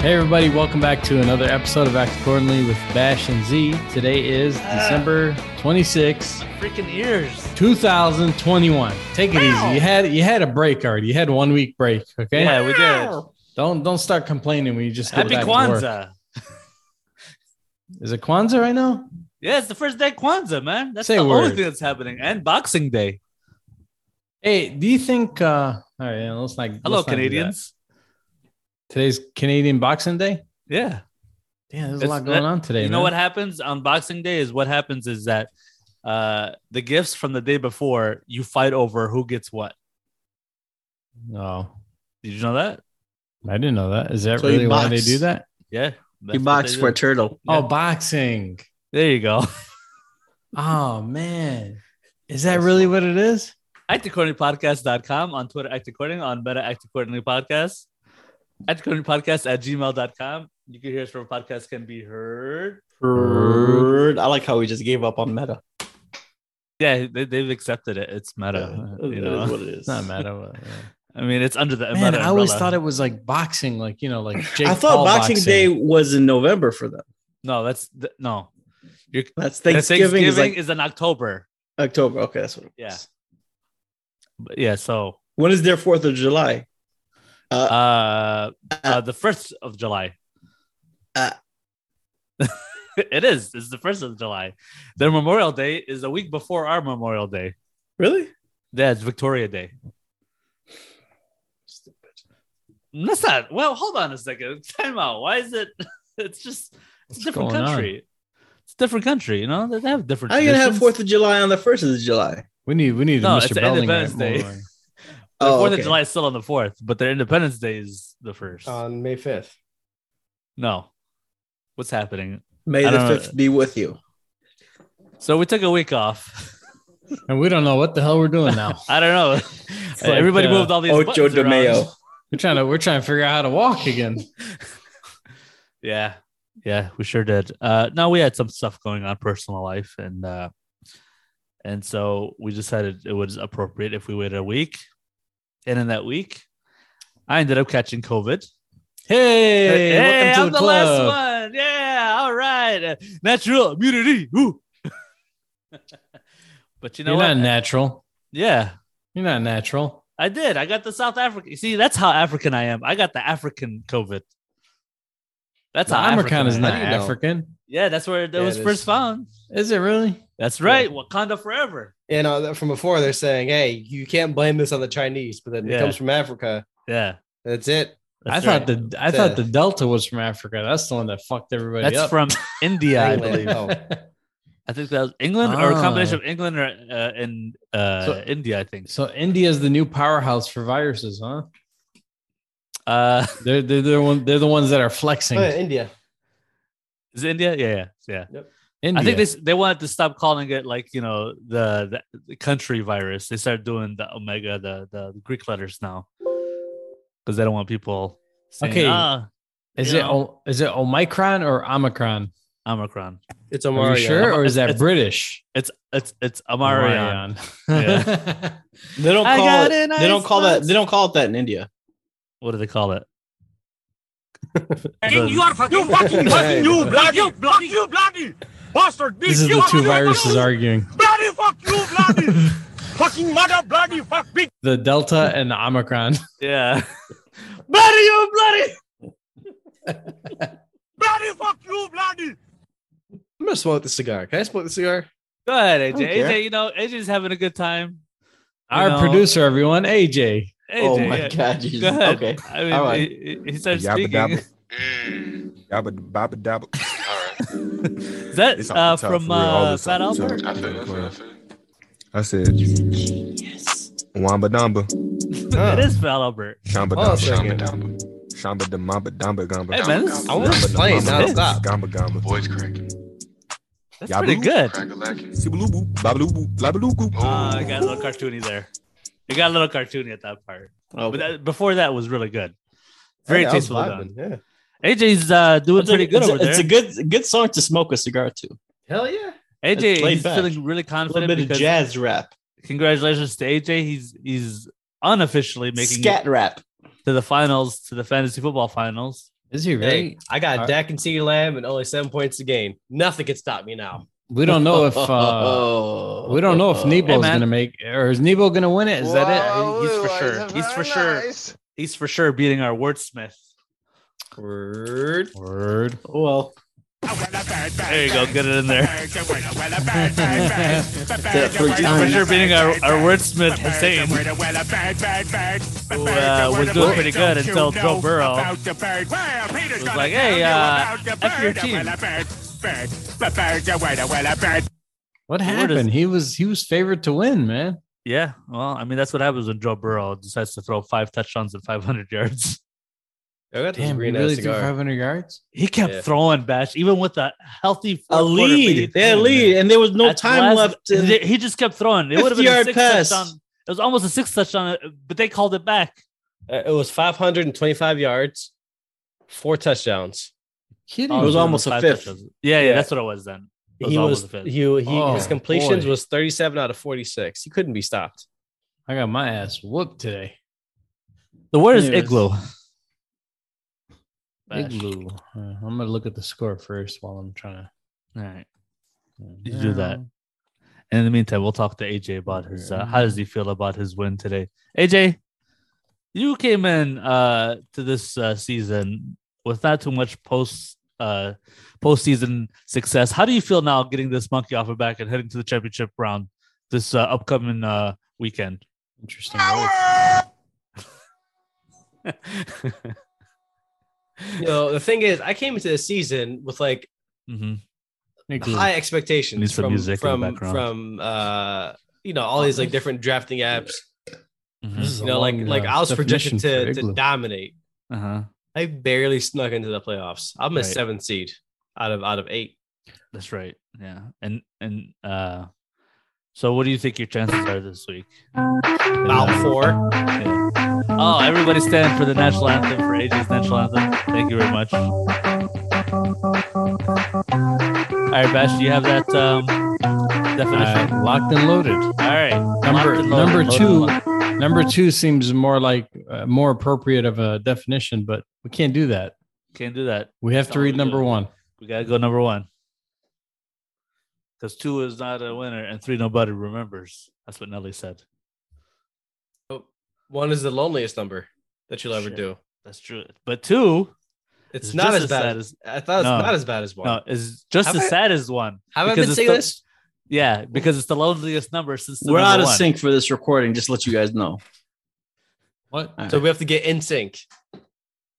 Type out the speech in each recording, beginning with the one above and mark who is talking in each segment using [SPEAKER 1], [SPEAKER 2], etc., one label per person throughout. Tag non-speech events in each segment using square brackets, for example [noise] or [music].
[SPEAKER 1] Hey, everybody, welcome back to another episode of Act Accordingly with Bash and Z. Today is December 26,
[SPEAKER 2] Freaking ears.
[SPEAKER 1] 2021. Take it easy. You had you had a break already. You had one week break. Okay.
[SPEAKER 2] Yeah, we did.
[SPEAKER 1] Don't don't start complaining when you just get
[SPEAKER 2] Happy
[SPEAKER 1] back to work.
[SPEAKER 2] Kwanzaa.
[SPEAKER 1] Is it Kwanzaa right now?
[SPEAKER 2] Yeah, it's the first day of Kwanzaa, man. That's
[SPEAKER 1] Say
[SPEAKER 2] the
[SPEAKER 1] a
[SPEAKER 2] only
[SPEAKER 1] word.
[SPEAKER 2] thing that's happening. And Boxing Day.
[SPEAKER 1] Hey, do you think uh all right, yeah, let's like
[SPEAKER 2] Hello,
[SPEAKER 1] let's not do that.
[SPEAKER 2] Canadians.
[SPEAKER 1] Today's Canadian Boxing Day.
[SPEAKER 2] Yeah.
[SPEAKER 1] Yeah, there's a
[SPEAKER 2] It's
[SPEAKER 1] lot going
[SPEAKER 2] not-
[SPEAKER 1] on today.
[SPEAKER 2] you know
[SPEAKER 1] man.
[SPEAKER 2] what happens on Boxing Day is what happens is that uh, the gifts from the day before you fight over who gets what.
[SPEAKER 1] No,
[SPEAKER 2] Did you know that?
[SPEAKER 1] Oh, I didn't know that. Is that
[SPEAKER 3] So you
[SPEAKER 1] really why they
[SPEAKER 3] box.
[SPEAKER 1] do that?
[SPEAKER 2] Yeah.
[SPEAKER 3] You
[SPEAKER 2] that's what
[SPEAKER 3] box
[SPEAKER 2] they
[SPEAKER 3] for a
[SPEAKER 2] do.
[SPEAKER 3] turtle.
[SPEAKER 2] Yeah.
[SPEAKER 1] Oh, boxing.
[SPEAKER 2] There you go. [laughs]
[SPEAKER 1] Oh man. Is that really what it is?
[SPEAKER 2] actaccordinglypodcast.com on Twitter, Act According, on Meta, Act Accordingly Podcast, Act Accordingly Podcast at gmail.com. You can hear us where podcasts can be heard.
[SPEAKER 3] Turd. I like how we just gave up on meta.
[SPEAKER 2] Yeah, they, they've accepted it. It's meta.
[SPEAKER 3] It
[SPEAKER 2] you
[SPEAKER 3] is
[SPEAKER 2] know,
[SPEAKER 3] what it is.
[SPEAKER 1] It's not matter.
[SPEAKER 2] I mean, it's under the
[SPEAKER 1] Man,
[SPEAKER 2] meta
[SPEAKER 1] I always
[SPEAKER 2] umbrella.
[SPEAKER 1] thought it was like boxing, like you know, like Jake
[SPEAKER 3] I thought
[SPEAKER 1] Paul
[SPEAKER 3] Boxing, Day was in November for them.
[SPEAKER 2] No, that's th- no.
[SPEAKER 3] That's
[SPEAKER 2] Thanksgiving,
[SPEAKER 3] Thanksgiving, is
[SPEAKER 2] is,
[SPEAKER 3] like
[SPEAKER 2] in October.
[SPEAKER 3] October. Okay, that's what. It
[SPEAKER 2] Yeah.
[SPEAKER 3] Was.
[SPEAKER 2] But yeah, so
[SPEAKER 3] When is their Fourth of July?
[SPEAKER 2] uh, uh, the first of July.
[SPEAKER 3] Uh.
[SPEAKER 2] [laughs] it is. It's the first of July. Their Memorial Day is a week before our Memorial Day.
[SPEAKER 3] Really?
[SPEAKER 2] Yeah, it's Victoria Day. That's not well. Hold on a second. [laughs] Time out. Why is it? [laughs] It's just it's
[SPEAKER 1] What's
[SPEAKER 2] a different
[SPEAKER 1] going on?
[SPEAKER 2] country. It's a different country. You know they they have different.
[SPEAKER 3] How you gonna have
[SPEAKER 2] traditions.
[SPEAKER 3] Fourth of July on the first of July?
[SPEAKER 1] We need we need
[SPEAKER 2] No,
[SPEAKER 1] a
[SPEAKER 2] it's
[SPEAKER 1] Mr.
[SPEAKER 2] the
[SPEAKER 1] Belding.
[SPEAKER 2] Independence
[SPEAKER 1] right
[SPEAKER 2] Day.
[SPEAKER 1] more.
[SPEAKER 2] The
[SPEAKER 3] Oh,
[SPEAKER 2] Fourth
[SPEAKER 3] okay.
[SPEAKER 2] of July is still on the fourth, but their Independence Day is the first.
[SPEAKER 4] [laughs]
[SPEAKER 1] Uh,
[SPEAKER 4] on May 5th.
[SPEAKER 2] no, what's happening?
[SPEAKER 3] May
[SPEAKER 2] I
[SPEAKER 3] the
[SPEAKER 2] don't know.
[SPEAKER 3] fifth be with you.
[SPEAKER 2] So we took a week off. [laughs]
[SPEAKER 1] and we don't know what the hell we're doing now.
[SPEAKER 2] I
[SPEAKER 1] [laughs]
[SPEAKER 2] don't know.
[SPEAKER 1] like,
[SPEAKER 2] Everybody
[SPEAKER 1] uh,
[SPEAKER 2] moved all these.
[SPEAKER 3] Ocho
[SPEAKER 2] buttons
[SPEAKER 3] de
[SPEAKER 2] around.
[SPEAKER 3] Mayo.
[SPEAKER 1] We're trying to we're trying to figure out how to walk again.
[SPEAKER 2] Yeah, yeah, we sure did. Uh, no, we had some stuff going on personal life, and uh, and so we decided it was appropriate if we waited a week. And in that week, I ended up catching COVID.
[SPEAKER 1] Hey, welcome to
[SPEAKER 2] I'm
[SPEAKER 1] the, club.
[SPEAKER 2] last one. Yeah, all right, Uh, natural immunity. Woo. [laughs] but you know
[SPEAKER 1] You're
[SPEAKER 2] what?
[SPEAKER 1] not natural.
[SPEAKER 2] yeah,
[SPEAKER 1] You're not natural.
[SPEAKER 2] I did. I got the South African. See, that's how African I am. I got the African COVID. That's how
[SPEAKER 1] American
[SPEAKER 2] African
[SPEAKER 1] is
[SPEAKER 2] I am.
[SPEAKER 1] not
[SPEAKER 3] How do you know?
[SPEAKER 1] African.
[SPEAKER 2] Yeah, that's where it
[SPEAKER 4] Yeah,
[SPEAKER 2] was
[SPEAKER 4] it
[SPEAKER 2] first
[SPEAKER 4] is.
[SPEAKER 2] found.
[SPEAKER 1] Is it really?
[SPEAKER 2] That's right. Wakanda forever.
[SPEAKER 4] And uh, from before, they're saying, hey, you can't blame this on the Chinese, but then
[SPEAKER 2] Yeah.
[SPEAKER 4] it comes from Africa.
[SPEAKER 2] Yeah.
[SPEAKER 4] That's it.
[SPEAKER 1] I
[SPEAKER 2] That's right.
[SPEAKER 1] thought the I thought the
[SPEAKER 4] The-
[SPEAKER 1] Delta was from Africa. That's the one that fucked everybody [laughs]
[SPEAKER 2] that's
[SPEAKER 1] up.
[SPEAKER 2] from India, I
[SPEAKER 4] England.
[SPEAKER 2] believe.
[SPEAKER 4] Oh.
[SPEAKER 2] I think that was England or a combination
[SPEAKER 1] Ah.
[SPEAKER 2] of England or, uh, and uh,
[SPEAKER 1] So-
[SPEAKER 2] India, I think.
[SPEAKER 1] so India is the new powerhouse for viruses, huh?
[SPEAKER 2] Uh, [laughs]
[SPEAKER 1] They're they're they're, one, they're the ones that are flexing.
[SPEAKER 4] Oh, yeah, India.
[SPEAKER 2] is it India? Yeah, yeah, yeah.
[SPEAKER 1] India.
[SPEAKER 2] I think they s- they wanted to stop calling it like you know the, the, the country virus. They started doing the omega, the the Greek letters now, because they don't want people. Saying,
[SPEAKER 1] Okay.
[SPEAKER 2] Ah,
[SPEAKER 1] is
[SPEAKER 2] you
[SPEAKER 1] it o- is it Omicron or Omicron?
[SPEAKER 2] Omicron.
[SPEAKER 4] It's
[SPEAKER 1] Are
[SPEAKER 4] Omarion.
[SPEAKER 1] you sure, or is that
[SPEAKER 2] It's-
[SPEAKER 1] British?
[SPEAKER 2] It's it's it's Omarion. [laughs]
[SPEAKER 1] Omarion.
[SPEAKER 3] They don't
[SPEAKER 2] I
[SPEAKER 3] call
[SPEAKER 2] got an
[SPEAKER 3] it. They don't
[SPEAKER 2] ice
[SPEAKER 3] call that.
[SPEAKER 2] box.
[SPEAKER 3] They don't call it that in India.
[SPEAKER 2] What do they call it?
[SPEAKER 5] Fucking you are fucking you [laughs] fucking
[SPEAKER 4] Right.
[SPEAKER 5] fucking you bloody you bloody you bloody bastard.
[SPEAKER 1] [laughs] this is
[SPEAKER 5] bitch, you
[SPEAKER 1] the
[SPEAKER 5] are
[SPEAKER 1] two
[SPEAKER 5] fucking-
[SPEAKER 1] viruses arguing:
[SPEAKER 5] Bloody fuck you bloody fucking mother bloody fuck bitch.
[SPEAKER 1] the Delta and the Omicron.
[SPEAKER 2] [laughs] Yeah. bloody you bloody.
[SPEAKER 5] Bloody fuck you bloody.
[SPEAKER 4] I'm going to smoke the cigar. Can I smoke the cigar?
[SPEAKER 2] Go ahead, AJ.
[SPEAKER 3] don't care.
[SPEAKER 2] AJ, you know, AJ's having a good time. You
[SPEAKER 1] Our
[SPEAKER 2] know,
[SPEAKER 1] producer, everyone, AJ.
[SPEAKER 2] AJ,
[SPEAKER 3] oh my
[SPEAKER 2] yeah.
[SPEAKER 3] god! Jesus.
[SPEAKER 2] Go ahead.
[SPEAKER 3] Okay.
[SPEAKER 2] I mean,
[SPEAKER 3] All right.
[SPEAKER 2] he, he- he starts
[SPEAKER 6] Yabba
[SPEAKER 2] speaking.
[SPEAKER 6] dabba. Dabba dabba dabba.
[SPEAKER 2] Is that
[SPEAKER 6] It's
[SPEAKER 2] uh,
[SPEAKER 6] off the top,
[SPEAKER 2] from
[SPEAKER 6] for real. All
[SPEAKER 2] uh,
[SPEAKER 6] this
[SPEAKER 2] Fat
[SPEAKER 6] off the
[SPEAKER 2] Albert?
[SPEAKER 6] top. I said, Wamba Damba,
[SPEAKER 4] Huh.
[SPEAKER 2] It is Fat Albert.
[SPEAKER 6] Shamba
[SPEAKER 4] Hold on a
[SPEAKER 6] Damba,
[SPEAKER 4] second.
[SPEAKER 6] Shamba Damba, Damba Gamba.
[SPEAKER 2] Hey man, this,
[SPEAKER 4] I want to play it
[SPEAKER 2] It is.
[SPEAKER 4] nonstop.
[SPEAKER 6] Gamba Gamba.
[SPEAKER 2] that's pretty good.
[SPEAKER 6] Sibaloo, babaloo, labaloo.
[SPEAKER 2] Uh, I got a little cartoony there. It got a little cartoony at that part,
[SPEAKER 3] Oh,
[SPEAKER 2] but that, before that was really good. Very
[SPEAKER 4] Yeah, I was
[SPEAKER 2] tasteful. done.
[SPEAKER 4] vibing, Yeah.
[SPEAKER 2] AJ's uh, doing
[SPEAKER 3] it's,
[SPEAKER 2] pretty
[SPEAKER 3] a,
[SPEAKER 2] good
[SPEAKER 3] it's,
[SPEAKER 2] over
[SPEAKER 3] a, it's a
[SPEAKER 2] there.
[SPEAKER 3] good good song to smoke a cigar to.
[SPEAKER 4] Hell yeah.
[SPEAKER 2] AJ
[SPEAKER 3] it's laid
[SPEAKER 2] he's
[SPEAKER 3] back.
[SPEAKER 2] feeling really
[SPEAKER 3] A little
[SPEAKER 2] confident.
[SPEAKER 3] bit of
[SPEAKER 2] because
[SPEAKER 3] jazz rap,
[SPEAKER 2] Congratulations to AJ. He's he's unofficially making it
[SPEAKER 3] scat rap.
[SPEAKER 2] to the finals, to the fantasy football finals.
[SPEAKER 1] Is he really?
[SPEAKER 4] Hey, I got
[SPEAKER 1] All right. Uh,
[SPEAKER 4] Dak and CeeDee Lamb and only seven points a game. Nothing can stop me now.
[SPEAKER 1] We don't know
[SPEAKER 4] [laughs]
[SPEAKER 1] if uh, we don't know if
[SPEAKER 3] Oh.
[SPEAKER 1] Nebo's
[SPEAKER 2] man.
[SPEAKER 1] gonna make or is Nebo gonna win it? Is that
[SPEAKER 2] He's for sure. He's for sure. He's for sure beating our wordsmith.
[SPEAKER 4] Word.
[SPEAKER 1] it? Word.
[SPEAKER 3] Well,
[SPEAKER 2] There you go. Get it in there.
[SPEAKER 5] Yeah,
[SPEAKER 2] for sure beating our, our wordsmith Hussein.
[SPEAKER 5] Who
[SPEAKER 2] uh, was doing pretty good until Joe Burrow
[SPEAKER 5] was
[SPEAKER 2] was like, "Hey, uh, F your team."
[SPEAKER 1] What
[SPEAKER 2] Word is-
[SPEAKER 1] happened? he was he was favored to win, man.
[SPEAKER 2] Yeah. Well, I mean, that's what happens when Joe Burrow decides to throw five touchdowns and 500 yards.
[SPEAKER 4] I got this
[SPEAKER 1] Damn, he
[SPEAKER 4] green
[SPEAKER 1] really
[SPEAKER 4] ass
[SPEAKER 1] threw
[SPEAKER 4] cigar.
[SPEAKER 1] 500 yards.
[SPEAKER 2] He kept
[SPEAKER 4] Yeah.
[SPEAKER 2] throwing bash, even with a healthy
[SPEAKER 3] a
[SPEAKER 2] four-quarter
[SPEAKER 3] lead. They had a lead, and there was no
[SPEAKER 2] At the
[SPEAKER 3] time
[SPEAKER 2] last-
[SPEAKER 3] left. in-
[SPEAKER 2] he just kept throwing. It would have been a
[SPEAKER 3] 50-yard
[SPEAKER 2] six
[SPEAKER 3] pass.
[SPEAKER 2] touchdown. It was almost a six touchdown, but they called it back.
[SPEAKER 4] Uh, It was 525 yards, four touchdowns.
[SPEAKER 1] Kidding.
[SPEAKER 2] Oh,
[SPEAKER 3] was
[SPEAKER 2] so
[SPEAKER 3] almost a
[SPEAKER 2] five
[SPEAKER 3] fifth.
[SPEAKER 2] touchdowns. Yeah, yeah,
[SPEAKER 4] Yeah.
[SPEAKER 2] that's what it was then. It was
[SPEAKER 4] He
[SPEAKER 2] almost
[SPEAKER 4] was
[SPEAKER 2] a fifth.
[SPEAKER 4] he, he
[SPEAKER 1] Oh,
[SPEAKER 4] his completions
[SPEAKER 1] boy.
[SPEAKER 4] was 37 out of 46. He couldn't be stopped.
[SPEAKER 1] I got my ass whooped today.
[SPEAKER 2] The word is
[SPEAKER 1] Anyways.
[SPEAKER 2] igloo. Bash.
[SPEAKER 1] Igloo. Uh, I'm gonna look at the score first while I'm trying to
[SPEAKER 2] All right. You do that. And in the meantime, we'll talk to AJ about his. Uh, how does he feel about his win today? AJ, you came in uh, to this uh, season with not too much post uh, postseason success. How do you feel now, getting this monkey off your back and heading to the championship round this uh, upcoming uh, weekend?
[SPEAKER 1] Interesting. Work.
[SPEAKER 4] You know, the thing is, I came into the season with like
[SPEAKER 2] hmm
[SPEAKER 1] Igloo.
[SPEAKER 4] high expectations
[SPEAKER 2] Need some
[SPEAKER 4] from
[SPEAKER 2] music in the
[SPEAKER 4] from
[SPEAKER 2] background.
[SPEAKER 4] from uh you know all these like different drafting apps.
[SPEAKER 2] Mm-hmm.
[SPEAKER 1] This is
[SPEAKER 4] You
[SPEAKER 1] a
[SPEAKER 4] know, like
[SPEAKER 1] long,
[SPEAKER 4] like
[SPEAKER 1] uh,
[SPEAKER 4] I was projected
[SPEAKER 1] definition
[SPEAKER 4] to,
[SPEAKER 1] for
[SPEAKER 4] to
[SPEAKER 1] igloo.
[SPEAKER 4] dominate.
[SPEAKER 2] Uh huh.
[SPEAKER 4] I barely snuck into the playoffs. I'm a
[SPEAKER 2] Right.
[SPEAKER 4] seventh seed out of out of eight.
[SPEAKER 2] That's right. Yeah. And and uh, so what do you think your chances are this week? uh,
[SPEAKER 4] About four.
[SPEAKER 2] Oh, everybody stand for the national anthem for AJ's national anthem. Thank you very much. All right, Bash, do you have that um, definition?
[SPEAKER 1] Uh, locked and loaded.
[SPEAKER 2] All right,
[SPEAKER 1] Number
[SPEAKER 2] Locked and loaded,
[SPEAKER 1] number
[SPEAKER 2] loaded
[SPEAKER 1] two.
[SPEAKER 2] and locked.
[SPEAKER 1] Number two seems more like uh, more appropriate of a definition, but we can't do that.
[SPEAKER 2] Can't do that.
[SPEAKER 1] We have to
[SPEAKER 2] No, we
[SPEAKER 1] read number
[SPEAKER 2] don't.
[SPEAKER 1] one.
[SPEAKER 2] We gotta go number one because two is not a winner and three nobody remembers. That's what Nelly said.
[SPEAKER 4] One is the loneliest number that you'll ever
[SPEAKER 2] Shit.
[SPEAKER 4] do.
[SPEAKER 2] That's true. But two,
[SPEAKER 4] It's,
[SPEAKER 2] It's
[SPEAKER 4] not
[SPEAKER 2] just
[SPEAKER 4] as
[SPEAKER 2] as
[SPEAKER 4] bad.
[SPEAKER 2] sad
[SPEAKER 4] as,
[SPEAKER 2] as-
[SPEAKER 4] I thought it's
[SPEAKER 2] No.
[SPEAKER 4] not as bad as one.
[SPEAKER 2] no, is just
[SPEAKER 4] Have
[SPEAKER 2] as
[SPEAKER 4] I-
[SPEAKER 2] sad as one.
[SPEAKER 4] Have I
[SPEAKER 2] because
[SPEAKER 4] been
[SPEAKER 2] it's
[SPEAKER 4] saying
[SPEAKER 2] the-
[SPEAKER 4] this?
[SPEAKER 2] Yeah, because it's the loneliest number since the
[SPEAKER 3] We're
[SPEAKER 2] number
[SPEAKER 3] out of
[SPEAKER 2] one.
[SPEAKER 3] sync for this recording. Just to let you guys know.
[SPEAKER 1] What?
[SPEAKER 3] All
[SPEAKER 4] So we have to get in sync.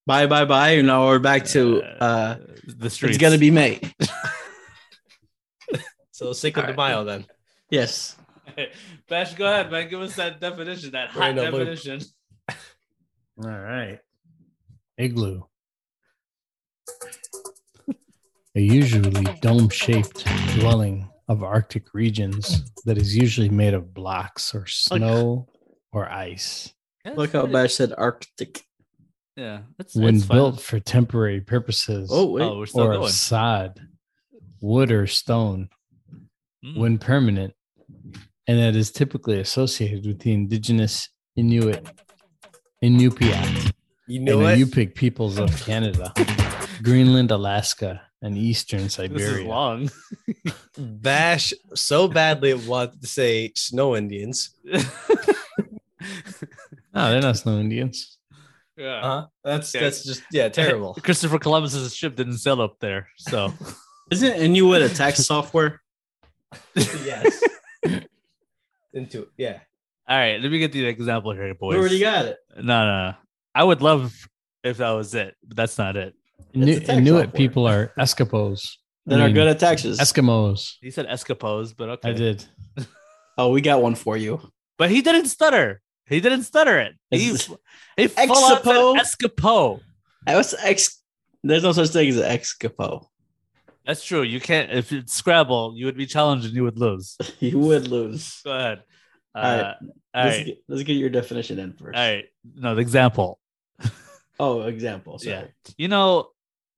[SPEAKER 3] Bye, bye, bye. And now we're back to uh,
[SPEAKER 2] The streets.
[SPEAKER 3] it's gonna be May.
[SPEAKER 4] So Cinco de
[SPEAKER 3] Alright.
[SPEAKER 4] Mayo then.
[SPEAKER 3] [laughs] Yes.
[SPEAKER 2] [laughs] Bash, go ahead, man. Give us that definition, that
[SPEAKER 4] We're
[SPEAKER 2] hot
[SPEAKER 4] in a loop.
[SPEAKER 2] definition.
[SPEAKER 1] All right. Igloo. A usually dome shaped dwelling of Arctic regions that is usually made of blocks or snow or ice.
[SPEAKER 3] Look how Bash said Arctic.
[SPEAKER 2] Yeah, that's
[SPEAKER 1] When
[SPEAKER 2] that's fine.
[SPEAKER 1] built for temporary purposes
[SPEAKER 3] Oh wait.
[SPEAKER 2] Oh, we're still
[SPEAKER 1] or of
[SPEAKER 2] going.
[SPEAKER 1] sod, wood, or stone,
[SPEAKER 2] Mm.
[SPEAKER 1] when permanent, and that is typically associated with the indigenous Inuit, Inupiat.
[SPEAKER 4] You
[SPEAKER 1] and
[SPEAKER 4] know
[SPEAKER 1] the
[SPEAKER 4] it.
[SPEAKER 1] Yupik peoples of Canada, Greenland, Alaska, and eastern
[SPEAKER 2] this is
[SPEAKER 1] Siberia.
[SPEAKER 2] long.
[SPEAKER 4] Bash so badly wanted to say snow Indians.
[SPEAKER 1] No, they're not snow Indians.
[SPEAKER 2] yeah.
[SPEAKER 4] Uh-huh. That's
[SPEAKER 2] Yeah.
[SPEAKER 4] that's just yeah, terrible.
[SPEAKER 2] [laughs] Christopher Columbus's ship didn't sail up there, so
[SPEAKER 3] Isn't Inuit a [laughs] tax software?
[SPEAKER 4] [laughs] yes. Into it. Yeah.
[SPEAKER 2] all right. Let me get the example here, boys.
[SPEAKER 3] We already got it.
[SPEAKER 2] No, no, no. I would love if that was it, but that's not it.
[SPEAKER 1] Inu-
[SPEAKER 3] a tax
[SPEAKER 1] Inuit
[SPEAKER 3] software.
[SPEAKER 1] people are Eskimos. I
[SPEAKER 3] That are
[SPEAKER 1] mean,
[SPEAKER 3] good at taxes.
[SPEAKER 1] Eskimos.
[SPEAKER 2] He said escapos, but okay.
[SPEAKER 1] I did.
[SPEAKER 3] Oh, we got one for you.
[SPEAKER 2] But he didn't stutter. He didn't stutter it. He,
[SPEAKER 3] Is-
[SPEAKER 2] he full out said
[SPEAKER 3] Exapo?
[SPEAKER 2] escapo.
[SPEAKER 3] That was ex. There's no such thing as an excapo. [laughs]
[SPEAKER 2] That's true. You can't if it's Scrabble, you would be challenged and you would
[SPEAKER 3] [laughs]
[SPEAKER 2] lose.
[SPEAKER 3] You would lose.
[SPEAKER 2] Go ahead.
[SPEAKER 3] All right.
[SPEAKER 2] Uh, all
[SPEAKER 3] let's,
[SPEAKER 2] right.
[SPEAKER 3] Get, let's get your definition in first.
[SPEAKER 2] All right. No, the example.
[SPEAKER 3] Oh, example. Sorry.
[SPEAKER 2] Yeah. You know,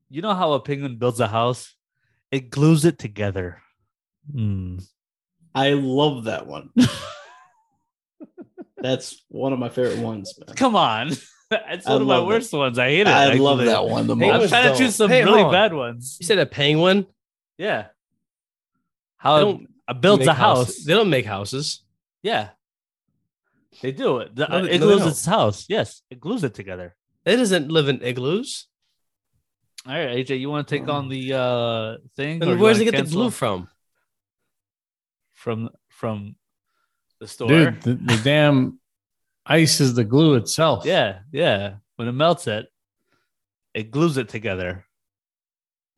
[SPEAKER 2] you know how a penguin builds a house? It glues it together. Hmm.
[SPEAKER 3] I love that one. That's one of my favorite ones. Man.
[SPEAKER 2] Come on. [laughs] That's
[SPEAKER 3] I
[SPEAKER 2] one of my
[SPEAKER 3] love it.
[SPEAKER 2] worst ones. I hate it.
[SPEAKER 3] I love
[SPEAKER 2] actually.
[SPEAKER 3] that one the
[SPEAKER 4] Hey,
[SPEAKER 2] I'm
[SPEAKER 4] was
[SPEAKER 3] most.
[SPEAKER 2] trying
[SPEAKER 4] dope.
[SPEAKER 2] to choose some
[SPEAKER 4] Hey,
[SPEAKER 2] really
[SPEAKER 4] hold on.
[SPEAKER 2] bad ones.
[SPEAKER 4] You said a penguin?
[SPEAKER 2] Yeah.
[SPEAKER 4] They
[SPEAKER 2] How
[SPEAKER 4] don't
[SPEAKER 2] I built
[SPEAKER 4] make
[SPEAKER 2] a house.
[SPEAKER 4] houses. They don't make houses.
[SPEAKER 2] Yeah. They do it. The,
[SPEAKER 4] No,
[SPEAKER 2] uh,
[SPEAKER 4] they-
[SPEAKER 2] it
[SPEAKER 4] no, they
[SPEAKER 2] glues
[SPEAKER 4] don't.
[SPEAKER 2] its house. Yes. It glues it together.
[SPEAKER 4] It doesn't live in igloos.
[SPEAKER 2] All right, AJ, you want to take on the uh thing? or
[SPEAKER 4] Oh. Then
[SPEAKER 2] you
[SPEAKER 4] where's
[SPEAKER 2] wanna
[SPEAKER 4] it get the
[SPEAKER 2] cancel
[SPEAKER 4] glue from?
[SPEAKER 2] from from the store?
[SPEAKER 1] Dude, the, the damn ice is the glue itself.
[SPEAKER 2] Yeah, yeah. When it melts it, it glues it together.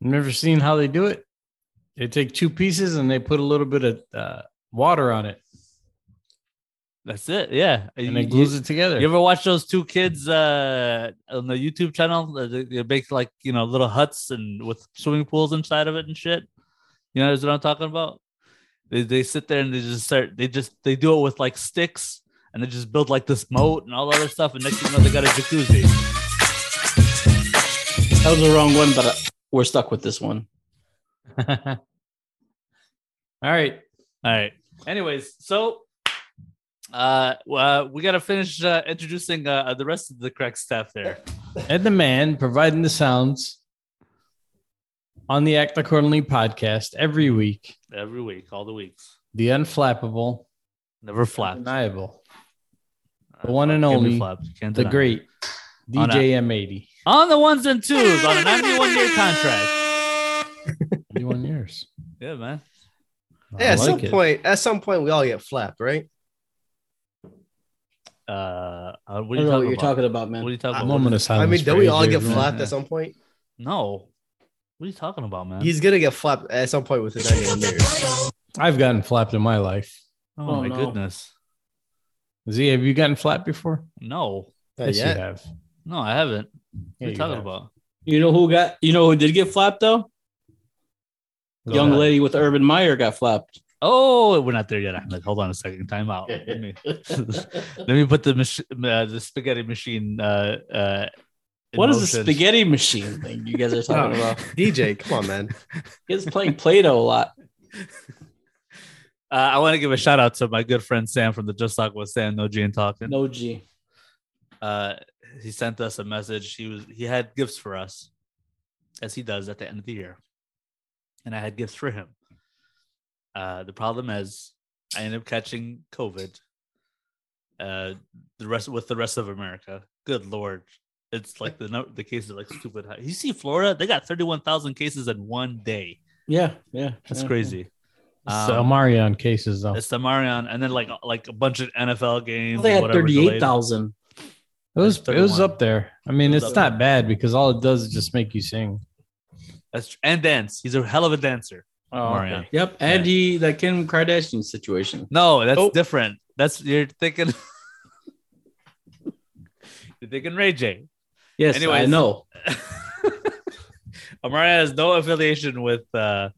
[SPEAKER 1] I've never seen how they do it. They take two pieces and they put a little bit of uh, water on it
[SPEAKER 2] That's it. Yeah.
[SPEAKER 1] and
[SPEAKER 2] you,
[SPEAKER 1] it glues
[SPEAKER 2] you-
[SPEAKER 1] it together.
[SPEAKER 2] you ever watch those two kids uh on the YouTube channel? Uh, They, they make like you know little huts and with swimming pools inside of it and shit. You know what I'm talking about? They they sit there and they just start they just they do it with like sticks and they just build like this moat and all that other stuff and next thing you know they got a jacuzzi.
[SPEAKER 3] That was the wrong one, but uh, we're stuck with this one.
[SPEAKER 1] [laughs] All right.
[SPEAKER 2] All right. Anyways, so uh, well, we got to finish uh, introducing uh, the rest of the correct staff there.
[SPEAKER 1] Ed the Man providing the sounds on the Act Accordingly podcast every week.
[SPEAKER 2] Every week, all the weeks.
[SPEAKER 1] The unflappable,
[SPEAKER 2] Never flapped.
[SPEAKER 1] undeniable,
[SPEAKER 2] Uh,
[SPEAKER 1] one and
[SPEAKER 2] can't be
[SPEAKER 1] only,
[SPEAKER 2] flapped. Can't
[SPEAKER 1] the
[SPEAKER 2] deny.
[SPEAKER 1] great
[SPEAKER 2] On a-
[SPEAKER 1] DJ M80.
[SPEAKER 2] On the ones and twos on a 91 year contract.
[SPEAKER 1] 81
[SPEAKER 4] [laughs]
[SPEAKER 1] years.
[SPEAKER 2] Yeah, man.
[SPEAKER 1] I
[SPEAKER 4] Yeah, at some
[SPEAKER 1] like it.
[SPEAKER 4] point, at some point, we all get flapped, right?
[SPEAKER 2] Uh, uh,
[SPEAKER 3] I
[SPEAKER 2] what are you
[SPEAKER 3] don't know what
[SPEAKER 2] talking
[SPEAKER 3] you're
[SPEAKER 2] about?
[SPEAKER 3] talking about, man.
[SPEAKER 2] What are you talking
[SPEAKER 1] A
[SPEAKER 2] about?
[SPEAKER 1] moment of silence.
[SPEAKER 4] I mean,
[SPEAKER 1] do
[SPEAKER 4] don't we all get flapped at some point?
[SPEAKER 2] No. What are you talking about, man?
[SPEAKER 4] He's gonna get flapped at some point with his 91 [laughs] years.
[SPEAKER 1] I've gotten flapped in my life.
[SPEAKER 2] oh,
[SPEAKER 3] Oh,
[SPEAKER 2] my
[SPEAKER 3] no.
[SPEAKER 2] goodness.
[SPEAKER 1] Z, have you gotten flapped before?
[SPEAKER 2] No.
[SPEAKER 4] Not
[SPEAKER 1] you
[SPEAKER 4] yet.
[SPEAKER 1] have.
[SPEAKER 2] No, I haven't.
[SPEAKER 1] Yeah,
[SPEAKER 2] what are
[SPEAKER 1] you
[SPEAKER 2] you talking
[SPEAKER 1] have.
[SPEAKER 2] about?
[SPEAKER 3] You know who got? You know who did get flapped though?
[SPEAKER 1] Go
[SPEAKER 3] Young
[SPEAKER 1] ahead.
[SPEAKER 3] lady with Urban Meyer got flapped.
[SPEAKER 2] Oh, we're not there yet, Ahmed. Hold on a second. Time out. Let me, [laughs] let me put the mach- uh, the spaghetti machine. Uh, uh, in
[SPEAKER 3] What is the
[SPEAKER 2] motion.
[SPEAKER 3] spaghetti machine thing you guys
[SPEAKER 2] [laughs]
[SPEAKER 3] are talking
[SPEAKER 4] [laughs]
[SPEAKER 3] about?
[SPEAKER 4] DJ, come on, man.
[SPEAKER 3] He's playing Play-Doh a lot.
[SPEAKER 2] Uh, I want to give a shout out to my good friend Sam from the Just Talk with Sam No G and Talking.
[SPEAKER 3] No G.
[SPEAKER 2] Uh, he sent us a message. He was he had gifts for us, as he does at the end of the year, and I had gifts for him. Uh, the problem is, I ended up catching COVID. Uh, the rest with the rest of America. Good lord, it's like the nu- the cases are like stupid high. You see Florida, they got thirty one thousand cases in one day.
[SPEAKER 3] Yeah, yeah.
[SPEAKER 2] That's
[SPEAKER 3] yeah.
[SPEAKER 2] crazy.
[SPEAKER 1] It's the
[SPEAKER 2] Um,
[SPEAKER 1] Omarion cases, though.
[SPEAKER 2] It's the Marion, and then like like a bunch of NFL games.
[SPEAKER 3] Well, they
[SPEAKER 2] and
[SPEAKER 3] had
[SPEAKER 2] whatever
[SPEAKER 3] thirty-eight
[SPEAKER 2] delayed.
[SPEAKER 3] thousand.
[SPEAKER 1] It was
[SPEAKER 2] like
[SPEAKER 1] it was
[SPEAKER 2] 31.
[SPEAKER 1] up there. I mean,
[SPEAKER 2] It was
[SPEAKER 1] it's
[SPEAKER 2] up there.
[SPEAKER 1] not bad because all it does is just make you sing.
[SPEAKER 2] That's tr- and dance. He's a hell of a dancer.
[SPEAKER 3] Oh,
[SPEAKER 2] Marion.
[SPEAKER 3] Yep, and he that Kim Kardashian situation.
[SPEAKER 2] No, that's
[SPEAKER 4] Oh.
[SPEAKER 2] different. That's you're thinking. [laughs] you're thinking Ray J.
[SPEAKER 3] Yes, I
[SPEAKER 2] Anyways.
[SPEAKER 3] know.
[SPEAKER 2] Amara has no affiliation with uh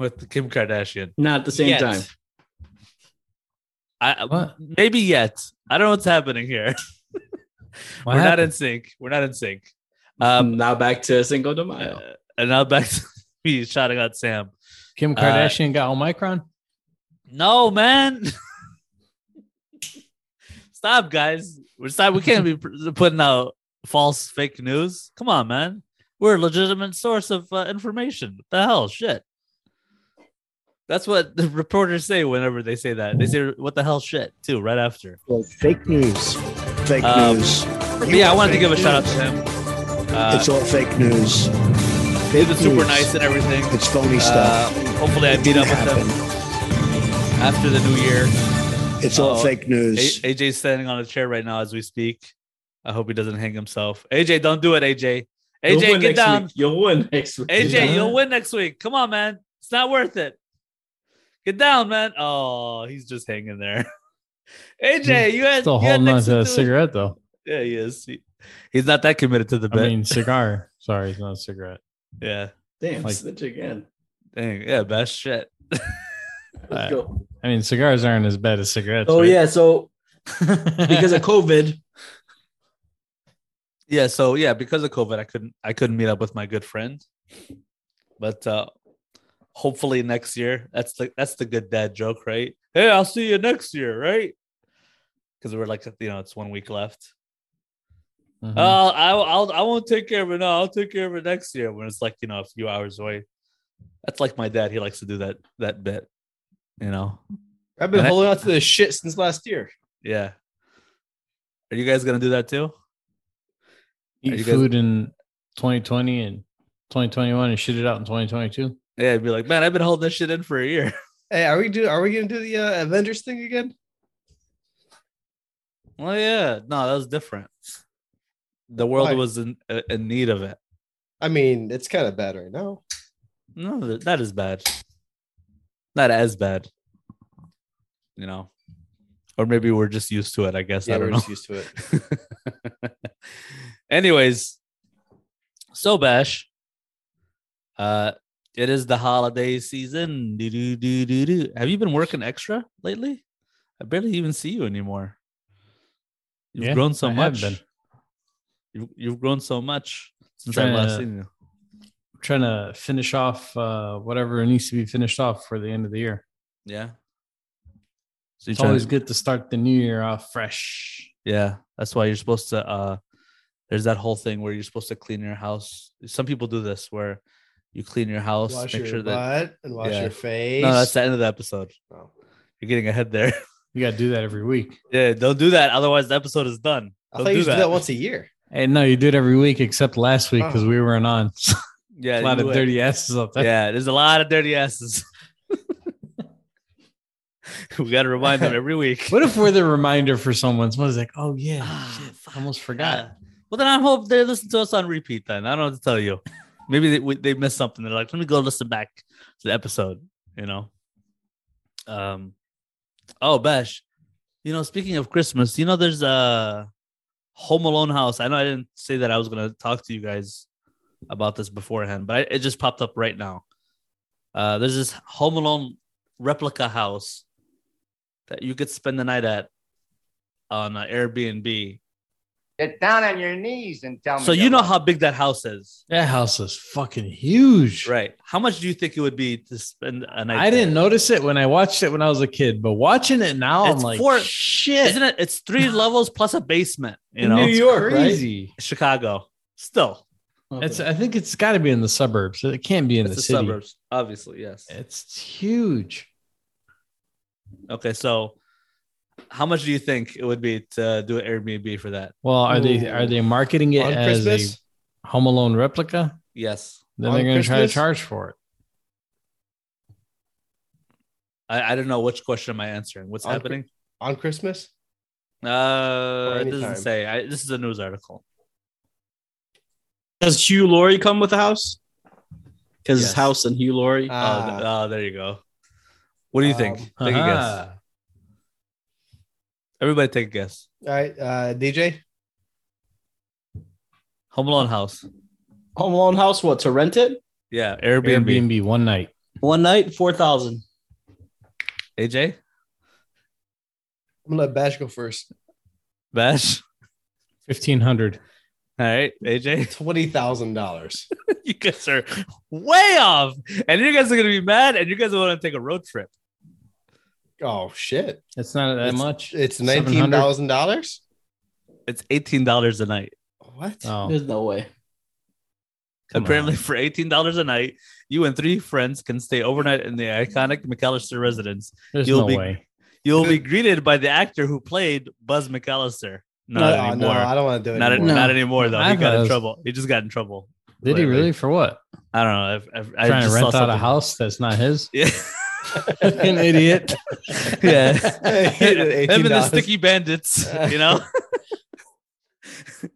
[SPEAKER 2] with Kim Kardashian.
[SPEAKER 3] Not at the same
[SPEAKER 2] Yet.
[SPEAKER 3] time.
[SPEAKER 2] I
[SPEAKER 1] What?
[SPEAKER 2] maybe yet. I don't know what's happening here.
[SPEAKER 1] What
[SPEAKER 2] We're not
[SPEAKER 1] happened?
[SPEAKER 2] in sync. We're not in sync. Um,
[SPEAKER 3] Um, [laughs] now back to Cinco de
[SPEAKER 1] Oh.
[SPEAKER 3] Mayo.
[SPEAKER 2] uh, and now back [laughs] to me shouting out Sam.
[SPEAKER 1] Kim
[SPEAKER 2] uh,
[SPEAKER 1] Kardashian got Omicron.
[SPEAKER 2] No, man. [laughs] stop, guys. We're stop. We can't be p- putting out false fake news. Come on, man. We're a legitimate source of uh, information. What the hell, shit. That's what the reporters say whenever they say that. They say what the hell, shit, too, right after.
[SPEAKER 7] Fake news. Fake
[SPEAKER 2] Um,
[SPEAKER 7] news.
[SPEAKER 2] But yeah, I wanted to give a shout out to him. Uh,
[SPEAKER 7] It's all fake news.
[SPEAKER 2] he
[SPEAKER 7] Fake
[SPEAKER 2] was super
[SPEAKER 7] news.
[SPEAKER 2] nice and everything.
[SPEAKER 7] It's phony
[SPEAKER 2] Uh,
[SPEAKER 7] stuff.
[SPEAKER 2] hopefully, I
[SPEAKER 7] It
[SPEAKER 2] meet up
[SPEAKER 7] didn't
[SPEAKER 2] with him after the new year.
[SPEAKER 7] It's all
[SPEAKER 2] Oh,
[SPEAKER 7] fake news.
[SPEAKER 2] A- AJ's standing on a chair right now as we speak. I hope he doesn't hang himself. AJ, don't do it, AJ.
[SPEAKER 3] You'll
[SPEAKER 2] AJ,
[SPEAKER 3] win
[SPEAKER 2] get
[SPEAKER 3] next
[SPEAKER 2] down.
[SPEAKER 3] Week. You'll win next week.
[SPEAKER 2] AJ,
[SPEAKER 1] Yeah.
[SPEAKER 2] you'll win next week. Come on, man. It's not worth it. Get down, man. Oh, he's just hanging there. [laughs] AJ, you had,
[SPEAKER 1] Still
[SPEAKER 2] you
[SPEAKER 1] holding
[SPEAKER 2] had
[SPEAKER 1] on
[SPEAKER 2] next
[SPEAKER 1] to
[SPEAKER 2] to
[SPEAKER 1] that
[SPEAKER 2] cigarette.
[SPEAKER 1] cigarette though.
[SPEAKER 2] Yeah, he is. He- he's not that committed to the
[SPEAKER 1] I
[SPEAKER 2] bet.
[SPEAKER 1] mean, cigar. [laughs] Sorry, it's not a cigarette.
[SPEAKER 2] yeah.
[SPEAKER 3] Damn,
[SPEAKER 1] Like-
[SPEAKER 3] snitch again.
[SPEAKER 2] Dang. Yeah, best shit.
[SPEAKER 1] All right.
[SPEAKER 3] Let's go.
[SPEAKER 1] I mean, cigars aren't as bad as cigarettes.
[SPEAKER 3] Oh
[SPEAKER 1] right?
[SPEAKER 3] yeah, [laughs] so because of COVID,
[SPEAKER 2] Yeah, so yeah, because of COVID, I couldn't I couldn't meet up with my good friend. But uh hopefully next year. That's the that's the good dad joke, right? Hey, I'll see you next year, right? Because we're like, you know, it's one week left.
[SPEAKER 1] Mhm.
[SPEAKER 2] Oh, I'll, I'll, I won't take care of it now. I'll take care of it next year when it's like, you know, a few hours away. That's like my dad. He likes to do that, that bit, you know?
[SPEAKER 4] I've been
[SPEAKER 2] And I-
[SPEAKER 4] holding on to this shit since last year.
[SPEAKER 2] Yeah. Are you guys going to do that too? Are
[SPEAKER 1] Eat
[SPEAKER 2] you guys-
[SPEAKER 1] food in 2020 and 2021 and shit it out in 2022.
[SPEAKER 2] Yeah. I'd be like, man, I've been holding this shit in for a year.
[SPEAKER 4] Hey, are we do? Are we gonna do the uh, Avengers thing again?
[SPEAKER 2] Well, yeah. No, that was different. The world
[SPEAKER 4] Why?
[SPEAKER 2] was in, uh, in need of it.
[SPEAKER 4] I mean, it's kind of bad right now.
[SPEAKER 2] No, th- not as bad. Not as bad. You know? Or maybe we're just used to it, I guess. I
[SPEAKER 4] Yeah,
[SPEAKER 2] don't
[SPEAKER 4] we're
[SPEAKER 2] know.
[SPEAKER 4] just used to it.
[SPEAKER 2] [laughs] Anyways, so Bash, uh, it is the holiday season. Do, do, do, do, do. Have you been working extra lately? I barely even see you anymore. You've
[SPEAKER 1] Yeah,
[SPEAKER 2] grown so
[SPEAKER 1] I have
[SPEAKER 2] much.
[SPEAKER 1] been.
[SPEAKER 2] You've, you've grown so much since
[SPEAKER 1] Trying
[SPEAKER 2] I last
[SPEAKER 1] to-
[SPEAKER 2] seen you.
[SPEAKER 1] trying to finish off uh, whatever needs to be finished off for the end of the year.
[SPEAKER 2] Yeah. So you
[SPEAKER 1] It's
[SPEAKER 2] trying,
[SPEAKER 1] always good to start the new year off fresh.
[SPEAKER 2] yeah. That's why you're supposed to. Uh, there's that whole thing where you're supposed to clean your house. Some people do this where you clean your house,
[SPEAKER 4] [laughs] Wash
[SPEAKER 2] make
[SPEAKER 4] your
[SPEAKER 2] sure that
[SPEAKER 4] butt and wash
[SPEAKER 2] Yeah.
[SPEAKER 4] your face.
[SPEAKER 2] No, that's the end of the episode.
[SPEAKER 4] Oh.
[SPEAKER 2] You're getting ahead there. [laughs]
[SPEAKER 1] You got to do that every week.
[SPEAKER 2] yeah, don't do that. Otherwise, the episode is done.
[SPEAKER 4] I
[SPEAKER 2] Don't
[SPEAKER 4] thought you
[SPEAKER 2] do
[SPEAKER 4] used to
[SPEAKER 2] that.
[SPEAKER 4] do that once a year.
[SPEAKER 1] And no, you do it every week except last week because we weren't on.
[SPEAKER 2] Oh.
[SPEAKER 1] [laughs]
[SPEAKER 2] Yeah,
[SPEAKER 1] a lot
[SPEAKER 2] you
[SPEAKER 1] of
[SPEAKER 2] would. [laughs]
[SPEAKER 1] dirty asses up there.
[SPEAKER 2] Yeah, there's a lot of dirty asses. [laughs] we got to
[SPEAKER 1] [laughs]
[SPEAKER 2] remind them every week.
[SPEAKER 1] What if we're the reminder for someone? Someone's like, "Oh yeah,
[SPEAKER 2] Ah,
[SPEAKER 1] shit, almost forgot."
[SPEAKER 2] Well, then I hope they listen to us on repeat. Then I don't know what to tell you. Maybe they, we- they missed something. They're like, let me go listen back to the episode. You know. Um. Oh, Bash. You know, speaking of Christmas, you know, there's a Home Alone house. I know I didn't say that I was gonna talk to you guys about this beforehand, but I, it just popped up right now. Uh, there's this Home Alone replica house that you could spend the night at on uh, Airbnb.
[SPEAKER 8] Get down on your knees and tell me.
[SPEAKER 2] So
[SPEAKER 8] you're
[SPEAKER 2] you know
[SPEAKER 8] wrong.
[SPEAKER 2] how big that house is,
[SPEAKER 1] That house is fucking huge.
[SPEAKER 2] right? How much do you think it would be to spend a night?
[SPEAKER 1] I didn't
[SPEAKER 2] there?
[SPEAKER 1] notice it when I watched it when I was a kid, but watching it now,
[SPEAKER 2] It's
[SPEAKER 1] I'm like,
[SPEAKER 2] four-
[SPEAKER 1] "Shit,
[SPEAKER 2] Isn't it? It's
[SPEAKER 1] [laughs]
[SPEAKER 2] three levels plus a basement. You know,
[SPEAKER 4] New York, right?
[SPEAKER 1] crazy?"
[SPEAKER 2] Chicago. Still,
[SPEAKER 1] It's. I think it's got to be in the suburbs. It can't be in
[SPEAKER 2] it's
[SPEAKER 1] the
[SPEAKER 2] the
[SPEAKER 1] city.
[SPEAKER 2] suburbs, obviously. Yes.
[SPEAKER 1] It's huge.
[SPEAKER 2] Okay, so how much do you think it would be to do an Airbnb for that?
[SPEAKER 1] Well, are they are they marketing it
[SPEAKER 4] On
[SPEAKER 1] as
[SPEAKER 4] Christmas,
[SPEAKER 1] a Home Alone replica?
[SPEAKER 2] Yes,
[SPEAKER 1] Then
[SPEAKER 4] On
[SPEAKER 1] they're going to try to
[SPEAKER 4] Christmas?
[SPEAKER 1] charge for it.
[SPEAKER 2] I, I don't know which question am I answering. What's
[SPEAKER 4] On-
[SPEAKER 2] happening?
[SPEAKER 4] on Christmas.
[SPEAKER 2] Uh, it doesn't
[SPEAKER 4] anytime.
[SPEAKER 2] say. I, this is a news article.
[SPEAKER 3] Does Hugh Laurie come with the house? Because
[SPEAKER 2] Yes.
[SPEAKER 3] his house and Hugh Laurie.
[SPEAKER 2] Oh,
[SPEAKER 4] Ah.
[SPEAKER 2] th- oh, there you go. What do you think?
[SPEAKER 4] Um,
[SPEAKER 2] Take a guess.
[SPEAKER 1] Ah,
[SPEAKER 2] Everybody, take a guess.
[SPEAKER 4] All right, uh, DJ.
[SPEAKER 2] Home Alone house.
[SPEAKER 3] Home Alone house, what to rent it?
[SPEAKER 2] Yeah, Airbnb.
[SPEAKER 1] Airbnb one night.
[SPEAKER 3] One night, four thousand.
[SPEAKER 2] AJ,
[SPEAKER 4] I'm gonna let Bash go first.
[SPEAKER 2] Bash. [laughs]
[SPEAKER 1] Fifteen hundred.
[SPEAKER 2] All right, AJ,
[SPEAKER 4] Twenty thousand dollars.
[SPEAKER 2] [laughs] you guys are way off, and you guys are gonna be mad, and you guys want to take a road trip.
[SPEAKER 4] Oh shit!
[SPEAKER 1] It's not that
[SPEAKER 4] It's-
[SPEAKER 1] much.
[SPEAKER 4] It's
[SPEAKER 1] $700.
[SPEAKER 4] nineteen thousand dollars.
[SPEAKER 2] It's eighteen dollars a night.
[SPEAKER 4] What?
[SPEAKER 1] Oh,
[SPEAKER 3] There's no way.
[SPEAKER 1] Come
[SPEAKER 2] Apparently, for eighteen dollars a night, you and three friends can stay overnight in the iconic McAllister residence.
[SPEAKER 1] there's
[SPEAKER 2] you'll
[SPEAKER 1] no
[SPEAKER 2] be-
[SPEAKER 1] way.
[SPEAKER 2] You'll be greeted by the actor who played Buzz McAllister.
[SPEAKER 4] No,
[SPEAKER 2] Not
[SPEAKER 4] no,
[SPEAKER 2] anymore.
[SPEAKER 4] I don't want to do it.
[SPEAKER 2] not,
[SPEAKER 4] anymore.
[SPEAKER 3] No.
[SPEAKER 2] not anymore though.
[SPEAKER 1] I
[SPEAKER 2] He got
[SPEAKER 1] thought it
[SPEAKER 2] in
[SPEAKER 1] was-
[SPEAKER 2] trouble. He just got in trouble.
[SPEAKER 1] Did he
[SPEAKER 2] Lately.
[SPEAKER 1] really? For what?
[SPEAKER 2] I don't know. I've, I've, I
[SPEAKER 1] Trying
[SPEAKER 2] just
[SPEAKER 1] to
[SPEAKER 2] saw
[SPEAKER 1] rent out a
[SPEAKER 2] something.
[SPEAKER 1] house that's not his.
[SPEAKER 2] [laughs] Yeah.
[SPEAKER 1] Fucking [laughs] idiot.
[SPEAKER 2] [laughs]
[SPEAKER 4] [laughs]
[SPEAKER 2] yeah.
[SPEAKER 4] Hey, the
[SPEAKER 2] Him and the
[SPEAKER 4] $18.
[SPEAKER 2] sticky
[SPEAKER 4] [laughs]
[SPEAKER 2] bandits, you know?
[SPEAKER 1] Him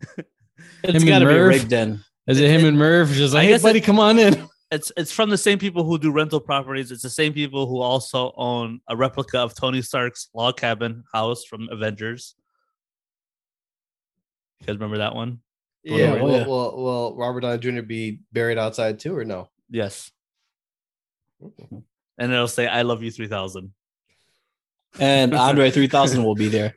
[SPEAKER 3] It's
[SPEAKER 1] and
[SPEAKER 3] got to be
[SPEAKER 1] Merv?
[SPEAKER 3] rigged then.
[SPEAKER 1] Is it him and Merv? Just
[SPEAKER 2] I
[SPEAKER 1] like, hey
[SPEAKER 2] guess it-
[SPEAKER 1] buddy, come on
[SPEAKER 2] [laughs]
[SPEAKER 1] in.
[SPEAKER 2] it's it's from the same people who do rental properties. It's the same people who also own a replica of Tony Stark's log cabin house from Avengers. You guys remember that one?
[SPEAKER 4] Yeah.
[SPEAKER 2] Yeah.
[SPEAKER 4] Will, will, will Robert Downey Jr. be buried outside too, or no?
[SPEAKER 2] Yes. And it'll say, I love you 3000.
[SPEAKER 3] [laughs] And Andre 3000 will be there.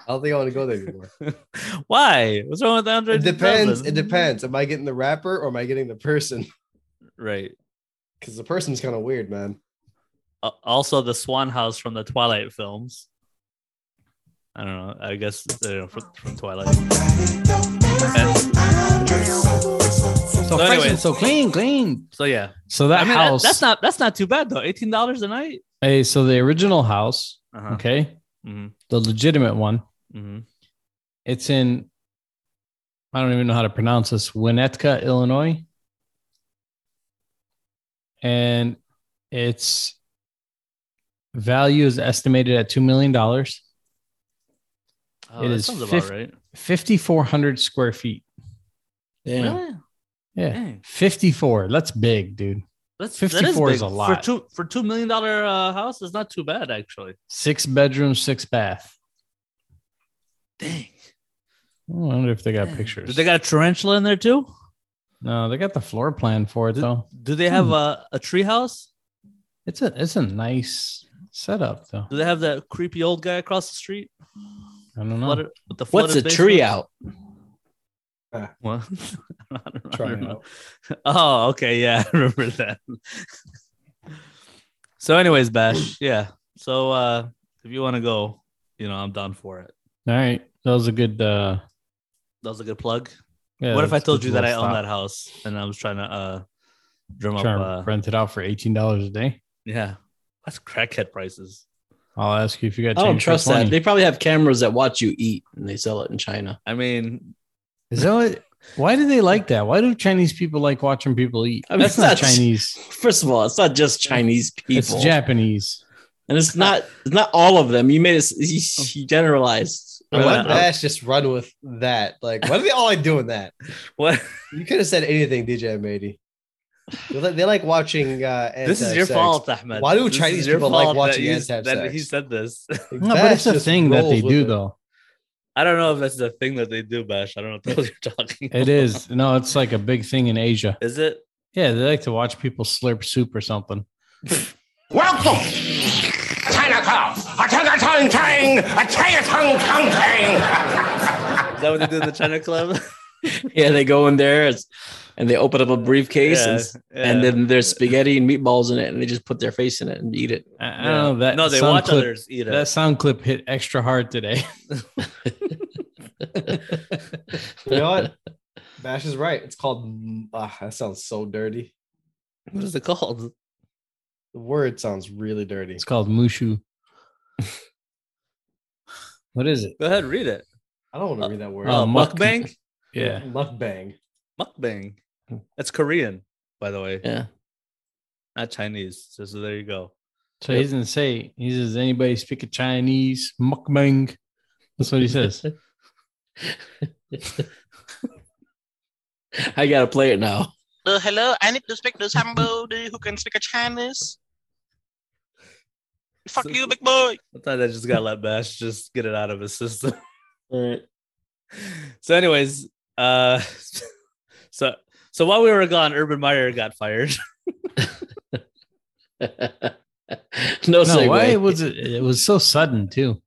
[SPEAKER 4] I don't think I want to go there anymore.
[SPEAKER 2] Why? What's wrong with Andre?
[SPEAKER 4] it depends.
[SPEAKER 2] 3000?
[SPEAKER 4] It depends. Am I getting the rapper or am I getting the person? [laughs]
[SPEAKER 2] Right.
[SPEAKER 4] Because the person's kind of weird, man.
[SPEAKER 2] Uh, also, the Swan House from the Twilight films. I don't know. I guess you know, from, from Twilight. And-
[SPEAKER 1] So,
[SPEAKER 2] fresh and
[SPEAKER 1] so clean, clean.
[SPEAKER 2] so yeah,
[SPEAKER 1] So that
[SPEAKER 2] I mean, that-
[SPEAKER 1] house.
[SPEAKER 2] that's not that's not too bad though. Eighteen dollars a night.
[SPEAKER 1] Hey, so the original house,
[SPEAKER 2] Uh-huh.
[SPEAKER 1] okay,
[SPEAKER 2] hmm
[SPEAKER 1] the legitimate one.
[SPEAKER 2] hmm
[SPEAKER 1] It's in. I don't even know how to pronounce this. Winnetka, Illinois, and its value is estimated at two million dollars.
[SPEAKER 2] Oh,
[SPEAKER 1] It
[SPEAKER 2] that
[SPEAKER 1] is
[SPEAKER 2] sounds about
[SPEAKER 1] fif-
[SPEAKER 2] right.
[SPEAKER 1] Fifty-four hundred square feet.
[SPEAKER 3] Damn.
[SPEAKER 2] Really?
[SPEAKER 1] Yeah,
[SPEAKER 2] Dang.
[SPEAKER 1] fifty-four. That's big, dude.
[SPEAKER 2] That's that
[SPEAKER 1] 54 is
[SPEAKER 2] big.
[SPEAKER 1] a
[SPEAKER 2] for
[SPEAKER 1] lot.
[SPEAKER 2] two for two million dollar uh, house. Is not too bad actually.
[SPEAKER 1] Six bedroom, six bath.
[SPEAKER 2] Dang.
[SPEAKER 1] I wonder if they got
[SPEAKER 2] Did
[SPEAKER 1] pictures.
[SPEAKER 2] they got a tarantula in there too?
[SPEAKER 1] no, they got the floor plan for it
[SPEAKER 2] Did-
[SPEAKER 1] though.
[SPEAKER 2] Do they have
[SPEAKER 1] Hmm.
[SPEAKER 2] a, a tree house?
[SPEAKER 1] It's a it's a nice setup though.
[SPEAKER 2] Do they have that creepy old guy across the street?
[SPEAKER 1] I don't know.
[SPEAKER 2] Flooded, with the
[SPEAKER 3] What's a
[SPEAKER 2] flooded
[SPEAKER 3] tree
[SPEAKER 2] basement?
[SPEAKER 3] out?
[SPEAKER 2] What? [laughs] I don't- I don't
[SPEAKER 4] Try it
[SPEAKER 2] know. Oh, okay. Yeah, [laughs] I remember that. so, anyways,
[SPEAKER 4] [clears throat]
[SPEAKER 2] Bash, yeah. So, uh, if you want to go, you know, I'm down for it.
[SPEAKER 1] All right, that was a good. uh
[SPEAKER 2] That was a good plug.
[SPEAKER 1] yeah,
[SPEAKER 2] what if I
[SPEAKER 1] that's a
[SPEAKER 2] told
[SPEAKER 1] good
[SPEAKER 2] you that I
[SPEAKER 1] little
[SPEAKER 2] own that
[SPEAKER 1] stop.
[SPEAKER 2] house and I was trying to uh drum up?
[SPEAKER 1] Trying
[SPEAKER 2] Uh,
[SPEAKER 1] to rent it out for eighteen dollars a day.
[SPEAKER 2] yeah, that's crackhead prices.
[SPEAKER 1] I'll ask you if you got.
[SPEAKER 3] I don't
[SPEAKER 1] change for
[SPEAKER 3] trust that.
[SPEAKER 1] 20.
[SPEAKER 3] They probably have cameras that watch you eat and they sell it in China.
[SPEAKER 2] I mean, [laughs]
[SPEAKER 1] Is that what? Why do they like that? Why do Chinese people like watching people eat?
[SPEAKER 3] I mean,
[SPEAKER 1] That's
[SPEAKER 3] it's
[SPEAKER 1] not
[SPEAKER 3] not-
[SPEAKER 1] Chinese.
[SPEAKER 3] First of all, it's not just Chinese people.
[SPEAKER 1] It's Japanese.
[SPEAKER 3] and it's not it's not all of them. You made it s- [laughs] you generalized.
[SPEAKER 4] Why
[SPEAKER 2] Well,
[SPEAKER 4] let
[SPEAKER 2] I-
[SPEAKER 4] Bash just run with that? Like, why are they all like doing that?
[SPEAKER 2] what?
[SPEAKER 4] You could have said anything, DJ Matey. They like, they like watching. Uh,
[SPEAKER 2] [laughs] this is your
[SPEAKER 4] anti-sex.
[SPEAKER 2] fault, Ahmed.
[SPEAKER 4] Why do
[SPEAKER 2] This is
[SPEAKER 4] Chinese
[SPEAKER 2] your
[SPEAKER 4] people like
[SPEAKER 2] fault that
[SPEAKER 4] watching
[SPEAKER 2] you-
[SPEAKER 4] ants have
[SPEAKER 2] That he
[SPEAKER 4] sex?
[SPEAKER 2] said this. [laughs]
[SPEAKER 4] Like,
[SPEAKER 1] No, but
[SPEAKER 4] Bash
[SPEAKER 1] it's a
[SPEAKER 4] just
[SPEAKER 1] thing that they
[SPEAKER 4] rolls with
[SPEAKER 1] do
[SPEAKER 4] it.
[SPEAKER 1] though.
[SPEAKER 2] I don't know if that's the thing that they do, Bash. I don't know if that's what you're
[SPEAKER 4] [laughs]
[SPEAKER 2] talking.
[SPEAKER 1] It is. No, it's like a big thing in Asia.
[SPEAKER 2] Is it?
[SPEAKER 1] Yeah, they like to watch people slurp soup or something.
[SPEAKER 5] Welcome, Chinatown. A Chinatown tang, a Chinatown tang
[SPEAKER 2] Is that what they do in the China Club?
[SPEAKER 3] [laughs] Yeah, they go in there it's- and they open up a briefcase and, s-
[SPEAKER 2] Yeah,
[SPEAKER 3] and
[SPEAKER 2] yeah.
[SPEAKER 3] then there's spaghetti and meatballs in it, and they just put their face in it and eat it.
[SPEAKER 1] I, I
[SPEAKER 2] Yeah.
[SPEAKER 1] don't know that.
[SPEAKER 2] no, they
[SPEAKER 1] sound
[SPEAKER 2] watch
[SPEAKER 1] clip-
[SPEAKER 2] others eat it.
[SPEAKER 1] That sound clip hit extra hard today. [laughs]
[SPEAKER 4] You know
[SPEAKER 2] [laughs]
[SPEAKER 4] what? Bash is right. It's called. m- Ah, that sounds so dirty.
[SPEAKER 2] what is it called?
[SPEAKER 4] The word sounds really dirty.
[SPEAKER 1] It's called Mushu. what is it?
[SPEAKER 2] Go ahead, read it.
[SPEAKER 4] I don't want to read that word.
[SPEAKER 2] Oh,
[SPEAKER 1] Oh, muck-
[SPEAKER 2] mukbang,
[SPEAKER 1] Yeah.
[SPEAKER 4] [laughs] Mukbang.
[SPEAKER 2] mukbang. That's Korean, by the way,
[SPEAKER 3] Yeah.
[SPEAKER 2] not Chinese. So, so there you go.
[SPEAKER 1] So he doesn't say, he says, anybody speak a Chinese mukbang? That's what he
[SPEAKER 3] [laughs]
[SPEAKER 1] says.
[SPEAKER 3] [laughs] I gotta play it now. [laughs]
[SPEAKER 9] Uh, hello, I need to speak to somebody who can speak a Chinese. Fuck you, big boy.
[SPEAKER 2] I thought I just got let Bash just get it out of his system. [laughs]
[SPEAKER 3] All right.
[SPEAKER 2] So, anyways, uh, [laughs] so so while we were gone, Urban Meyer got fired.
[SPEAKER 3] no,
[SPEAKER 1] no,
[SPEAKER 3] segue.
[SPEAKER 1] why was it? It was so sudden, too.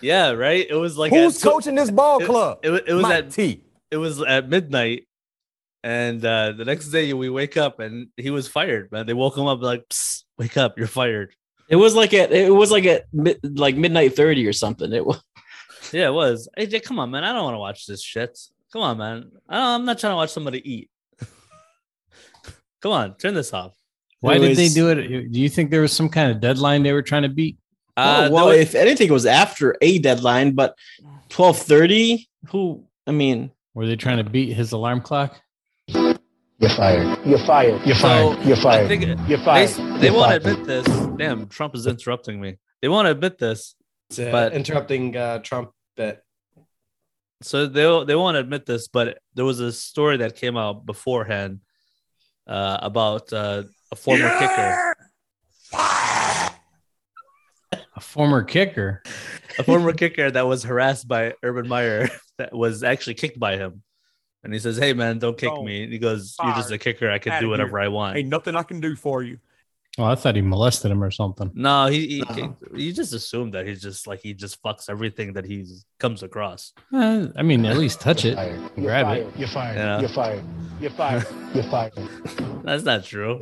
[SPEAKER 2] yeah, right. It was like
[SPEAKER 5] Who's
[SPEAKER 2] at tw-
[SPEAKER 5] coaching this ball club?
[SPEAKER 2] It, wa- it was
[SPEAKER 5] Mike
[SPEAKER 2] at
[SPEAKER 5] T.
[SPEAKER 2] it was at midnight and uh the next day we wake up and he was fired man they woke him up like Psst, wake up you're fired
[SPEAKER 3] It was like at it was like at mid, like midnight thirty or something. It was
[SPEAKER 2] yeah it was aj come on man i don't want to watch this shit come on man I don't, i'm not trying to watch somebody eat come on turn this off
[SPEAKER 1] Why
[SPEAKER 3] It
[SPEAKER 1] did they
[SPEAKER 3] was-
[SPEAKER 1] do it? Do you think there was some kind of deadline they were trying to beat?
[SPEAKER 2] uh,
[SPEAKER 3] oh, well,
[SPEAKER 2] there was-
[SPEAKER 3] if anything, it was after a deadline, but twelve thirty. Who? I mean,
[SPEAKER 1] Were they trying to beat his alarm clock?
[SPEAKER 7] You're fired. You're fired. You're
[SPEAKER 2] So,
[SPEAKER 7] fired. You're
[SPEAKER 2] I
[SPEAKER 7] fired.
[SPEAKER 2] think they,
[SPEAKER 7] You're fired.
[SPEAKER 2] they
[SPEAKER 7] You're
[SPEAKER 2] won't
[SPEAKER 7] fired.
[SPEAKER 2] admit this damn trump is interrupting me they won't admit this
[SPEAKER 4] It's, uh,
[SPEAKER 2] But-
[SPEAKER 4] interrupting uh, Trump. That
[SPEAKER 2] so they they won't admit this, but there was a story that came out beforehand uh, about uh, a former
[SPEAKER 1] A former kicker.
[SPEAKER 2] kicker, a former kicker that was harassed by Urban Meyer, [laughs] that was actually kicked by him, and he says, "Hey man, don't kick
[SPEAKER 5] Don't.
[SPEAKER 2] me." And he goes, "You're just a kicker. I can
[SPEAKER 5] Outta
[SPEAKER 2] do whatever I want."
[SPEAKER 5] Ain't nothing I can do for you.
[SPEAKER 1] Oh, I thought he molested him or something.
[SPEAKER 2] No, he, he
[SPEAKER 3] No.
[SPEAKER 2] kicked- you just assume that he's just like he just fucks everything that he comes across.
[SPEAKER 1] Eh, I mean, at least touch
[SPEAKER 3] [laughs]
[SPEAKER 1] it.
[SPEAKER 7] Fired. You're
[SPEAKER 1] Grab it.
[SPEAKER 7] fired. You're fired.
[SPEAKER 2] Yeah.
[SPEAKER 7] You're fired. You're fired. You're fired.
[SPEAKER 2] That's not true.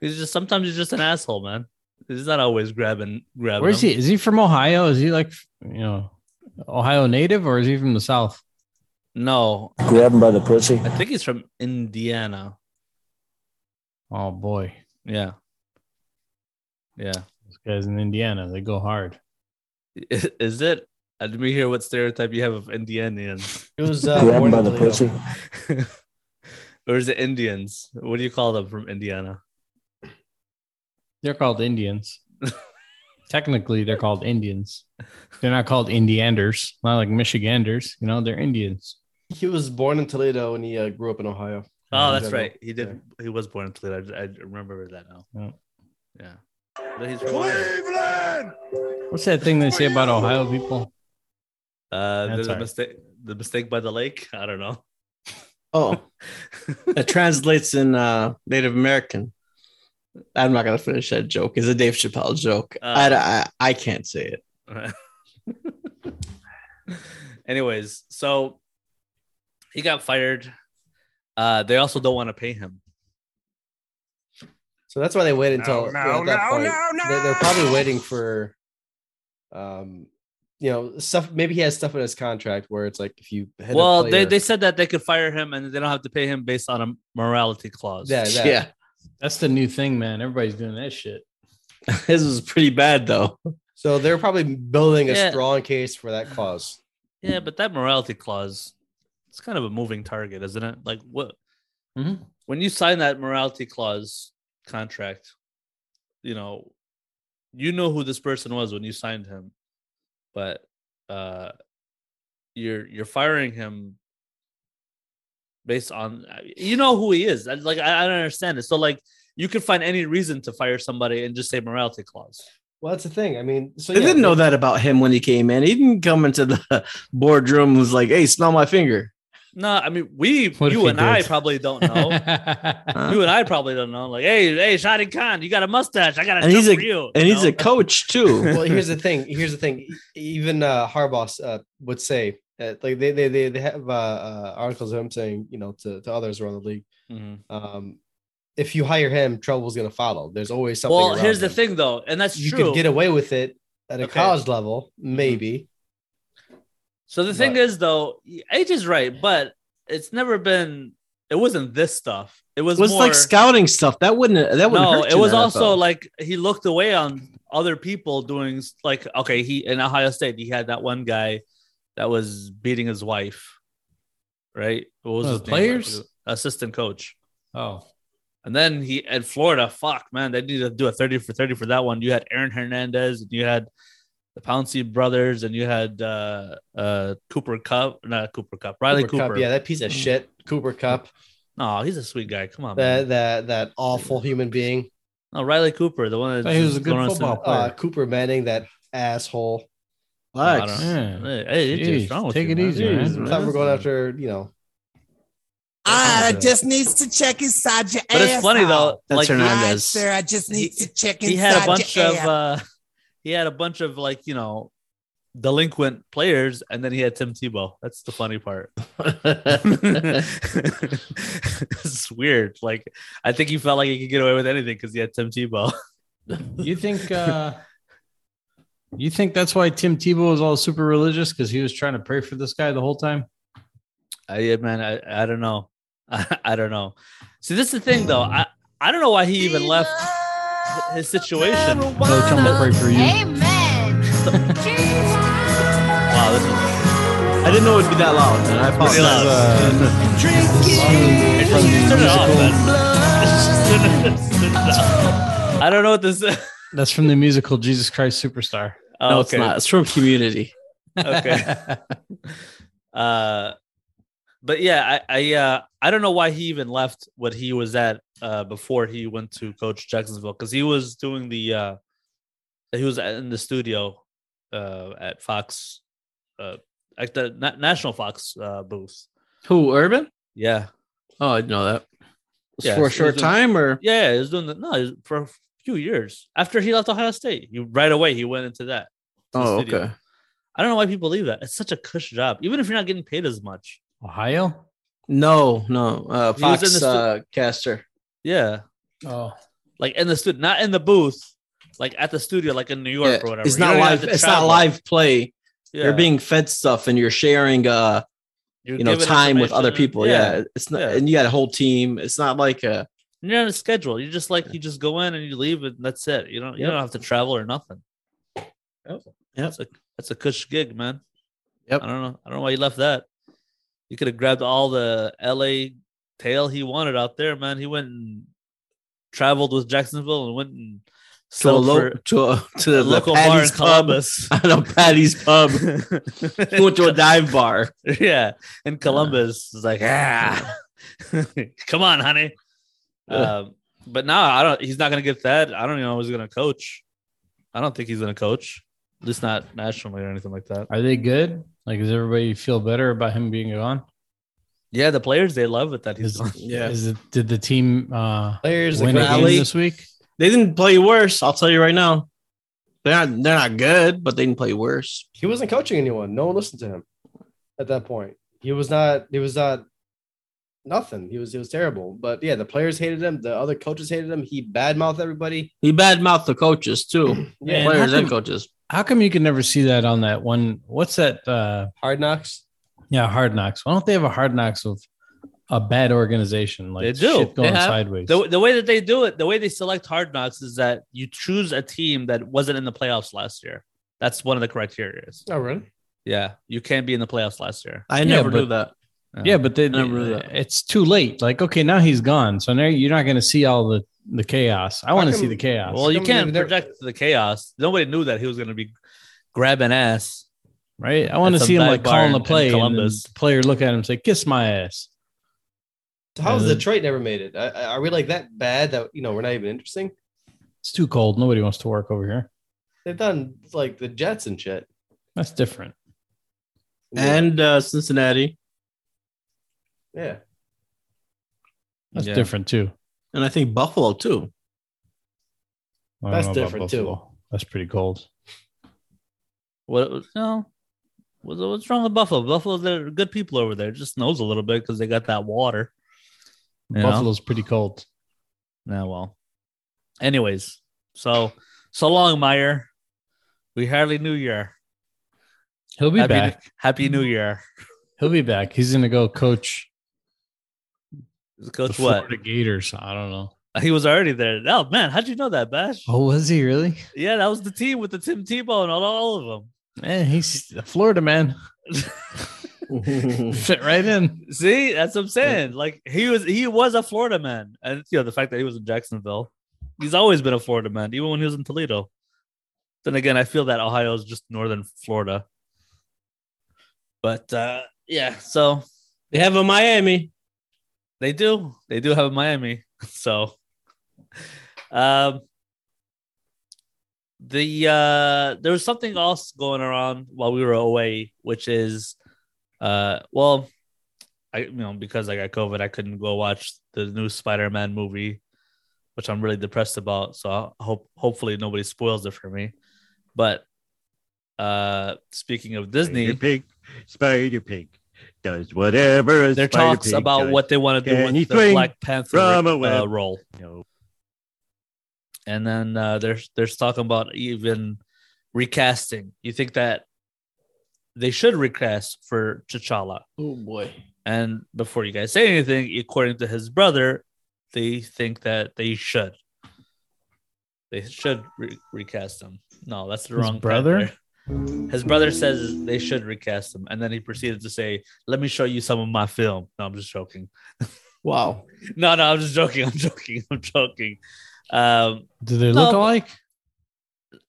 [SPEAKER 2] He's just sometimes he's just an asshole, man. He's not always grabbing grabbing.
[SPEAKER 1] Where's
[SPEAKER 2] them.
[SPEAKER 1] he? Is he from Ohio? Is he like, you know, Ohio native or is he from the South?
[SPEAKER 2] No,
[SPEAKER 7] Grab him by the pussy.
[SPEAKER 2] I think he's from Indiana.
[SPEAKER 1] Oh boy,
[SPEAKER 2] Yeah. Yeah.
[SPEAKER 1] this guy's in Indiana. They go hard.
[SPEAKER 2] Is, is it? uh, Let me hear what stereotype you have
[SPEAKER 1] [laughs]
[SPEAKER 2] of Indians.
[SPEAKER 4] It was uh,
[SPEAKER 7] Grab
[SPEAKER 4] born
[SPEAKER 7] him by
[SPEAKER 4] in
[SPEAKER 7] the
[SPEAKER 4] Toledo.
[SPEAKER 7] pussy.
[SPEAKER 2] or is it Indians? What do you call them from Indiana?
[SPEAKER 1] They're called Indians. Technically, they're called Indians. They're not called Indianders, not like Michiganders. You know, they're Indians.
[SPEAKER 4] He was born in Toledo and he uh, grew up in Ohio.
[SPEAKER 2] Oh,
[SPEAKER 4] In
[SPEAKER 2] that's
[SPEAKER 4] general.
[SPEAKER 2] right. He did. He was born in Toledo. I, I remember that now.
[SPEAKER 1] Yeah.
[SPEAKER 2] Yeah. But he's from Ohio.
[SPEAKER 1] What's that thing they say about Ohio people?
[SPEAKER 2] Uh,
[SPEAKER 1] That's
[SPEAKER 2] there's a
[SPEAKER 1] all right.
[SPEAKER 2] mistake. The mistake by the lake. I don't know.
[SPEAKER 3] Oh, [laughs] that translates in uh, Native American. I'm not gonna finish that joke. It's a Dave Chappelle joke.
[SPEAKER 2] Uh.
[SPEAKER 3] I, I I can't say it.
[SPEAKER 2] [laughs] Anyways, so he got fired. Uh, they also don't want to pay him.
[SPEAKER 4] So that's why they waited
[SPEAKER 5] No,
[SPEAKER 4] until
[SPEAKER 5] no,
[SPEAKER 4] at that
[SPEAKER 5] no,
[SPEAKER 4] point.
[SPEAKER 5] no, no.
[SPEAKER 4] They, are probably waiting for, um, you know, stuff. Maybe he has stuff in his contract where it's like if you hit a
[SPEAKER 2] well, they,
[SPEAKER 4] player-
[SPEAKER 2] they said that they could fire him and they don't have to pay him based on a morality clause.
[SPEAKER 4] yeah, that.
[SPEAKER 3] Yeah,
[SPEAKER 1] That's the new thing, man. Everybody's doing that shit.
[SPEAKER 3] this was pretty bad though.
[SPEAKER 4] So they're probably building a
[SPEAKER 2] Yeah.
[SPEAKER 4] strong case for that clause.
[SPEAKER 2] Yeah, but that morality clause, it's kind of a moving target, isn't it? Like what
[SPEAKER 1] Mhm.
[SPEAKER 2] when you sign that morality clause contract, you know, you know who this person was when you signed him, but uh you're you're firing him based on you know who he is. I- Like I, I don't understand it. So like you could find any reason to fire somebody and just say morality clause.
[SPEAKER 4] Well, that's the thing. I mean, so
[SPEAKER 3] They
[SPEAKER 4] yeah,
[SPEAKER 3] didn't know
[SPEAKER 4] [laughs]
[SPEAKER 3] that about him when he came in. He didn't come into the [laughs] boardroom and was like, "Hey, smell my finger."
[SPEAKER 2] No, I mean we
[SPEAKER 1] What if
[SPEAKER 2] you
[SPEAKER 1] he
[SPEAKER 2] and I
[SPEAKER 1] did?
[SPEAKER 2] probably don't
[SPEAKER 1] Oh,
[SPEAKER 2] know.
[SPEAKER 3] Huh?
[SPEAKER 2] you and I probably don't know. Like, hey, hey, Shadi Khan, you got a mustache. I got a
[SPEAKER 3] And
[SPEAKER 2] joke
[SPEAKER 3] he's a-
[SPEAKER 2] for you.
[SPEAKER 3] And
[SPEAKER 2] you
[SPEAKER 3] he's
[SPEAKER 2] know?
[SPEAKER 3] a coach too.
[SPEAKER 4] [laughs] well, here's the thing. Here's the thing. Even uh, Harbaugh uh, would say, uh, like they they they, they have uh, uh, articles of him saying, you know, to, to others around the league,
[SPEAKER 2] Mhm.
[SPEAKER 4] um, if you hire him, trouble's going to follow. There's always something.
[SPEAKER 2] Well,
[SPEAKER 4] around
[SPEAKER 2] here's the
[SPEAKER 4] him.
[SPEAKER 2] thing though, and that's
[SPEAKER 4] You
[SPEAKER 2] true.
[SPEAKER 4] could get away with it at a
[SPEAKER 2] Okay. Mm-hmm.
[SPEAKER 4] college level, maybe.
[SPEAKER 2] so the thing
[SPEAKER 4] but-
[SPEAKER 2] is though, Age is right, but it's never been. It wasn't this stuff. It was,
[SPEAKER 3] It was
[SPEAKER 2] more,
[SPEAKER 3] like scouting stuff. That wouldn't. That wouldn't.
[SPEAKER 2] no,
[SPEAKER 3] hurt
[SPEAKER 2] it
[SPEAKER 3] you
[SPEAKER 2] was
[SPEAKER 3] in the
[SPEAKER 2] also
[SPEAKER 3] NFL.
[SPEAKER 2] like he looked away on other people doing s- like okay, he in Ohio State he had that one guy that was beating his wife, right? What was
[SPEAKER 1] Oh,
[SPEAKER 2] his
[SPEAKER 1] the
[SPEAKER 2] name?
[SPEAKER 1] players?
[SPEAKER 2] assistant coach?
[SPEAKER 1] oh,
[SPEAKER 2] And then he at Florida, fuck man, they need to do a 30 for 30 for that one. You had Aaron Hernandez and you had the Pouncey brothers and you had uh uh Cooper Cup, not Cooper Cup, Riley Cooper. Mm-hmm.
[SPEAKER 4] Cup, yeah, that piece of shit, Cooper Cup,
[SPEAKER 2] No, he's a sweet guy. Come on, man.
[SPEAKER 4] that that that awful human being,
[SPEAKER 2] No, Riley Cooper, the one that
[SPEAKER 1] Thought he was a good
[SPEAKER 2] going on
[SPEAKER 1] football
[SPEAKER 2] some-
[SPEAKER 4] uh, Cooper Manning, that asshole.
[SPEAKER 2] I
[SPEAKER 3] Lex.
[SPEAKER 2] don't-
[SPEAKER 1] Yeah.
[SPEAKER 2] Hey, hey, it's
[SPEAKER 1] Jeez,
[SPEAKER 2] just wrong with
[SPEAKER 1] take
[SPEAKER 2] you,
[SPEAKER 1] it
[SPEAKER 2] man.
[SPEAKER 1] easy,
[SPEAKER 2] Jeez,
[SPEAKER 1] man.
[SPEAKER 4] I thought we we're going after, you know,
[SPEAKER 2] Ah,
[SPEAKER 5] just needs to check inside your
[SPEAKER 2] But it's funny though,
[SPEAKER 3] That's
[SPEAKER 2] like
[SPEAKER 3] Hernandez.
[SPEAKER 5] I just
[SPEAKER 2] need
[SPEAKER 5] to check
[SPEAKER 2] he had a bunch of uh he had a bunch of like, you know, delinquent players, and then he had Tim Tebow. That's the funny [laughs] part. it's weird. Like I think he felt like he could get away with anything because he had Tim Tebow. [laughs]
[SPEAKER 1] you think? uh You think that's why Tim Tebow was all super religious because he was trying to pray for this guy the whole time?
[SPEAKER 2] I, yeah, man, I, I don't know. [laughs] I, I don't know. See, this is the thing though. I, I don't know why he even left hi- his situation.
[SPEAKER 1] Coach, I'm gonna pray for you.
[SPEAKER 2] [laughs] Wow, this is
[SPEAKER 3] I didn't know it'd be that loud, and I
[SPEAKER 2] pretty
[SPEAKER 3] apologize.
[SPEAKER 2] loud. Just turn it off, man. Just turn it- just turn it off. [laughs] I don't know what this is.
[SPEAKER 1] That's from the musical Jesus Christ Superstar.
[SPEAKER 2] Oh,
[SPEAKER 3] [laughs] No, it's not. It's from Community.
[SPEAKER 2] [laughs] okay. uh, but yeah, I I, uh, I don't know why he even left what he was at uh, before he went to coach Jacksonville because he was doing the uh, he was in the studio uh, at Fox uh, at the na- National Fox uh, booth.
[SPEAKER 3] Who? Urban?
[SPEAKER 2] Yeah,
[SPEAKER 3] Oh, I didn't know that.
[SPEAKER 2] Yeah,
[SPEAKER 3] for a
[SPEAKER 2] it's-
[SPEAKER 3] short
[SPEAKER 2] it's a-
[SPEAKER 3] time, or
[SPEAKER 2] yeah, he was doing that. No, he was- for a few years after he left Ohio State, he right away he went into that. to the
[SPEAKER 3] oh,
[SPEAKER 2] studio.
[SPEAKER 3] okay.
[SPEAKER 2] I don't know why people leave that. It's such a cush job, even if you're not getting paid as much.
[SPEAKER 1] [laughs] Ohio?
[SPEAKER 3] No, no. Uh,
[SPEAKER 2] He was
[SPEAKER 3] Fox
[SPEAKER 2] in the stu-
[SPEAKER 3] uh, caster.
[SPEAKER 2] Yeah.
[SPEAKER 1] Oh,
[SPEAKER 2] like in the studio, not in the booth, like at the studio, like in New York
[SPEAKER 3] Yeah,
[SPEAKER 2] or whatever.
[SPEAKER 3] it's
[SPEAKER 2] You don't
[SPEAKER 3] not
[SPEAKER 2] even have
[SPEAKER 3] live.
[SPEAKER 2] to
[SPEAKER 3] It's not
[SPEAKER 2] travel.
[SPEAKER 3] live play.
[SPEAKER 2] Yeah.
[SPEAKER 3] You're being fed stuff and you're sharing uh
[SPEAKER 2] You're
[SPEAKER 3] you know
[SPEAKER 2] given
[SPEAKER 3] time with other
[SPEAKER 2] information.
[SPEAKER 3] people. Yeah. It's not
[SPEAKER 2] Yeah.
[SPEAKER 3] and you got a whole team. It's not like uh, a
[SPEAKER 2] And you're on a schedule. You just like you just go in and you leave and that's it. You don't you
[SPEAKER 3] Yep.
[SPEAKER 2] don't have to travel or nothing. That's a that's a cush gig, man.
[SPEAKER 3] Yep.
[SPEAKER 2] I don't know. I don't know why you left that. You could have grabbed all the LA tail he wanted out there, man. He went and traveled with Jacksonville and went and
[SPEAKER 3] to a
[SPEAKER 2] sold
[SPEAKER 3] lo-
[SPEAKER 2] for
[SPEAKER 3] to, a, to
[SPEAKER 2] a
[SPEAKER 3] the
[SPEAKER 2] local bar in
[SPEAKER 3] Patty's pub. [laughs]
[SPEAKER 2] Columbus.
[SPEAKER 3] I know Patty's
[SPEAKER 2] [laughs]
[SPEAKER 3] pub. He went to a dive bar.
[SPEAKER 2] yeah, in Columbus. It's like, ah, [laughs] come on, honey.
[SPEAKER 3] Yeah.
[SPEAKER 2] Um, but no, I don't. He's not going to get that. I don't even know if he's going to coach. I don't think he's going to coach. At least not nationally or anything like that.
[SPEAKER 1] Are they good? Like, does everybody feel better about him being gone?
[SPEAKER 2] Yeah, the players they love it that he's
[SPEAKER 1] Is,
[SPEAKER 2] gone.
[SPEAKER 3] Yeah.
[SPEAKER 1] is it, did the team uh,
[SPEAKER 4] Players
[SPEAKER 1] win a game
[SPEAKER 3] rally.
[SPEAKER 1] this week?
[SPEAKER 3] They didn't play worse, I'll tell you right now. They're not they're not good, but they didn't play worse.
[SPEAKER 4] he wasn't coaching anyone. No one listened to him at that point. He was not. He was not. Nothing. He was. He was terrible. But yeah, the players hated him. The other coaches hated him. He badmouthed everybody.
[SPEAKER 3] He badmouthed the coaches too.
[SPEAKER 1] Yeah, and
[SPEAKER 3] Players
[SPEAKER 1] how come-
[SPEAKER 3] and coaches.
[SPEAKER 1] How come you can never see that on that one? What's that? Uh,
[SPEAKER 4] Hard knocks.
[SPEAKER 1] yeah, Hard Knocks. Why don't they have a Hard Knocks with a bad organization? Like
[SPEAKER 2] They do.
[SPEAKER 1] shit going
[SPEAKER 2] They have-
[SPEAKER 1] sideways.
[SPEAKER 2] The, the way that they do it, the way they select hard knocks is that you choose a team that wasn't in the playoffs last year. That's one of the criteria.
[SPEAKER 4] Oh really?
[SPEAKER 2] Yeah, you can't be in the playoffs last year.
[SPEAKER 3] I
[SPEAKER 1] Yeah,
[SPEAKER 3] never
[SPEAKER 1] but-
[SPEAKER 3] knew that.
[SPEAKER 1] yeah, but they,
[SPEAKER 3] never knew that.
[SPEAKER 1] it's too late. Like, okay, now he's gone. So now you're not going to see all the, the chaos. I want to
[SPEAKER 4] come-
[SPEAKER 1] see the chaos.
[SPEAKER 2] Well, you
[SPEAKER 4] Some
[SPEAKER 2] can't
[SPEAKER 4] of them-
[SPEAKER 2] project the chaos. Nobody knew that he was going to be grabbing ass.
[SPEAKER 1] right? I want to
[SPEAKER 2] That's a
[SPEAKER 1] see him
[SPEAKER 2] dive
[SPEAKER 1] like
[SPEAKER 2] bar
[SPEAKER 1] calling
[SPEAKER 2] in-
[SPEAKER 1] the
[SPEAKER 2] in
[SPEAKER 1] play, and then
[SPEAKER 2] Columbus.
[SPEAKER 1] the player look at him and say, "Kiss my ass."
[SPEAKER 4] So how's
[SPEAKER 1] Uh,
[SPEAKER 4] Detroit never made it? I- I- Are we like that bad that you know we're not even interesting?
[SPEAKER 1] It's too cold. Nobody wants to work over here.
[SPEAKER 4] They've done like the Jets and shit.
[SPEAKER 1] That's different.
[SPEAKER 3] And uh, Cincinnati.
[SPEAKER 4] yeah,
[SPEAKER 1] That's
[SPEAKER 2] Yeah.
[SPEAKER 1] different too.
[SPEAKER 3] And I think Buffalo too.
[SPEAKER 1] I don't
[SPEAKER 4] That's
[SPEAKER 1] know about
[SPEAKER 4] different, too.
[SPEAKER 1] Buffalo. That's pretty cold.
[SPEAKER 2] What? No. What- What's wrong with Buffalo? Buffalo, they're good people over there. It just snows a little bit because they got that water. Yeah.
[SPEAKER 1] Buffalo's pretty cold.
[SPEAKER 2] Nah, well. Anyways, so so long, Meyer. We hardly knew year.
[SPEAKER 1] He'll be
[SPEAKER 2] Happy,
[SPEAKER 1] back.
[SPEAKER 2] Happy New Year.
[SPEAKER 1] He'll be back. He's gonna go coach the
[SPEAKER 2] Coach, what?
[SPEAKER 1] Florida Gators. I don't know.
[SPEAKER 2] He was already there. Oh man, how'd you know that, Bash?
[SPEAKER 1] Oh, was he really?
[SPEAKER 2] Yeah, that was the team with the Tim Tebow and all, all of them.
[SPEAKER 1] Man, he's a Florida [laughs] man. Fit right in.
[SPEAKER 2] See, that's what I'm saying. Like he was, he was a Florida man, and you know the fact that he was in Jacksonville, he's always been a Florida man, even when he was in Toledo. Then again, I feel that Ohio is just northern Florida. But uh, yeah, so
[SPEAKER 3] they have a Miami.
[SPEAKER 2] they do, they do have Miami. [laughs] So, um, the uh, there was something else going around while we were away, which is, uh, well, I you know because I got COVID, I couldn't go watch the new Spider-Man movie, which I'm really depressed about. So I hope hopefully nobody spoils it for me. But uh, speaking of Disney,
[SPEAKER 5] Spider Pig, Spider Pig does whatever a
[SPEAKER 2] their
[SPEAKER 5] Spider
[SPEAKER 2] talks
[SPEAKER 5] Pig
[SPEAKER 2] about
[SPEAKER 5] does.
[SPEAKER 2] what they want to do with the
[SPEAKER 5] Anything
[SPEAKER 2] Black Panther
[SPEAKER 5] from a
[SPEAKER 2] uh,
[SPEAKER 5] web.
[SPEAKER 2] role.
[SPEAKER 5] No.
[SPEAKER 2] and then uh, they're they're talking about even recasting. You think that they should recast for T'Challa?
[SPEAKER 3] Oh boy.
[SPEAKER 2] And before you guys say anything, according to his brother, they think that they should. They should re- recast him. No, that's the
[SPEAKER 1] His
[SPEAKER 2] wrong
[SPEAKER 1] brother?
[SPEAKER 2] Panther. His brother says they should recast him, and then he proceeded to say, "Let me show you some of my film." No, I'm just joking.
[SPEAKER 3] Wow.
[SPEAKER 2] No, no, I'm just joking. [laughs] I'm joking. I'm joking. Um,
[SPEAKER 1] Do they
[SPEAKER 2] No.
[SPEAKER 1] look alike?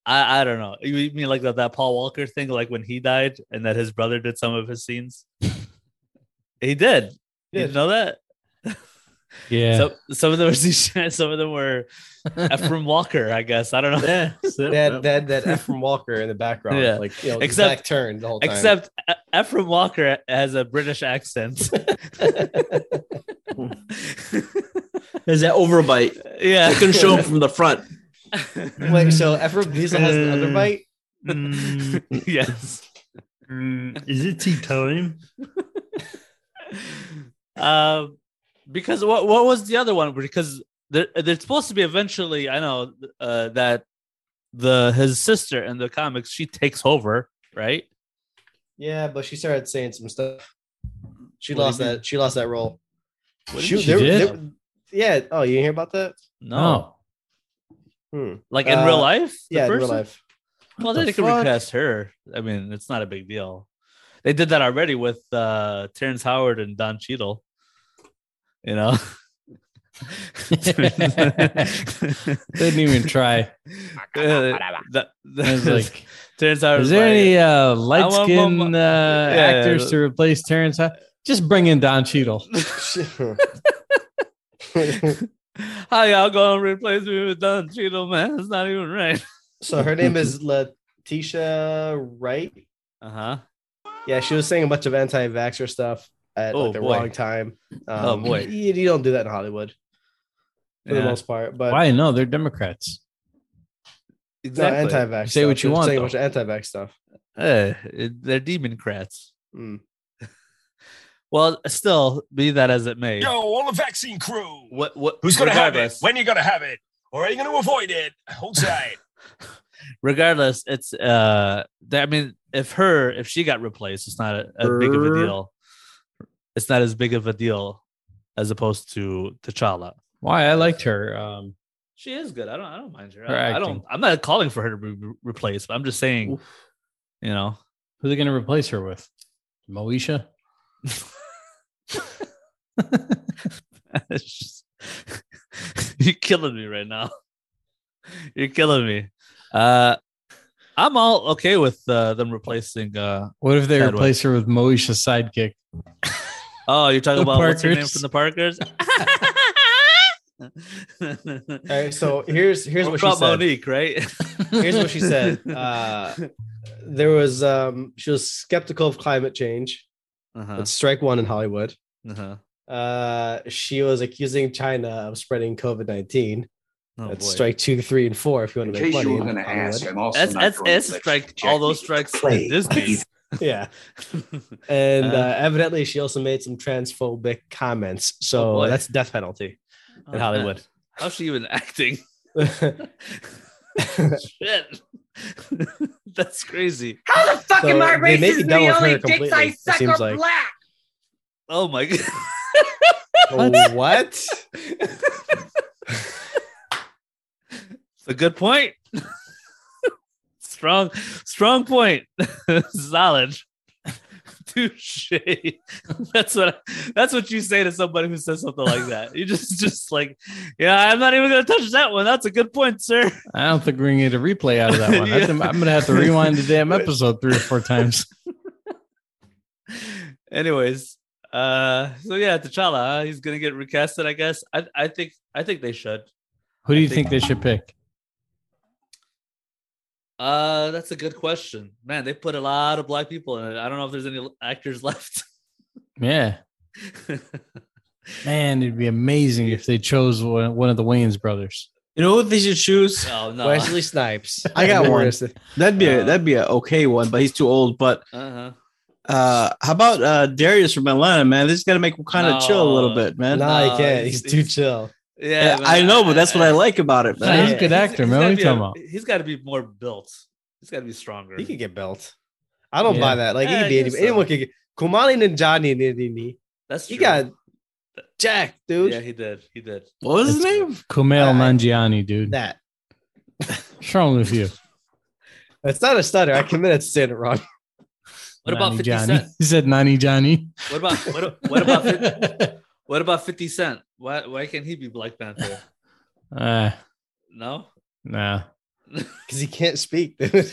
[SPEAKER 2] I, I don't know. You mean like that, that Paul Walker thing, like when he died and that his brother did some of his scenes? he did. You
[SPEAKER 4] Yeah.
[SPEAKER 2] didn't know that?
[SPEAKER 1] Yeah.
[SPEAKER 2] So, some of them were [laughs] some of them were Ephraim Walker, I guess. I don't know. [laughs]
[SPEAKER 3] Yeah. so-
[SPEAKER 4] that that that Ephraim Walker in the background,
[SPEAKER 2] Yeah.
[SPEAKER 4] like you know,
[SPEAKER 2] Except-
[SPEAKER 4] except back turned the whole time.
[SPEAKER 2] Except E- Ephraim Walker has a British
[SPEAKER 5] [laughs]
[SPEAKER 2] accent.
[SPEAKER 3] There's that overbite.
[SPEAKER 2] yeah.
[SPEAKER 3] I can show him from the front.
[SPEAKER 4] wait, so Ephraim Diesel has the other bite.
[SPEAKER 5] Mm,
[SPEAKER 2] [laughs] yes.
[SPEAKER 5] mm, is it tea time?
[SPEAKER 2] [laughs] Um, because what what was the other one? Because there, there's supposed to be eventually. I know uh, that the his sister in the comics she takes over, right?
[SPEAKER 4] Yeah, but she started saying some stuff. She
[SPEAKER 2] What
[SPEAKER 4] lost
[SPEAKER 2] do you
[SPEAKER 4] that. She lost that role.
[SPEAKER 2] What
[SPEAKER 4] Shoot,
[SPEAKER 1] she
[SPEAKER 4] there-
[SPEAKER 1] did?
[SPEAKER 4] there- yeah. Oh, you didn't hear about that?
[SPEAKER 2] No.
[SPEAKER 4] Hmm.
[SPEAKER 2] Like in real
[SPEAKER 4] Uh,
[SPEAKER 2] life? The
[SPEAKER 4] Yeah, in real
[SPEAKER 2] person?
[SPEAKER 4] life.
[SPEAKER 2] Well,
[SPEAKER 1] the
[SPEAKER 2] then they could
[SPEAKER 1] fuck?
[SPEAKER 2] recast her. I mean, it's not a big deal. They did that already with uh Terrence Howard and Don Cheadle.
[SPEAKER 1] [laughs]
[SPEAKER 2] You know?
[SPEAKER 1] Didn't even
[SPEAKER 2] [laughs]
[SPEAKER 1] [laughs] try.
[SPEAKER 2] Yeah, that-
[SPEAKER 1] I was like,
[SPEAKER 2] [laughs] Terrence Howard.
[SPEAKER 1] is
[SPEAKER 2] was
[SPEAKER 1] there
[SPEAKER 2] like,
[SPEAKER 1] any uh, light
[SPEAKER 2] want
[SPEAKER 1] skinned
[SPEAKER 2] one
[SPEAKER 1] uh,
[SPEAKER 2] mo- Yeah,
[SPEAKER 1] actors
[SPEAKER 2] yeah.
[SPEAKER 1] to replace Terrence? Ho- Just bring in Don Cheadle.
[SPEAKER 2] [laughs] How y'all gonna replace me with Don Cheadle, man? It's not even right.
[SPEAKER 4] [laughs]
[SPEAKER 2] [laughs]
[SPEAKER 4] so her name is Letitia Wright.
[SPEAKER 2] Uh huh.
[SPEAKER 4] Yeah, she was saying a bunch of anti-vaxxer stuff at
[SPEAKER 2] Oh,
[SPEAKER 4] like, the
[SPEAKER 2] boy.
[SPEAKER 4] wrong time. Um,
[SPEAKER 2] Oh, boy.
[SPEAKER 4] you, you don't do that in Hollywood for the
[SPEAKER 2] Yeah.
[SPEAKER 4] most part. But
[SPEAKER 1] Why? No, they're Democrats.
[SPEAKER 4] no,
[SPEAKER 2] Exactly.
[SPEAKER 4] anti-vax.
[SPEAKER 1] Say what
[SPEAKER 4] stuff.
[SPEAKER 1] you
[SPEAKER 4] They're
[SPEAKER 1] want,
[SPEAKER 4] Saying
[SPEAKER 1] though.
[SPEAKER 4] a bunch of anti-vax stuff.
[SPEAKER 2] Eh, it- they're democrats. [laughs]
[SPEAKER 4] Mm.
[SPEAKER 2] Well, still, be that as it may.
[SPEAKER 5] Yo, all the vaccine crew.
[SPEAKER 2] What? What?
[SPEAKER 5] Who's gonna have it?
[SPEAKER 2] regardless-
[SPEAKER 5] When you gonna have it? Or are you gonna avoid it? Hold tight.
[SPEAKER 2] regardless, it's uh, that, I mean, if her, if she got replaced, it's not a, a big of a
[SPEAKER 3] Her?
[SPEAKER 2] deal. It's not as big of a deal as opposed to T'Challa.
[SPEAKER 1] Why? I liked her. Um,
[SPEAKER 2] She is good. I don't. I don't mind her.
[SPEAKER 1] Her
[SPEAKER 2] I, I don't.
[SPEAKER 1] acting.
[SPEAKER 2] I'm not calling for her to be re- replaced, but I'm just saying, you know, [laughs]
[SPEAKER 1] who are they going to replace her with? Moesha?
[SPEAKER 2] It's just- [laughs] you're killing me right now. [laughs] You're killing me. Uh, I'm all okay with uh, them replacing. Uh,
[SPEAKER 1] What if they
[SPEAKER 2] Chadwick.
[SPEAKER 1] replace her with Moesha's sidekick?
[SPEAKER 2] oh, you're talking
[SPEAKER 1] The
[SPEAKER 2] about what's her name
[SPEAKER 1] Parkers.
[SPEAKER 2] from the Parkers?
[SPEAKER 4] All right. So here's here's
[SPEAKER 2] What
[SPEAKER 4] what she
[SPEAKER 2] about
[SPEAKER 4] said.
[SPEAKER 2] Monique, right?
[SPEAKER 4] Here's what
[SPEAKER 2] [laughs]
[SPEAKER 4] she said. Uh, there was um, she was skeptical of climate change.
[SPEAKER 2] uh-huh,
[SPEAKER 4] That's strike one in Hollywood.
[SPEAKER 2] uh-huh.
[SPEAKER 4] Uh, she was accusing China of spreading COVID nineteen.
[SPEAKER 2] Oh,
[SPEAKER 4] that's
[SPEAKER 2] boy.
[SPEAKER 4] strike two, three, and four. If you want to make money, in Hollywood.
[SPEAKER 8] I'm also
[SPEAKER 2] That's
[SPEAKER 8] not
[SPEAKER 2] that's,
[SPEAKER 8] going to
[SPEAKER 2] that's
[SPEAKER 8] let
[SPEAKER 2] strike.
[SPEAKER 8] you
[SPEAKER 2] All
[SPEAKER 8] jack
[SPEAKER 2] those
[SPEAKER 8] me.
[SPEAKER 2] strikes
[SPEAKER 8] Play,
[SPEAKER 2] at Disney. [laughs]
[SPEAKER 4] Yeah. And uh,
[SPEAKER 2] Uh.
[SPEAKER 4] evidently, she also made some transphobic comments.
[SPEAKER 2] Oh,
[SPEAKER 4] So
[SPEAKER 2] boy.
[SPEAKER 4] that's death penalty
[SPEAKER 2] Oh,
[SPEAKER 4] in Hollywood.
[SPEAKER 2] man. How's she even [laughs] acting?
[SPEAKER 4] [laughs]
[SPEAKER 2] Shit. That's crazy.
[SPEAKER 9] How the fuck
[SPEAKER 4] So
[SPEAKER 9] am I
[SPEAKER 4] they may be
[SPEAKER 9] racist?
[SPEAKER 4] done
[SPEAKER 9] The
[SPEAKER 4] with her
[SPEAKER 9] only dicks
[SPEAKER 4] completely,
[SPEAKER 9] I
[SPEAKER 4] it
[SPEAKER 9] suck
[SPEAKER 4] seems
[SPEAKER 9] are
[SPEAKER 2] [laughs]
[SPEAKER 4] like.
[SPEAKER 9] black.
[SPEAKER 2] Oh my [laughs] god.
[SPEAKER 4] Oh, what?
[SPEAKER 2] It's a good point. [laughs] strong, strong point. [laughs] Solid. [laughs] Touche. [laughs] That's what that's what you say to somebody who says something like that. You just [laughs] just like, yeah, I'm not even gonna touch that one. That's a good point, sir. [laughs]
[SPEAKER 1] I don't think we're going to get a replay out of that one. I
[SPEAKER 2] Yeah.
[SPEAKER 1] think I'm going to have to rewind the damn episode three or four times.
[SPEAKER 2] Anyways, uh, so yeah, T'Challa, huh? he's gonna get recasted, I guess. I I think I think they should.
[SPEAKER 1] Who do
[SPEAKER 2] I
[SPEAKER 1] you think
[SPEAKER 2] think-
[SPEAKER 1] they should pick?
[SPEAKER 2] Uh, that's a good question, man. They put a lot of black people in it. I don't know if there's any actors [laughs] left. [laughs]
[SPEAKER 1] Yeah. Man, it'd be amazing if they chose one, one of the Wayans brothers.
[SPEAKER 3] You know what they should choose?
[SPEAKER 2] oh no.
[SPEAKER 4] Wesley Snipes.
[SPEAKER 3] I got one.
[SPEAKER 4] Who
[SPEAKER 3] That'd be
[SPEAKER 2] Uh,
[SPEAKER 3] a, that'd be a okay one, but he's too old. But
[SPEAKER 2] Uh-huh.
[SPEAKER 3] uh, how about uh, Darius from Atlanta, man? They just got to make him kind of chill a little
[SPEAKER 2] No.
[SPEAKER 3] bit, man.
[SPEAKER 4] Nah,
[SPEAKER 2] No,
[SPEAKER 4] he can't.
[SPEAKER 2] uh, he's-
[SPEAKER 4] He's, too
[SPEAKER 2] he's-
[SPEAKER 4] chill.
[SPEAKER 2] Yeah,
[SPEAKER 3] Yeah, I know, but that's what I
[SPEAKER 2] [laughs]
[SPEAKER 3] like about it,
[SPEAKER 1] Nah, he's
[SPEAKER 3] man.
[SPEAKER 1] a good actor, man. What
[SPEAKER 2] gotta
[SPEAKER 1] are you
[SPEAKER 2] be
[SPEAKER 1] talking
[SPEAKER 2] a-
[SPEAKER 1] about?
[SPEAKER 2] He's got to be more built. He's got to be stronger.
[SPEAKER 4] He could get built. I don't
[SPEAKER 1] Yeah.
[SPEAKER 4] buy that.
[SPEAKER 2] Yeah,
[SPEAKER 4] Like, he
[SPEAKER 2] I
[SPEAKER 4] could be
[SPEAKER 2] guess
[SPEAKER 4] anybody. anyone
[SPEAKER 2] so.
[SPEAKER 4] could get Kumali Ninjani. Ninjani.
[SPEAKER 2] that's
[SPEAKER 4] He
[SPEAKER 2] true.
[SPEAKER 4] got jacked, dude.
[SPEAKER 2] Yeah, he did. He did.
[SPEAKER 3] What was his
[SPEAKER 1] That's-
[SPEAKER 3] name?
[SPEAKER 1] Kumail
[SPEAKER 2] Uh,
[SPEAKER 4] I-
[SPEAKER 1] Nanjiani, dude.
[SPEAKER 4] That.
[SPEAKER 1] What's wrong with you?
[SPEAKER 4] It's not a stutter. I committed to saying it wrong. [laughs]
[SPEAKER 2] What about
[SPEAKER 1] [laughs]
[SPEAKER 2] 50
[SPEAKER 1] Johnny?
[SPEAKER 2] Cent?
[SPEAKER 1] He said Nani Johnny.
[SPEAKER 2] What about what, what about 50,
[SPEAKER 1] [laughs]
[SPEAKER 2] what about Fifty Cent? Why why can't he be Black Panther?
[SPEAKER 1] uh,
[SPEAKER 2] No.
[SPEAKER 1] nah.
[SPEAKER 4] Because he can't speak, dude.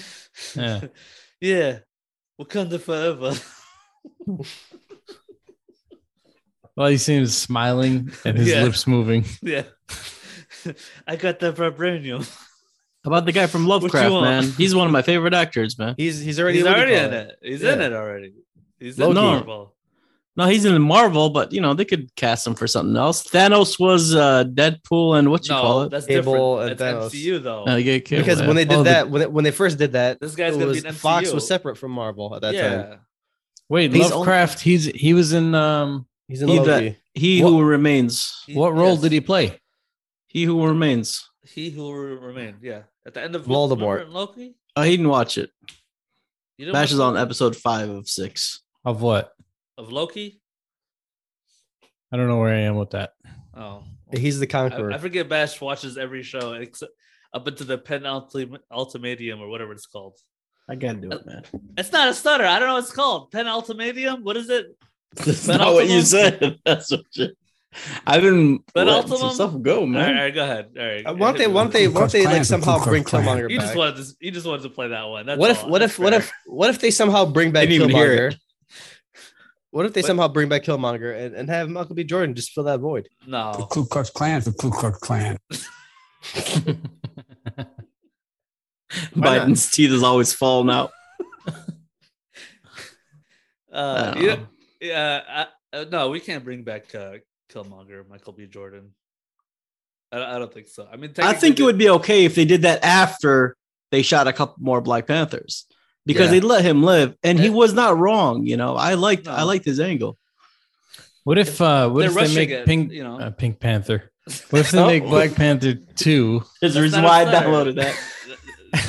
[SPEAKER 1] Yeah.
[SPEAKER 2] [laughs] yeah. Wakanda forever. [laughs]
[SPEAKER 1] Well, he seems smiling and his
[SPEAKER 2] [laughs] Yeah.
[SPEAKER 1] lips moving.
[SPEAKER 2] yeah. [laughs] I got that vibranium.
[SPEAKER 3] How about the guy from
[SPEAKER 2] What
[SPEAKER 3] Lovecraft,
[SPEAKER 2] you want?
[SPEAKER 3] man? He's one of my favorite actors, man.
[SPEAKER 4] He's he's already,
[SPEAKER 2] He's
[SPEAKER 4] what do you
[SPEAKER 2] already
[SPEAKER 4] call
[SPEAKER 2] in it. He's in
[SPEAKER 4] Yeah.
[SPEAKER 2] it already. He's
[SPEAKER 3] Loki.
[SPEAKER 2] in Marvel.
[SPEAKER 3] No, he's in Marvel, but you know they could cast him for something else. Thanos was uh, Deadpool, and what you call
[SPEAKER 2] No,
[SPEAKER 3] it?
[SPEAKER 2] that's
[SPEAKER 4] Cable
[SPEAKER 2] different.
[SPEAKER 4] and
[SPEAKER 2] That's
[SPEAKER 4] Thanos.
[SPEAKER 2] MCU though.
[SPEAKER 3] Uh, yeah, okay,
[SPEAKER 4] Because
[SPEAKER 3] well,
[SPEAKER 4] when they did
[SPEAKER 1] Oh, the-
[SPEAKER 4] that, when, they, when they first did that,
[SPEAKER 2] This guy's
[SPEAKER 4] it
[SPEAKER 2] gonna be
[SPEAKER 4] was,
[SPEAKER 2] an MCU.
[SPEAKER 4] Fox was separate from Marvel at that
[SPEAKER 2] yeah.
[SPEAKER 4] time.
[SPEAKER 1] Wait,
[SPEAKER 3] He's only-
[SPEAKER 1] Lovecraft. He's he was in um.
[SPEAKER 4] He's in
[SPEAKER 3] He
[SPEAKER 4] Loki.
[SPEAKER 3] that- he who remains,
[SPEAKER 2] He-
[SPEAKER 1] What role
[SPEAKER 2] yes.
[SPEAKER 1] did he play?
[SPEAKER 3] he who remains.
[SPEAKER 2] He who will remain. Yeah. At the end of
[SPEAKER 4] Voldemort.
[SPEAKER 2] remember in Loki.
[SPEAKER 3] Oh, he didn't watch it.
[SPEAKER 2] You didn't
[SPEAKER 3] Mash is
[SPEAKER 2] watch-
[SPEAKER 3] on episode five
[SPEAKER 2] [laughs]
[SPEAKER 3] of six.
[SPEAKER 1] Of what?
[SPEAKER 2] of Loki.
[SPEAKER 1] I don't know where I am with that.
[SPEAKER 2] Oh,
[SPEAKER 4] He's
[SPEAKER 2] I,
[SPEAKER 4] the conqueror.
[SPEAKER 2] I forget. Bash watches every show except up into the pen ultim- ultimatum or whatever it's called.
[SPEAKER 3] I gotta do it, man.
[SPEAKER 2] It's not a stutter. I don't know what it's called. Pen ultimatum. What is it?
[SPEAKER 3] That's
[SPEAKER 2] But
[SPEAKER 3] not what you
[SPEAKER 2] Ultimum-
[SPEAKER 3] said. [laughs] That's what you. I've been
[SPEAKER 2] But
[SPEAKER 3] letting some
[SPEAKER 2] Ultimum-
[SPEAKER 3] stuff go,
[SPEAKER 2] All right, all
[SPEAKER 3] man.
[SPEAKER 2] right, go ahead. All right.
[SPEAKER 4] Mm-hmm. Uh, why don't they? Why don't they? Why don't they like somehow bring Killmonger
[SPEAKER 2] You just
[SPEAKER 4] back?
[SPEAKER 2] wanted to. You just wanted to play that one. That's
[SPEAKER 4] what if?
[SPEAKER 2] all.
[SPEAKER 4] What
[SPEAKER 2] That's
[SPEAKER 4] if? What
[SPEAKER 2] fair.
[SPEAKER 4] if? What if they somehow bring back
[SPEAKER 3] Didn't even hear
[SPEAKER 4] Killmonger? What if they
[SPEAKER 2] What?
[SPEAKER 4] somehow bring back Killmonger and, and have Michael B. Jordan just fill that void?
[SPEAKER 2] No.
[SPEAKER 7] Ku Klux Klan, the Ku Klux Klan.
[SPEAKER 4] Why not?
[SPEAKER 3] Biden's teeth is always falling
[SPEAKER 2] [laughs]
[SPEAKER 3] out.
[SPEAKER 2] Uh,
[SPEAKER 3] I don't
[SPEAKER 2] you
[SPEAKER 3] know.
[SPEAKER 2] know- yeah. I, uh, no, we can't bring back uh, Killmonger, Michael B. Jordan. I, I don't think so. I mean,
[SPEAKER 3] I think it
[SPEAKER 2] technically-
[SPEAKER 4] [laughs]
[SPEAKER 3] would be okay if they did that after they shot a couple more Black Panthers because
[SPEAKER 4] Yeah.
[SPEAKER 3] they let him live, and he
[SPEAKER 2] Yeah.
[SPEAKER 3] was not wrong. You know, I liked I
[SPEAKER 2] No.
[SPEAKER 3] liked his angle.
[SPEAKER 1] What if uh what
[SPEAKER 2] They're
[SPEAKER 1] if they
[SPEAKER 2] rushing
[SPEAKER 1] make
[SPEAKER 2] it,
[SPEAKER 1] Pink
[SPEAKER 2] you know.
[SPEAKER 1] uh, Pink Panther? What if they make
[SPEAKER 3] [laughs] Oh.
[SPEAKER 1] Black Panther two?
[SPEAKER 3] There's a
[SPEAKER 2] That's
[SPEAKER 3] reason
[SPEAKER 2] not
[SPEAKER 3] why I
[SPEAKER 2] a stutter.
[SPEAKER 3] downloaded that.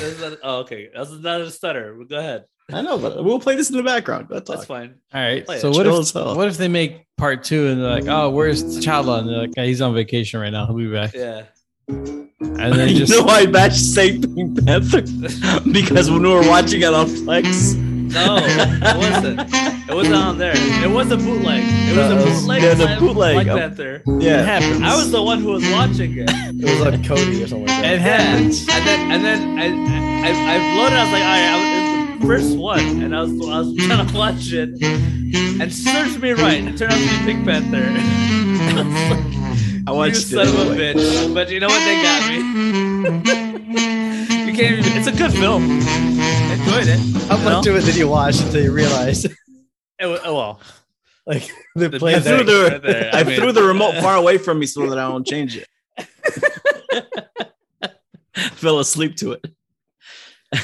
[SPEAKER 3] [laughs]
[SPEAKER 2] That's not- oh, okay. That's not a stutter. Go ahead.
[SPEAKER 3] I know, but we'll play this in the background. That's
[SPEAKER 2] That's
[SPEAKER 3] all.
[SPEAKER 2] fine.
[SPEAKER 1] All right.
[SPEAKER 2] Play
[SPEAKER 1] So
[SPEAKER 2] it.
[SPEAKER 1] what
[SPEAKER 3] Chill
[SPEAKER 1] if
[SPEAKER 3] as hell.
[SPEAKER 1] what if they make part two and they're like, oh, where's T'Challa? And they're like, "Oh, he's on vacation right now. He'll be back.
[SPEAKER 2] Yeah.
[SPEAKER 1] And then
[SPEAKER 3] [laughs] you
[SPEAKER 1] just
[SPEAKER 3] know why I bashed say Pink Panther? because when we were watching it on Flex,
[SPEAKER 2] No, it wasn't. It wasn't on there. It was a bootleg. It was a
[SPEAKER 3] Uh,
[SPEAKER 2] bootleg.
[SPEAKER 3] yeah, the
[SPEAKER 2] of
[SPEAKER 3] bootleg
[SPEAKER 2] Black
[SPEAKER 3] of-
[SPEAKER 2] Panther.
[SPEAKER 1] it
[SPEAKER 3] yeah,
[SPEAKER 1] happens.
[SPEAKER 2] I was the one who was watching it.
[SPEAKER 4] It was like Cody or something. Like
[SPEAKER 1] it
[SPEAKER 4] that.
[SPEAKER 1] happens.
[SPEAKER 2] And then and then I I, I blown it. I was like, all right, I was, it's the first one, and I was I was [laughs] trying to watch it, and search me right. It turned out to be Pink Panther.
[SPEAKER 3] I
[SPEAKER 2] you
[SPEAKER 3] watched
[SPEAKER 2] son
[SPEAKER 3] it.
[SPEAKER 2] of a
[SPEAKER 3] anyway.
[SPEAKER 2] bitch. But you know what? They got me. you can't. Even, it's a good film. Enjoyed it.
[SPEAKER 4] How much of it did you watch until you realized [laughs]
[SPEAKER 2] It wa- oh well.
[SPEAKER 4] like the
[SPEAKER 2] The
[SPEAKER 4] play
[SPEAKER 3] I
[SPEAKER 2] music-
[SPEAKER 4] there?
[SPEAKER 3] threw
[SPEAKER 2] Right there.
[SPEAKER 3] the
[SPEAKER 2] I
[SPEAKER 3] [laughs] I
[SPEAKER 2] mean-
[SPEAKER 3] threw the remote far away from me so that I don't change it. Fell asleep to it.
[SPEAKER 2] [laughs]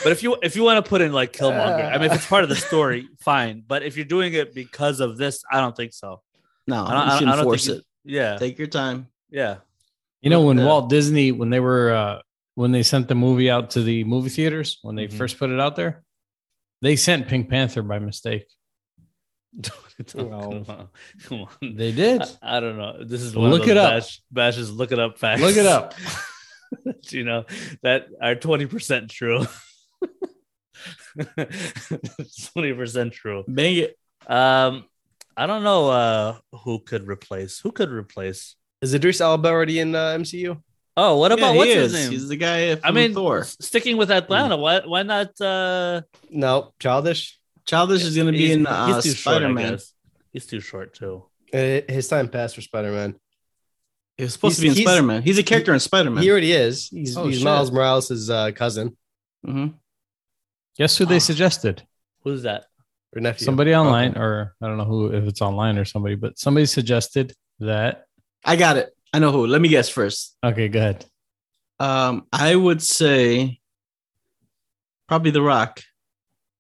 [SPEAKER 2] But if you if you want to put in like Killmonger, I mean, if it's part of the story, fine. But if you're doing it because of this, I don't think so.
[SPEAKER 3] No,
[SPEAKER 2] I don't, I
[SPEAKER 3] you
[SPEAKER 2] don't, I
[SPEAKER 3] shouldn't
[SPEAKER 2] don't
[SPEAKER 3] force
[SPEAKER 2] think
[SPEAKER 3] it.
[SPEAKER 2] you- Yeah,
[SPEAKER 3] Take your time.
[SPEAKER 1] [laughs]
[SPEAKER 2] yeah.
[SPEAKER 1] You know, when
[SPEAKER 3] Yeah.
[SPEAKER 1] Walt Disney, when they were, uh, when they sent the movie out to the movie theaters, when they
[SPEAKER 3] Mm-hmm.
[SPEAKER 2] Mhm.
[SPEAKER 1] first put it out there, they sent Pink Panther by mistake.
[SPEAKER 2] Come on, come on.
[SPEAKER 1] [laughs] They did.
[SPEAKER 2] I, [laughs] I don't know. This is one
[SPEAKER 1] Look
[SPEAKER 2] of
[SPEAKER 1] it
[SPEAKER 2] those
[SPEAKER 1] up.
[SPEAKER 2] Bash, bashes. Look it up facts.
[SPEAKER 1] Look it
[SPEAKER 2] [laughs]
[SPEAKER 1] up.
[SPEAKER 2] you know that are twenty percent true. [laughs] Twenty percent true.
[SPEAKER 3] Bang it.
[SPEAKER 2] Um, I don't know uh who could replace who could replace.
[SPEAKER 4] Is Idris Elba already in uh, MCU?
[SPEAKER 2] Oh, what about
[SPEAKER 3] Yeah,
[SPEAKER 2] what's
[SPEAKER 3] he
[SPEAKER 2] his
[SPEAKER 3] is.
[SPEAKER 2] name?
[SPEAKER 3] He's the guy. From
[SPEAKER 2] I mean,
[SPEAKER 3] Thor.
[SPEAKER 2] s- sticking with Atlanta, why why not? Uh,
[SPEAKER 4] No, childish.
[SPEAKER 3] Childish is going to be
[SPEAKER 2] he's-
[SPEAKER 3] in
[SPEAKER 2] he's
[SPEAKER 3] uh,
[SPEAKER 2] too short, I
[SPEAKER 3] Spider Man.
[SPEAKER 2] guess. He's too short too.
[SPEAKER 4] Uh, His time passed for Spider Man.
[SPEAKER 3] He was supposed to
[SPEAKER 4] He's-
[SPEAKER 3] be in
[SPEAKER 4] he's-
[SPEAKER 3] Spider Man. He's a character in Spider Man.
[SPEAKER 4] He already is. He's,
[SPEAKER 3] Oh,
[SPEAKER 4] he's
[SPEAKER 3] shit.
[SPEAKER 4] Miles Morales' uh, cousin
[SPEAKER 2] Mm-hmm.
[SPEAKER 1] Guess who
[SPEAKER 3] Ah.
[SPEAKER 1] they suggested?
[SPEAKER 2] Who's that?
[SPEAKER 4] or nephew.
[SPEAKER 1] Somebody online, or I don't know who, if it's online or somebody, but somebody suggested that.
[SPEAKER 3] I got it. I know who. Let me guess first.
[SPEAKER 1] Okay, go ahead.
[SPEAKER 3] Um, I would say probably The Rock.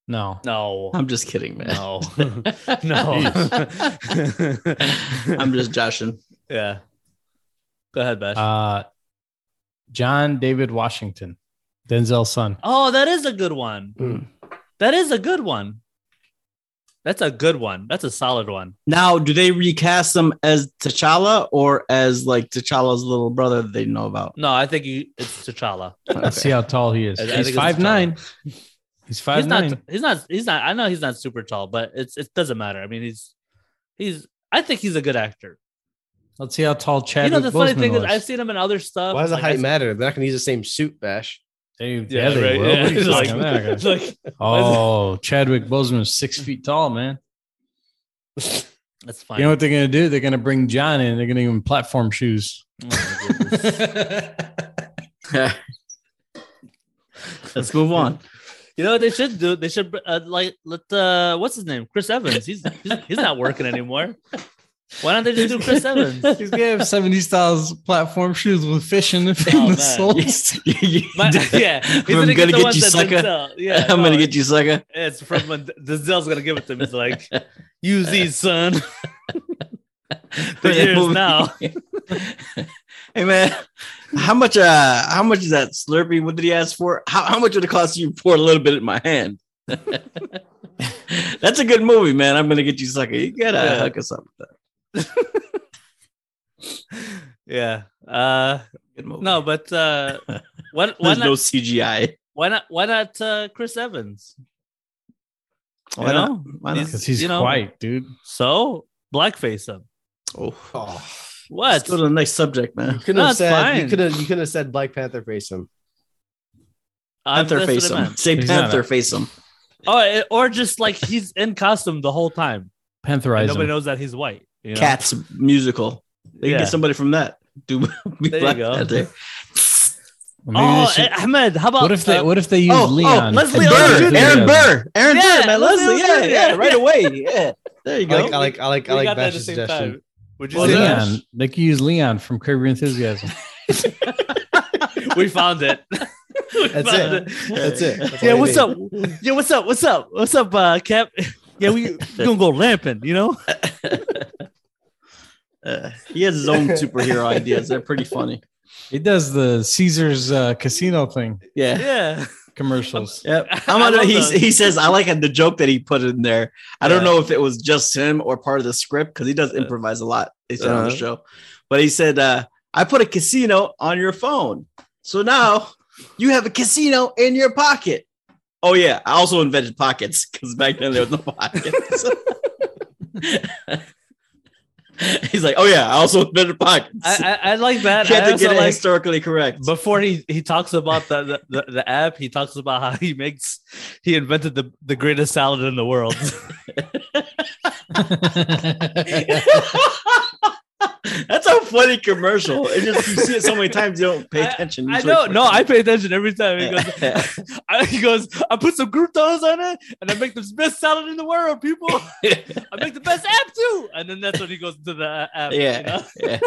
[SPEAKER 1] No,
[SPEAKER 2] No,
[SPEAKER 3] [laughs] I'm just kidding, man.
[SPEAKER 1] [laughs]
[SPEAKER 2] no, [laughs]
[SPEAKER 3] [laughs]
[SPEAKER 2] no.
[SPEAKER 3] I'm just joshing.
[SPEAKER 2] yeah. Go ahead, Bash.
[SPEAKER 1] uh, John David Washington, Denzel's son.
[SPEAKER 2] oh, that is a good one.
[SPEAKER 1] Hmm.
[SPEAKER 3] Mm.
[SPEAKER 2] That is a good one. That's a good one. That's a solid one.
[SPEAKER 3] Now, do they recast him as T'Challa or as like T'Challa's little brother that they
[SPEAKER 2] [laughs]
[SPEAKER 3] know about?
[SPEAKER 2] No, I think you, it's T'Challa.
[SPEAKER 1] Let's
[SPEAKER 3] [laughs]
[SPEAKER 1] see how tall he is.
[SPEAKER 2] I- I think
[SPEAKER 1] He's
[SPEAKER 2] it's
[SPEAKER 1] five nine. He's five
[SPEAKER 2] he's not.
[SPEAKER 1] nine.
[SPEAKER 2] He's not. He's not. I know he's not super tall, but it's it doesn't matter. I mean, he's he's. I think he's a good actor.
[SPEAKER 1] Let's see how tall
[SPEAKER 2] you
[SPEAKER 1] Chadwick
[SPEAKER 2] know, the funny
[SPEAKER 1] Boseman
[SPEAKER 2] thing
[SPEAKER 1] was.
[SPEAKER 2] is, I've seen him in other stuff.
[SPEAKER 4] Why does the
[SPEAKER 2] Like, I
[SPEAKER 4] height
[SPEAKER 2] s-
[SPEAKER 4] matter? They're not going to use the same suit, Bash.
[SPEAKER 1] They, yeah,
[SPEAKER 2] Yeah,
[SPEAKER 1] they
[SPEAKER 2] right.
[SPEAKER 1] will.
[SPEAKER 2] Yeah,
[SPEAKER 1] What are you
[SPEAKER 2] [laughs] it's like-
[SPEAKER 1] talking about?
[SPEAKER 2] it's [laughs] like
[SPEAKER 1] oh, Chadwick Boseman is six feet tall, man.
[SPEAKER 2] that's fine.
[SPEAKER 1] You know what they're gonna do? They're gonna bring John in. They're gonna give him platform shoes.
[SPEAKER 3] Oh,
[SPEAKER 2] [laughs]
[SPEAKER 3] Let's move on.
[SPEAKER 2] You know what they should do? They should uh, like let uh, what's his name? Chris Evans. He's he's, he's not working anymore. Why don't they just do Chris
[SPEAKER 3] [laughs]
[SPEAKER 2] Evans?
[SPEAKER 1] He's gonna have seventy styles platform shoes with fish in the,
[SPEAKER 2] Oh,
[SPEAKER 1] in the
[SPEAKER 2] man.
[SPEAKER 1] soles.
[SPEAKER 3] [laughs]
[SPEAKER 2] My- yeah, he's
[SPEAKER 3] I'm
[SPEAKER 2] gonna,
[SPEAKER 3] gonna
[SPEAKER 2] get the
[SPEAKER 3] get
[SPEAKER 2] ones
[SPEAKER 3] you,
[SPEAKER 2] that
[SPEAKER 3] sucker.
[SPEAKER 2] Denzel- Yeah,
[SPEAKER 3] I'm
[SPEAKER 2] no,
[SPEAKER 3] gonna get you, sucker.
[SPEAKER 2] It's from when Denzel's gonna give it to him. He's like, use these, son. [laughs] the years now.
[SPEAKER 3] [laughs] hey man,
[SPEAKER 2] [laughs]
[SPEAKER 3] how much? Uh, how much is that Slurpee? What did he ask for? How, how much would it cost you to pour a little bit in my hand? [laughs] That's a good movie, man. I'm gonna get you sucker. You gotta
[SPEAKER 2] Yeah.
[SPEAKER 3] hook us up with that.
[SPEAKER 2] yeah. Uh,
[SPEAKER 3] Good movie.
[SPEAKER 2] no, but
[SPEAKER 3] [laughs]
[SPEAKER 2] uh, why, why
[SPEAKER 3] there's
[SPEAKER 2] not?
[SPEAKER 3] no CGI.
[SPEAKER 2] why not? Why not? Uh, Chris Evans.
[SPEAKER 3] Why
[SPEAKER 2] You
[SPEAKER 3] not?
[SPEAKER 2] know?
[SPEAKER 3] Why not?
[SPEAKER 1] because he's
[SPEAKER 2] You know-
[SPEAKER 1] white, dude.
[SPEAKER 2] So blackface him.
[SPEAKER 3] Oh,
[SPEAKER 2] What?
[SPEAKER 3] let's go to the next subject, man.
[SPEAKER 4] You could
[SPEAKER 2] No,
[SPEAKER 4] have
[SPEAKER 2] it's
[SPEAKER 4] said you
[SPEAKER 2] fine.
[SPEAKER 4] could have you could have said Black Panther face him.
[SPEAKER 2] I'm-
[SPEAKER 3] Panther
[SPEAKER 2] that's what
[SPEAKER 3] face
[SPEAKER 2] I
[SPEAKER 3] him.
[SPEAKER 2] meant.
[SPEAKER 3] Say
[SPEAKER 1] He's not
[SPEAKER 3] Panther
[SPEAKER 1] a-
[SPEAKER 3] face him.
[SPEAKER 2] Oh, eh, or just like he's in costume the whole time. And
[SPEAKER 1] Pantherize
[SPEAKER 2] nobody
[SPEAKER 1] him.
[SPEAKER 2] knows that he's white. You know?
[SPEAKER 3] Cats musical. They
[SPEAKER 2] Yeah.
[SPEAKER 3] can get somebody from that. Do [laughs] be
[SPEAKER 2] There you
[SPEAKER 3] Black
[SPEAKER 2] go.
[SPEAKER 3] Panther.
[SPEAKER 1] Maybe
[SPEAKER 2] Oh,
[SPEAKER 1] they should-
[SPEAKER 2] eh, Ahmed, how about
[SPEAKER 1] what if they
[SPEAKER 2] uh,
[SPEAKER 1] What if they use
[SPEAKER 3] oh, oh,
[SPEAKER 1] Leon?
[SPEAKER 2] Leslie
[SPEAKER 1] and
[SPEAKER 2] Odom.
[SPEAKER 1] Jason
[SPEAKER 3] Burr, Aaron
[SPEAKER 1] Tatum?
[SPEAKER 3] Burr, Aaron
[SPEAKER 2] Yeah,
[SPEAKER 3] Burr, my
[SPEAKER 2] Leslie
[SPEAKER 3] Leslie,
[SPEAKER 2] Odom,
[SPEAKER 3] yeah,
[SPEAKER 2] yeah.
[SPEAKER 3] yeah, right away, [laughs] yeah. There you
[SPEAKER 4] I
[SPEAKER 3] go.
[SPEAKER 4] like I like I like, I
[SPEAKER 2] we
[SPEAKER 4] like
[SPEAKER 2] got that at
[SPEAKER 4] Bash's
[SPEAKER 2] the same
[SPEAKER 4] suggestion.
[SPEAKER 2] time? Would you
[SPEAKER 4] Well,
[SPEAKER 2] say
[SPEAKER 4] yeah.
[SPEAKER 2] that?
[SPEAKER 1] Leon. They could use Leon from Curb Your Enthusiasm.
[SPEAKER 2] [laughs] we found it. We
[SPEAKER 4] That's
[SPEAKER 2] found
[SPEAKER 4] it. That's it. That's
[SPEAKER 2] Yeah,
[SPEAKER 4] all you
[SPEAKER 2] what's
[SPEAKER 4] need.
[SPEAKER 2] up? Yeah, what's up? What's up? What's up, uh, Cap? [laughs] Yeah, we we gonna go lamping, you know?
[SPEAKER 3] Uh, he has his own superhero ideas. They're pretty funny.
[SPEAKER 1] [laughs] He does the Caesar's uh, casino thing
[SPEAKER 3] Yeah.
[SPEAKER 2] Yeah.
[SPEAKER 1] [laughs] commercials.
[SPEAKER 2] [laughs]
[SPEAKER 3] Yep.
[SPEAKER 2] I
[SPEAKER 3] I'm gonna,
[SPEAKER 2] love
[SPEAKER 3] he,
[SPEAKER 2] those.
[SPEAKER 3] he says, I like the joke that he put in there. I don't
[SPEAKER 2] Yeah. Uh,
[SPEAKER 3] know if it was just him or part of the script because he does improvise a lot. He said on the
[SPEAKER 2] Uh-huh.
[SPEAKER 3] show, but he said, uh, I put a casino on your phone. So now you have a casino in your pocket. Oh, yeah. I also invented pockets because back then there was no [laughs]
[SPEAKER 2] [laughs]
[SPEAKER 3] pockets. He's like, Oh, yeah. I also invented pockets.
[SPEAKER 2] I, I, I like
[SPEAKER 3] you
[SPEAKER 2] that.
[SPEAKER 3] had
[SPEAKER 2] I
[SPEAKER 3] to
[SPEAKER 2] also
[SPEAKER 3] get it
[SPEAKER 2] like
[SPEAKER 3] historically correct.
[SPEAKER 2] before he, he talks about the, the, the, the app, he talks about how he makes he invented the, the greatest salad in the world.
[SPEAKER 3] [laughs] That's a funny commercial. It just you see it so many times you don't pay attention.
[SPEAKER 2] I know, no, I
[SPEAKER 3] [laughs]
[SPEAKER 2] pay attention every time. He goes, I, [laughs] he goes, I put some croutons on it and I make the best salad in the world,
[SPEAKER 3] [laughs]
[SPEAKER 2] people. I make the best app too. And then that's when he goes to the uh, [laughs] app. you
[SPEAKER 3] yeah, [laughs]
[SPEAKER 2] know?
[SPEAKER 3] yeah.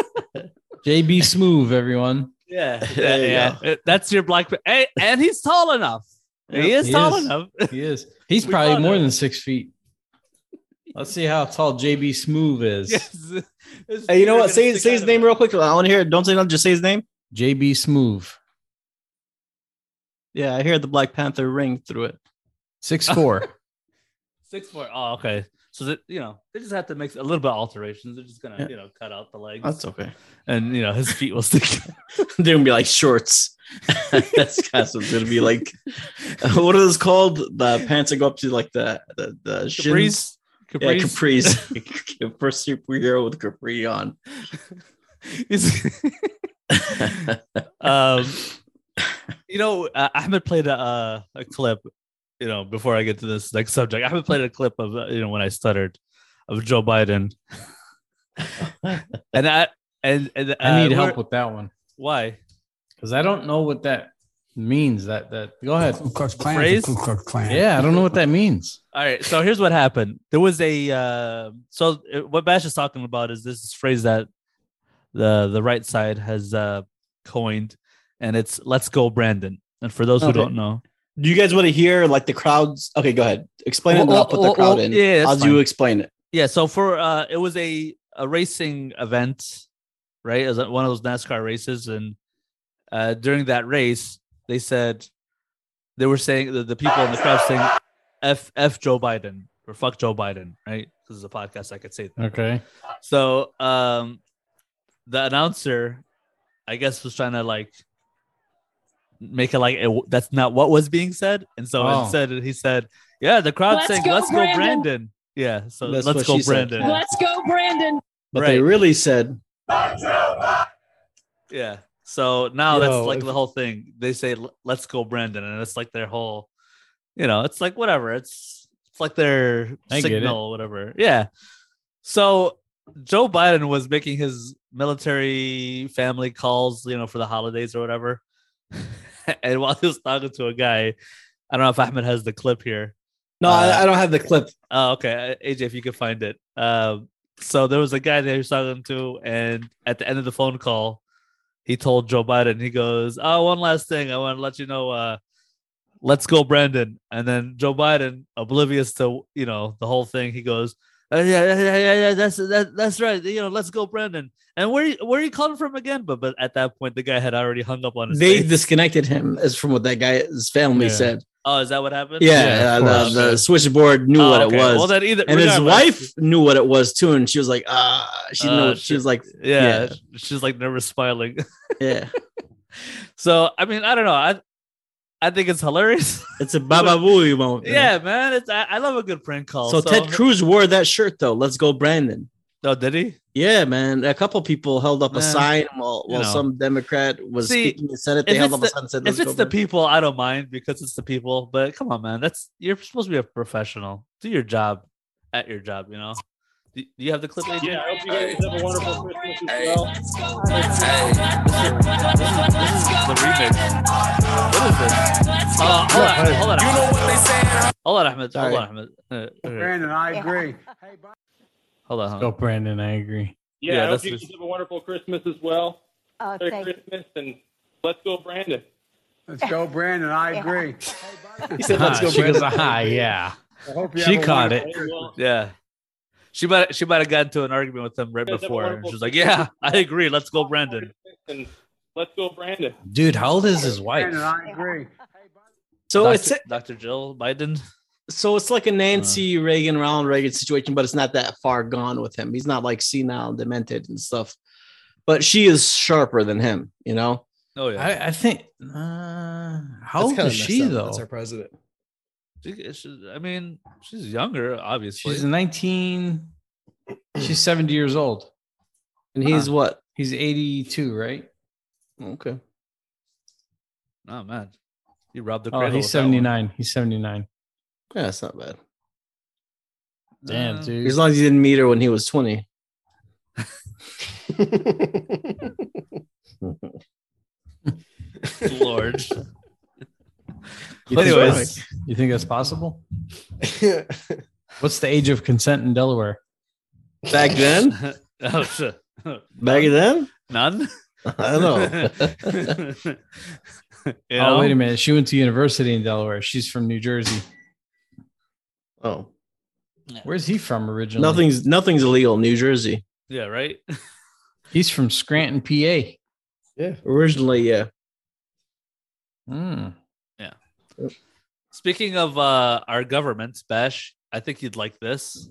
[SPEAKER 1] JB Smoove, everyone.
[SPEAKER 2] Yeah.
[SPEAKER 3] There you
[SPEAKER 2] yeah. Uh, That's your black. pa- And, and he's tall enough. he is
[SPEAKER 1] he
[SPEAKER 2] tall
[SPEAKER 1] is.
[SPEAKER 2] enough. [laughs]
[SPEAKER 1] He is. He's
[SPEAKER 2] We
[SPEAKER 1] probably
[SPEAKER 2] found
[SPEAKER 1] more
[SPEAKER 2] it.
[SPEAKER 1] than six feet. Let's see how tall JB Smoove is.
[SPEAKER 3] [laughs]
[SPEAKER 2] Yes. It's
[SPEAKER 3] Hey, you know
[SPEAKER 2] really
[SPEAKER 3] what? Say
[SPEAKER 2] gonna
[SPEAKER 3] say
[SPEAKER 2] stick
[SPEAKER 3] his
[SPEAKER 2] out
[SPEAKER 3] name
[SPEAKER 2] of it.
[SPEAKER 3] real quick. I want to hear it. Don't say nothing. Just say his name.
[SPEAKER 1] JB Smoove,
[SPEAKER 3] Yeah, I hear the Black Panther ring through it.
[SPEAKER 1] six four. [laughs]
[SPEAKER 2] Six four. Oh, okay. So that you know, they just have to make a little bit of alterations. They're just gonna
[SPEAKER 3] Yeah.
[SPEAKER 2] you know cut out the legs,
[SPEAKER 3] That's okay. [laughs]
[SPEAKER 2] and you know his feet will stick.
[SPEAKER 3] They're gonna be like shorts. [laughs] That's kind of gonna be like [laughs] what are those called? The pants that go up to like the the the shins?
[SPEAKER 2] Caprice. Caprice.
[SPEAKER 3] Yeah,
[SPEAKER 2] [laughs]
[SPEAKER 3] capris. [laughs] First superhero with capri on.
[SPEAKER 2] He's- [laughs] um, you know, uh, Ahmed played a, uh, a clip. You know, before I get to this next subject, I haven't played a clip of uh, you know when I stuttered of Joe Biden, and I and, and
[SPEAKER 1] I need help
[SPEAKER 2] With-
[SPEAKER 1] with that one
[SPEAKER 2] why?
[SPEAKER 1] because I don't know what that means. That that go [laughs] ahead.
[SPEAKER 7] Ku Klux Klan.
[SPEAKER 2] Phrase?
[SPEAKER 7] is the Ku Klux Klan.
[SPEAKER 1] Yeah, I don't know what that means.
[SPEAKER 2] All right, so here's what happened. There was a uh, so uh, what Bash is talking about is this phrase that the the right side has uh, coined, and it's "Let's go, Brandon." And for those who
[SPEAKER 3] Okay.
[SPEAKER 2] don't know,
[SPEAKER 3] Do you guys want to hear like the crowds? Okay, go ahead. Explain it.
[SPEAKER 2] Well,
[SPEAKER 3] and I'll put
[SPEAKER 2] well,
[SPEAKER 3] the crowd
[SPEAKER 2] well,
[SPEAKER 3] in.
[SPEAKER 2] yeah, that's
[SPEAKER 3] I'll do
[SPEAKER 2] fine.
[SPEAKER 3] explain it.
[SPEAKER 2] Yeah, so for uh it was a a racing event, right? It was one of those NASCAR races and uh during that race, they said they were saying the, the people in the crowd saying F F Joe Biden or fuck Joe Biden, right? This is a podcast I could say. that.
[SPEAKER 1] Okay.
[SPEAKER 2] So, um the announcer I guess was trying to like make it like it, w- that's not what was being said. And so
[SPEAKER 1] Oh.
[SPEAKER 2] instead he said, yeah, the crowd
[SPEAKER 10] Let's
[SPEAKER 2] saying
[SPEAKER 10] go,
[SPEAKER 2] let's go
[SPEAKER 10] Brandon."
[SPEAKER 2] Brandon. Yeah, so
[SPEAKER 3] That's
[SPEAKER 2] let's
[SPEAKER 3] what
[SPEAKER 2] go
[SPEAKER 3] she said.
[SPEAKER 2] Brandon.
[SPEAKER 3] Yeah.
[SPEAKER 10] Let's go, Brandon.
[SPEAKER 3] But they
[SPEAKER 2] Right.
[SPEAKER 3] really said,
[SPEAKER 2] Yeah. So now
[SPEAKER 4] Yo,
[SPEAKER 2] that's like
[SPEAKER 4] if-
[SPEAKER 2] the whole thing. They say "L- let's go Brandon and it's like their whole you know, it's like whatever. It's it's like their
[SPEAKER 1] I get it.
[SPEAKER 2] signal whatever. Yeah. So Joe Biden was making his military family calls, you know, for the holidays or whatever. [laughs] and while he was talking to a guy, I don't know if Ahmed has the clip here.
[SPEAKER 3] "No,
[SPEAKER 2] Uh,
[SPEAKER 3] I, I don't have the clip."
[SPEAKER 2] Oh, okay. Uh, AJ, if you could find it. Um, so there was a guy that he was talking to, and at the end of the phone call, he told Joe Biden, he goes, Oh, one last thing. I want to let you know, uh, let's go, Brandon. And then Joe Biden, oblivious to you know the whole thing, he goes, "Uh, yeah, yeah, yeah, yeah, yeah, that's that, that's right. You know, let's go, Brandon. And where you- where are you calling from again? But but at that point, the guy had already hung up on his
[SPEAKER 3] They
[SPEAKER 2] face.
[SPEAKER 3] disconnected him, as from what that guy, his family
[SPEAKER 1] Yeah.
[SPEAKER 3] said.
[SPEAKER 2] [laughs] Oh, is that what happened?
[SPEAKER 3] Yeah,
[SPEAKER 1] of
[SPEAKER 3] uh,
[SPEAKER 1] course.
[SPEAKER 3] the, the switchboard knew
[SPEAKER 2] Oh,
[SPEAKER 3] what
[SPEAKER 2] okay.
[SPEAKER 3] it was.
[SPEAKER 2] Well, then either
[SPEAKER 3] and his
[SPEAKER 2] regardless-
[SPEAKER 3] wife knew what it was too, and she was like, "Ah," she
[SPEAKER 2] Uh,
[SPEAKER 3] know.
[SPEAKER 2] shit.
[SPEAKER 3] She was like,
[SPEAKER 2] Yeah, she's like never smiling.
[SPEAKER 3] "Yeah, [laughs]
[SPEAKER 2] So I mean, I don't know. I I think it's hilarious. [laughs]
[SPEAKER 3] it's a Baba Booey moment." man.
[SPEAKER 2] yeah, man. It's I, I love a good prank call.
[SPEAKER 3] So Ted Cruz wore that shirt though. Let's go, Brandon.
[SPEAKER 2] Oh, did he?
[SPEAKER 3] Yeah, man. A couple people held up a
[SPEAKER 2] Man,
[SPEAKER 3] sign while,
[SPEAKER 2] you
[SPEAKER 3] while
[SPEAKER 2] know.
[SPEAKER 3] some Democrat was
[SPEAKER 2] See,
[SPEAKER 3] speaking in the Senate. They
[SPEAKER 2] if
[SPEAKER 3] held
[SPEAKER 2] it's
[SPEAKER 3] up a sign and said,
[SPEAKER 2] If
[SPEAKER 3] "Let's
[SPEAKER 2] it's
[SPEAKER 3] go."
[SPEAKER 2] the
[SPEAKER 3] Brandon."
[SPEAKER 2] people, I don't mind because it's the people. But come on, man. That's you're supposed to be a professional. Do your job at your job. You know. Do, do you have the clip? AJ?
[SPEAKER 5] Yeah, I hope you guys have a wonderful Christmas as
[SPEAKER 6] Hey.
[SPEAKER 5] well.
[SPEAKER 2] The remix. What is this? Oh, hold on, hold on, Ahmed. hold on, Ahmed. Hold
[SPEAKER 3] Sorry.
[SPEAKER 2] on, Ahmed. Uh, okay.
[SPEAKER 5] Brandon, I agree.
[SPEAKER 2] Hold on.
[SPEAKER 1] Go,
[SPEAKER 2] Ahmed.
[SPEAKER 1] Brandon. I agree.
[SPEAKER 5] Yeah,
[SPEAKER 2] Yeah,
[SPEAKER 5] I
[SPEAKER 2] that's
[SPEAKER 5] hope you
[SPEAKER 2] just-
[SPEAKER 5] guys have a wonderful Christmas as well.
[SPEAKER 10] Oh,
[SPEAKER 5] Merry
[SPEAKER 10] thank you.
[SPEAKER 5] Christmas and let's go, Brandon.
[SPEAKER 10] Let's go, Brandon. [laughs] I agree.
[SPEAKER 4] He said, "Let's
[SPEAKER 1] Ah,
[SPEAKER 4] go,
[SPEAKER 1] she goes,
[SPEAKER 4] Brandon."
[SPEAKER 1] aha, yeah.
[SPEAKER 10] I hope you
[SPEAKER 2] She
[SPEAKER 10] have a
[SPEAKER 2] caught
[SPEAKER 10] wonderful
[SPEAKER 5] Hey, well,
[SPEAKER 2] Yeah. She might she might have gotten to an argument with him right
[SPEAKER 5] Guys, have a
[SPEAKER 2] before. And
[SPEAKER 5] wonderful
[SPEAKER 2] she was like,
[SPEAKER 5] Christmas.
[SPEAKER 2] Yeah, I agree. Let's go, Brandon.
[SPEAKER 5] and let's go, Brandon.
[SPEAKER 1] Dude, how old is his wife?
[SPEAKER 10] Brandon, I agree.
[SPEAKER 3] so
[SPEAKER 2] Dr.
[SPEAKER 3] it's
[SPEAKER 2] Dr. Jill Biden.
[SPEAKER 3] so it's like a Nancy Reagan, Ronald Reagan situation, but it's not that far gone with him. He's not like senile, and demented, and stuff. But she is sharper than him, you know.
[SPEAKER 2] Oh yeah.
[SPEAKER 1] I, I think. Uh, how
[SPEAKER 4] That's
[SPEAKER 1] old
[SPEAKER 4] kinda
[SPEAKER 1] is she
[SPEAKER 4] messed up.
[SPEAKER 1] though?
[SPEAKER 4] That's our president.
[SPEAKER 2] She- she- I mean, she's younger, obviously.
[SPEAKER 1] She's 19. She's 70 years old.
[SPEAKER 3] And he's what?
[SPEAKER 1] He's 82, right?
[SPEAKER 3] Okay.
[SPEAKER 2] oh man. You robbed the
[SPEAKER 1] Oh,
[SPEAKER 2] cradle
[SPEAKER 1] he's
[SPEAKER 2] with that one.
[SPEAKER 1] 79. He's 79.
[SPEAKER 3] Yeah, that's not bad.
[SPEAKER 1] Damn,
[SPEAKER 2] Uh,
[SPEAKER 1] dude.
[SPEAKER 3] As long as you didn't meet her when he was 20.
[SPEAKER 2] [laughs] Lord.
[SPEAKER 1] [laughs] You think
[SPEAKER 2] Anyways.
[SPEAKER 1] that's- you think that's possible? What's the age of consent in Delaware?
[SPEAKER 3] Back [laughs] then?
[SPEAKER 2] [laughs] oh, shit.
[SPEAKER 3] Back then?
[SPEAKER 2] None?
[SPEAKER 3] I don't
[SPEAKER 2] [laughs]
[SPEAKER 1] [laughs]
[SPEAKER 3] [laughs] know.
[SPEAKER 2] You
[SPEAKER 1] Oh,
[SPEAKER 2] know?
[SPEAKER 1] wait Oh, a minute. She went to university in Delaware. She's from New Jersey.
[SPEAKER 3] Oh.
[SPEAKER 1] Where's he from originally?
[SPEAKER 3] Nothing's nothing's illegal in New Jersey.
[SPEAKER 2] Yeah, right?
[SPEAKER 1] He's from Scranton, PA.
[SPEAKER 3] Originally, yeah.
[SPEAKER 1] Mm.
[SPEAKER 2] Speaking of uh, our government, Bash, I think you'd like this.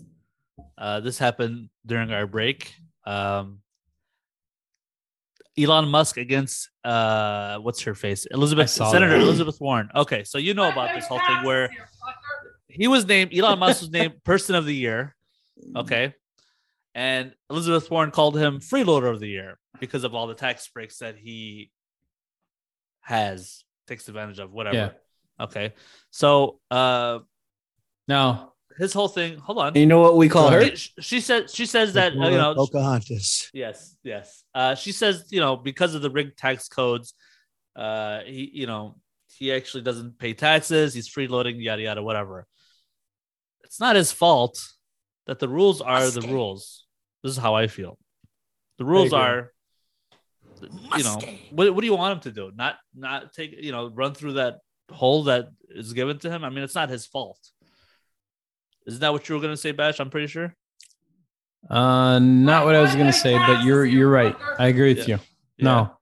[SPEAKER 2] Uh, this happened during our break. Um, Elon Musk against uh, what's her face? Elizabeth
[SPEAKER 1] saw
[SPEAKER 2] Senator
[SPEAKER 1] that. [laughs]
[SPEAKER 2] Elizabeth Warren. Okay, so you know about this whole thing where he was named Elon Musk was named Person of the Year. Okay, and Elizabeth Warren called him Freeloader of the Year because of all the tax breaks that he has takes advantage of. Whatever.
[SPEAKER 1] Yeah.
[SPEAKER 2] Okay. So uh
[SPEAKER 1] No.
[SPEAKER 2] his whole thing, hold on.
[SPEAKER 3] And you know what we call her?
[SPEAKER 2] She, she says she says that uh, you know
[SPEAKER 11] Pocahontas.
[SPEAKER 2] yes, yes. Uh she says, you know, because of the rigged tax codes, uh he you know, he actually doesn't pay taxes, he's freeloading, yada yada, whatever. It's not his fault that the rules are the rules. This is how I feel. The rules
[SPEAKER 4] agree.
[SPEAKER 2] are you know, what, what do you want him to do? Not not take you know run through that hole that is given to him. I mean, it's not his fault. Isn't that what you were gonna say, Bash? I'm pretty sure.
[SPEAKER 1] Uh, not what I was gonna say, but you're you're right. I agree with
[SPEAKER 2] Yeah.
[SPEAKER 1] you. No.
[SPEAKER 2] All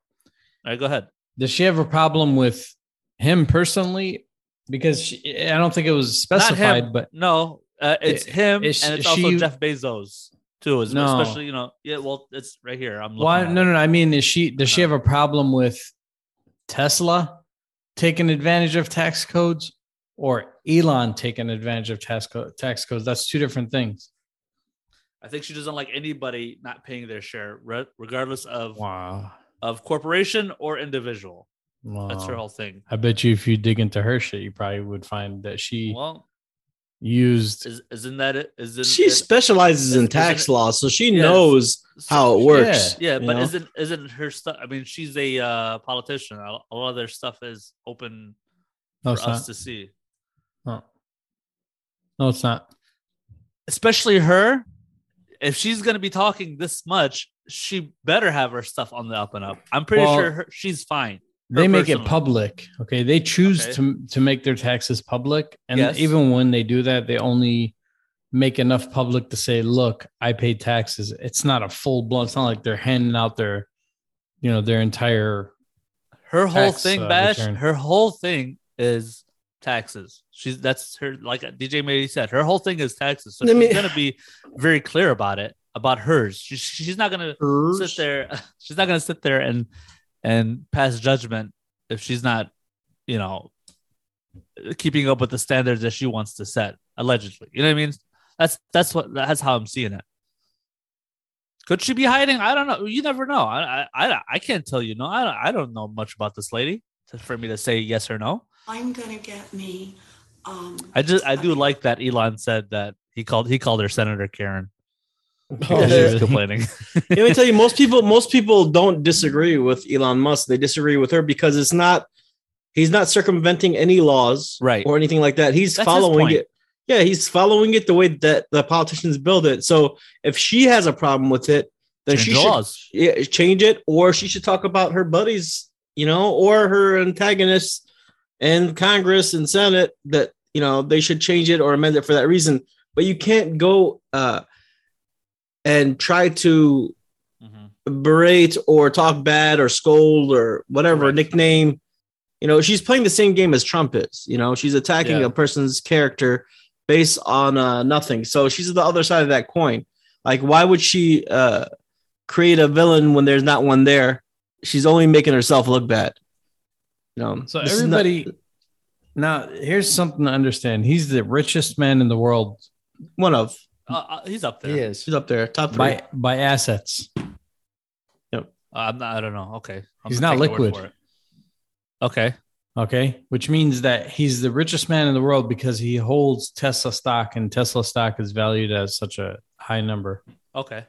[SPEAKER 2] right, go ahead.
[SPEAKER 1] Does she have a problem with him personally? Because she, I don't think it was specified,
[SPEAKER 2] him.
[SPEAKER 1] but
[SPEAKER 2] No, uh, it's
[SPEAKER 1] It-
[SPEAKER 2] him,
[SPEAKER 1] it's-
[SPEAKER 2] and it's
[SPEAKER 1] she-
[SPEAKER 2] also Jeff Bezos too. Is
[SPEAKER 1] No.
[SPEAKER 2] especially you know yeah. Well, it's right here. I'm looking.
[SPEAKER 1] why?
[SPEAKER 2] at
[SPEAKER 1] No,
[SPEAKER 2] it.
[SPEAKER 1] no, no. I mean, is she does she have a problem with Tesla taking advantage of tax codes or Elon taking advantage of tax co- tax codes? That's two different things.
[SPEAKER 2] I think she doesn't like anybody not paying their share, re- regardless of
[SPEAKER 1] Wow.
[SPEAKER 2] of corporation or individual. That's
[SPEAKER 1] Oh.
[SPEAKER 2] her whole thing.
[SPEAKER 1] I bet you if you dig into her shit, you probably would find that she
[SPEAKER 2] Well,
[SPEAKER 1] used
[SPEAKER 2] is, isn't that it? Isn't
[SPEAKER 3] She
[SPEAKER 2] it-
[SPEAKER 3] specializes in
[SPEAKER 2] Isn't
[SPEAKER 3] tax
[SPEAKER 2] it-
[SPEAKER 3] law, so she
[SPEAKER 2] Yeah.
[SPEAKER 3] knows how it works.
[SPEAKER 2] Yeah,
[SPEAKER 3] you
[SPEAKER 2] but
[SPEAKER 3] know?
[SPEAKER 2] isn't isn't her stuff? I mean, she's a uh, politician. A a lot of their stuff is open
[SPEAKER 1] no,
[SPEAKER 2] for
[SPEAKER 1] it's
[SPEAKER 2] us
[SPEAKER 1] not.
[SPEAKER 2] to see,
[SPEAKER 1] No, it's not.
[SPEAKER 2] especially her. If she's going to be talking this much, she better have her stuff on the up and up. I'm pretty
[SPEAKER 1] Well-
[SPEAKER 2] sure her, she's fine.
[SPEAKER 1] they make it
[SPEAKER 2] personally.
[SPEAKER 1] public okay they choose
[SPEAKER 2] Okay.
[SPEAKER 1] to to make their taxes public and
[SPEAKER 2] Yes.
[SPEAKER 1] even when they do that they only make enough public to say look i paid taxes it's not a full blown it's not like they're handing out their you know their entire
[SPEAKER 2] Her whole
[SPEAKER 1] Tax,
[SPEAKER 2] thing,
[SPEAKER 1] uh,
[SPEAKER 2] Bash.
[SPEAKER 1] return.
[SPEAKER 2] Her whole thing is taxes. She's that's her like DJ Mady said. Her whole thing is taxes, so
[SPEAKER 4] Let
[SPEAKER 2] she's
[SPEAKER 4] me-
[SPEAKER 2] gonna be very clear about it about hers. She, she's not gonna sit there. [laughs] She's not gonna sit there and and pass judgment if she's not, you know, keeping up with the standards that she wants to set allegedly. You know what I mean? That's that's what that's how I'm seeing it. Could she be hiding? I don't know. You never know. I I I, I can't tell you. No, I don't, I don't know much about this lady to- for me to say yes or no.
[SPEAKER 11] I'm gonna get me. Um,
[SPEAKER 2] I just I do like that Elon said that he called he called her Senator Karen.
[SPEAKER 3] Oh,
[SPEAKER 4] [laughs]
[SPEAKER 2] Oh, she
[SPEAKER 3] [laughs]
[SPEAKER 2] was
[SPEAKER 3] yeah.
[SPEAKER 2] complaining.
[SPEAKER 3] Let me tell you, most people most people don't disagree with Elon Musk. They disagree with her because it's not he's not circumventing any laws
[SPEAKER 2] right.
[SPEAKER 3] or anything like that. He's
[SPEAKER 2] That's his
[SPEAKER 3] following
[SPEAKER 2] point.
[SPEAKER 3] it. Yeah, he's following it the way that the politicians build it. So if she has a problem with it, then
[SPEAKER 2] Change
[SPEAKER 3] she
[SPEAKER 2] the
[SPEAKER 3] should
[SPEAKER 2] laws.
[SPEAKER 3] yeah, change it, or she should talk about her buddies, you know, or her antagonists in Congress and Senate that you know they should change it or amend it for that reason. But you can't go uh, and try to
[SPEAKER 1] Mm-hmm.
[SPEAKER 3] berate or talk bad or scold or whatever nickname. You know, she's playing the same game as Trump is. You know, she's attacking
[SPEAKER 2] Yeah.
[SPEAKER 3] a person's character based on uh, nothing. So she's the other side of that coin. Like, why would she uh, create a villain when there's not one there? She's only making herself look bad. You know,
[SPEAKER 1] So
[SPEAKER 3] this is not-
[SPEAKER 1] everybody. now, here's something to understand. He's the richest man in the world.
[SPEAKER 3] One of
[SPEAKER 2] Uh, uh, he's up there.
[SPEAKER 4] is.
[SPEAKER 3] she's up there, top three.
[SPEAKER 1] by by assets.
[SPEAKER 2] Uh, I'm not, I don't know. Okay. I'm
[SPEAKER 1] He's
[SPEAKER 2] gonna
[SPEAKER 1] not
[SPEAKER 2] take your word
[SPEAKER 1] liquid.
[SPEAKER 2] for it. Okay.
[SPEAKER 1] Okay, which means that he's the richest man in the world because he holds Tesla stock, and Tesla stock is valued as such a high number.
[SPEAKER 2] Okay.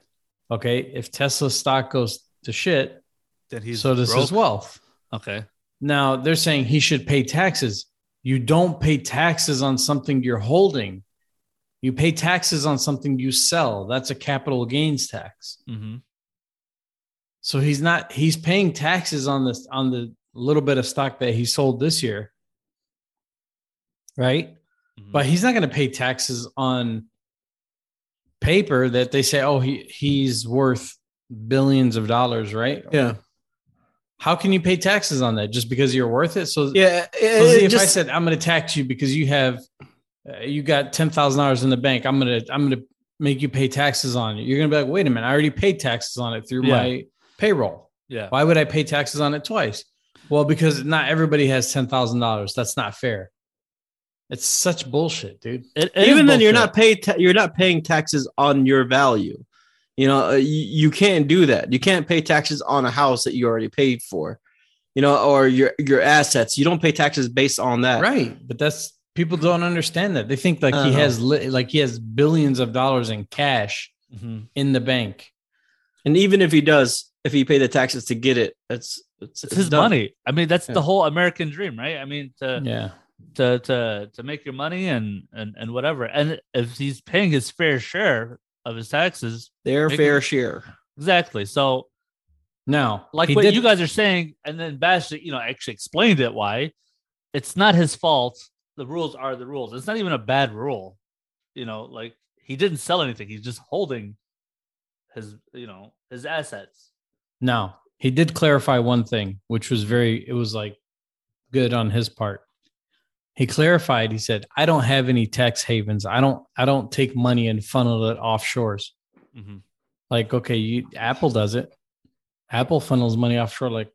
[SPEAKER 1] Okay, if Tesla stock goes to shit,
[SPEAKER 2] Then he's
[SPEAKER 1] so does his
[SPEAKER 2] broke.
[SPEAKER 1] wealth.
[SPEAKER 2] Okay.
[SPEAKER 1] Now they're saying he should pay taxes. You don't pay taxes on something you're holding. You pay taxes on something you sell. That's a capital gains tax.
[SPEAKER 2] hmm
[SPEAKER 1] So he's not he's paying taxes on this on the little bit of stock that he sold this year. Right?
[SPEAKER 2] Hmm. Mm-hmm.
[SPEAKER 1] But he's not going to pay taxes on paper that they say oh he he's worth billions of dollars, right?
[SPEAKER 3] Yeah.
[SPEAKER 1] How can you pay taxes on that just because you're worth it? So
[SPEAKER 3] Yeah.
[SPEAKER 1] so
[SPEAKER 3] it-
[SPEAKER 1] see, if
[SPEAKER 3] it
[SPEAKER 1] I
[SPEAKER 3] just-
[SPEAKER 1] said I'm going to tax you because you have uh, you got ten thousand dollars in the bank, I'm gonna I'm gonna make you pay taxes on it. You're gonna be like, wait a minute, I already paid taxes on it through
[SPEAKER 2] Yeah.
[SPEAKER 1] my payroll.
[SPEAKER 2] Yeah.
[SPEAKER 1] Why would I pay taxes on it twice? Well, because not everybody has ten thousand dollars. That's not fair. It's such bullshit, dude.
[SPEAKER 2] It- it is
[SPEAKER 3] even then you're
[SPEAKER 2] bullshit.
[SPEAKER 3] not paid ta- you're not paying taxes on your value you know uh, you, you can't do that you can't pay taxes on a house that you already paid for you know or your your assets you don't pay taxes based on
[SPEAKER 2] uh,
[SPEAKER 3] that
[SPEAKER 1] Right, but that's people don't understand that. They think like
[SPEAKER 3] I
[SPEAKER 1] he
[SPEAKER 2] Uh-huh.
[SPEAKER 3] know.
[SPEAKER 1] has li- like he has billions of dollars in cash
[SPEAKER 2] Mhm.
[SPEAKER 1] in the bank.
[SPEAKER 3] and even if he does if he paid the taxes to get it it's it's,
[SPEAKER 2] It's his
[SPEAKER 3] done.
[SPEAKER 2] money. I mean, that's
[SPEAKER 3] Yeah.
[SPEAKER 2] the whole American dream, right? I mean, to
[SPEAKER 1] Yeah,
[SPEAKER 2] to to to make your money and and and whatever. And if he's paying his fair share of his taxes,
[SPEAKER 3] their
[SPEAKER 2] Make
[SPEAKER 3] fair
[SPEAKER 2] it-
[SPEAKER 3] share
[SPEAKER 2] exactly. So
[SPEAKER 1] now
[SPEAKER 2] like
[SPEAKER 1] he
[SPEAKER 2] what
[SPEAKER 1] did-
[SPEAKER 2] you guys are saying, and then Bash, you know, actually explained it why it's not his fault. The rules are the rules. It's not even a bad rule, you know. Like he didn't sell anything; he's just holding his, you know, his assets.
[SPEAKER 1] Now, he did clarify one thing, which was very, it was like good on his part. He clarified, he said, I don't have any tax havens. I don't, I don't take money and funnel it offshores.
[SPEAKER 2] Mhm.
[SPEAKER 1] Like, okay, you, Apple does it. Apple funnels money offshore like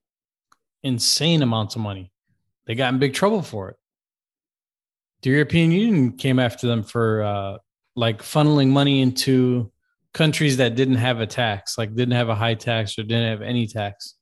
[SPEAKER 1] insane amounts of money. They got in big trouble for it. The European Union came after them for uh, like funneling money into countries that didn't have a tax, like didn't have a high tax or didn't have any tax.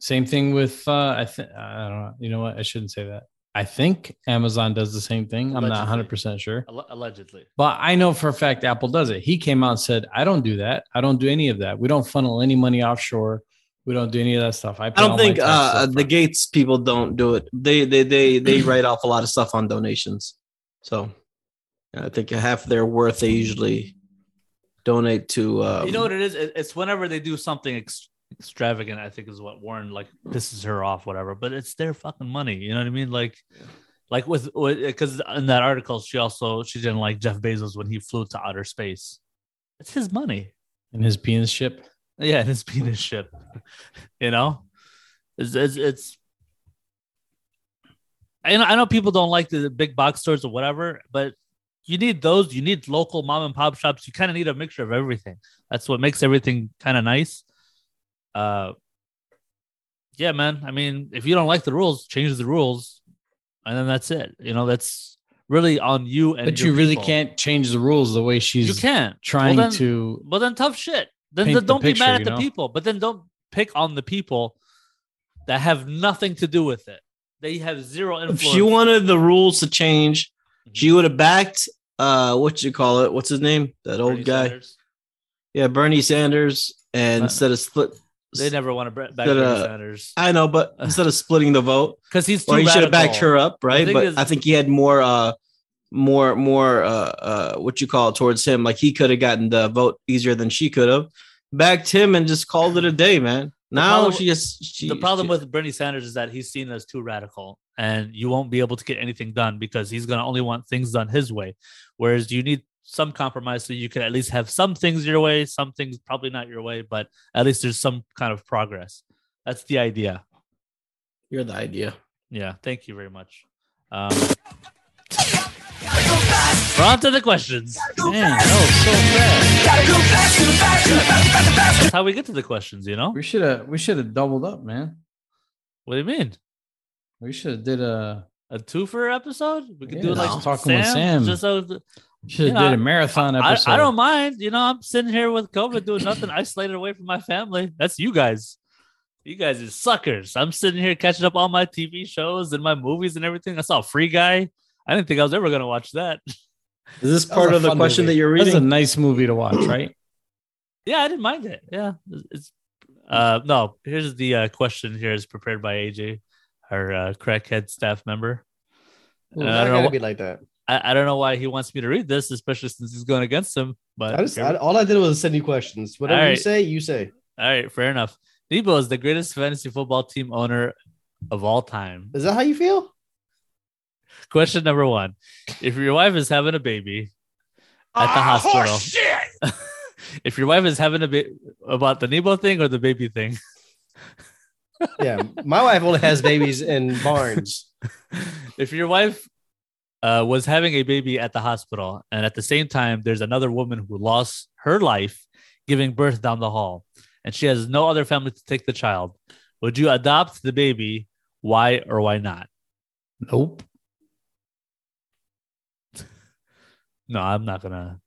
[SPEAKER 1] Same thing with uh, I think I don't know. You know what? I shouldn't say that. I think Amazon does the same thing. I'm not 100 percent sure,
[SPEAKER 2] Alle- allegedly.
[SPEAKER 1] but I know for a fact Apple does it. He came out and said, "I don't do that. I don't do any of that. We don't funnel any money offshore. We don't do any of that stuff." pay
[SPEAKER 3] i
[SPEAKER 1] all my
[SPEAKER 3] don't think
[SPEAKER 1] taxes
[SPEAKER 3] uh
[SPEAKER 1] upfront."
[SPEAKER 3] the gates people don't do it they they
[SPEAKER 2] [clears throat]
[SPEAKER 3] they they write off a lot of stuff on donations so i think half their worth they usually donate to um,
[SPEAKER 2] you know what it is? It- It's whenever they do something ex- extravagant, I think is what Warren like pisses her off, whatever. But it's their fucking money. You know what I mean? Like, like with because in that article, she also she didn't like Jeff Bezos when he flew to outer space. It's his money.
[SPEAKER 1] in his penis ship.
[SPEAKER 2] Yeah, and his penis ship. you know, it's it's, it's I know, I know people don't like the big box stores or whatever, but you need those. You need local mom and pop shops. You kind of need a mixture of everything. That's what makes everything kind of nice. Uh, yeah, man. I mean, if you don't like the rules, change the rules, and then that's it. You know, that's really on you. And
[SPEAKER 1] but
[SPEAKER 2] your
[SPEAKER 1] you really
[SPEAKER 2] people.
[SPEAKER 1] can't change the rules the way she's
[SPEAKER 2] You can't.
[SPEAKER 1] trying
[SPEAKER 2] Well, then-
[SPEAKER 1] to.
[SPEAKER 2] Well, then tough shit. Then,
[SPEAKER 1] Paint
[SPEAKER 2] then
[SPEAKER 1] the
[SPEAKER 2] don't
[SPEAKER 1] picture,
[SPEAKER 2] be mad
[SPEAKER 1] you
[SPEAKER 2] at the
[SPEAKER 1] know?
[SPEAKER 2] people, but then don't pick on the people that have nothing to do with it. They have zero
[SPEAKER 3] If
[SPEAKER 2] influence.
[SPEAKER 3] she wanted the rules to change,
[SPEAKER 2] Mhm.
[SPEAKER 3] she would have backed uh what you call it? What's his name? That old
[SPEAKER 2] Bernie
[SPEAKER 3] guy.
[SPEAKER 2] Sanders.
[SPEAKER 3] Yeah, Bernie Sanders. And
[SPEAKER 2] Uh,
[SPEAKER 3] instead of split
[SPEAKER 2] They never want to back
[SPEAKER 3] That,
[SPEAKER 2] Bernie
[SPEAKER 3] uh,
[SPEAKER 2] Sanders
[SPEAKER 3] I know,
[SPEAKER 2] [laughs]
[SPEAKER 3] but instead of splitting the vote,
[SPEAKER 2] because he's too
[SPEAKER 3] or he should have backed
[SPEAKER 2] radical.
[SPEAKER 3] her up, right?
[SPEAKER 2] thing
[SPEAKER 3] But
[SPEAKER 2] is-
[SPEAKER 3] I think he had more uh more more uh uh what you call it towards him. Like he could have gotten the vote easier than she could have. Backed him and just called it a day, man. Now
[SPEAKER 2] problem-
[SPEAKER 3] she just she,
[SPEAKER 2] the problem
[SPEAKER 3] she-
[SPEAKER 2] with Bernie Sanders is that he's seen as too radical, and you won't be able to get anything done because he's going to only want things done his way. Whereas you need some compromise so you can at least have some things your way, some things probably not your way, but at least there's some kind of progress. That's the idea.
[SPEAKER 3] you're the idea.
[SPEAKER 2] Yeah. Thank you very much. Um, we're on to the questions.
[SPEAKER 1] Man, that was so
[SPEAKER 2] That's how we get to the questions, you know?
[SPEAKER 1] We should have we should have doubled up, man.
[SPEAKER 2] What do you mean?
[SPEAKER 1] We should have did a
[SPEAKER 2] A twofer episode? We could do
[SPEAKER 1] Yeah,
[SPEAKER 2] it like
[SPEAKER 1] no. Talking with Sam.
[SPEAKER 2] Just so
[SPEAKER 1] should
[SPEAKER 2] You
[SPEAKER 1] have
[SPEAKER 2] know,
[SPEAKER 1] did
[SPEAKER 2] I-
[SPEAKER 1] a marathon
[SPEAKER 2] I,
[SPEAKER 1] episode.
[SPEAKER 2] I don't mind. You know, I'm sitting here with COVID doing nothing, isolated away from my family. That's you guys. You guys are suckers. I'm sitting here catching up on my TV shows and my movies and everything. I saw Free Guy. I didn't think I was ever going to watch that.
[SPEAKER 3] Is this
[SPEAKER 1] That was
[SPEAKER 3] part
[SPEAKER 1] a
[SPEAKER 3] of the
[SPEAKER 1] fun
[SPEAKER 3] question
[SPEAKER 1] movie.
[SPEAKER 3] that you're
[SPEAKER 1] That's a
[SPEAKER 3] reading?
[SPEAKER 1] nice movie to watch, right?
[SPEAKER 2] Yeah, I didn't mind it. Yeah. It's, uh, no, here's the uh, question here is prepared by AJ, our uh, crackhead staff member.
[SPEAKER 4] Ooh,
[SPEAKER 2] And
[SPEAKER 4] I
[SPEAKER 2] I, don't
[SPEAKER 4] gotta
[SPEAKER 2] know,
[SPEAKER 4] be like that.
[SPEAKER 2] wh- I, I don't know why he wants me to read this, especially since he's going against him. But
[SPEAKER 4] I just
[SPEAKER 2] here
[SPEAKER 4] I, all I did was send you questions. Whatever you
[SPEAKER 2] Alright.
[SPEAKER 4] say, you say.
[SPEAKER 2] All right, fair enough. Nebo is the greatest fantasy football team owner of all time.
[SPEAKER 4] Is that how you feel?
[SPEAKER 2] Question number one: If your wife is having a baby [laughs] at the
[SPEAKER 10] Ah,
[SPEAKER 2] hospital, if your wife is having a baby about the Nebo thing or the baby thing,
[SPEAKER 4] Yeah, my wife only has babies in barns.
[SPEAKER 2] [laughs] if your wife uh, was having a baby at the hospital, and at the same time, there's another woman who lost her life giving birth down the hall, and she has no other family to take the child, would you adopt the baby? Why or why not?
[SPEAKER 1] Nope.
[SPEAKER 2] No, I'm not gonna.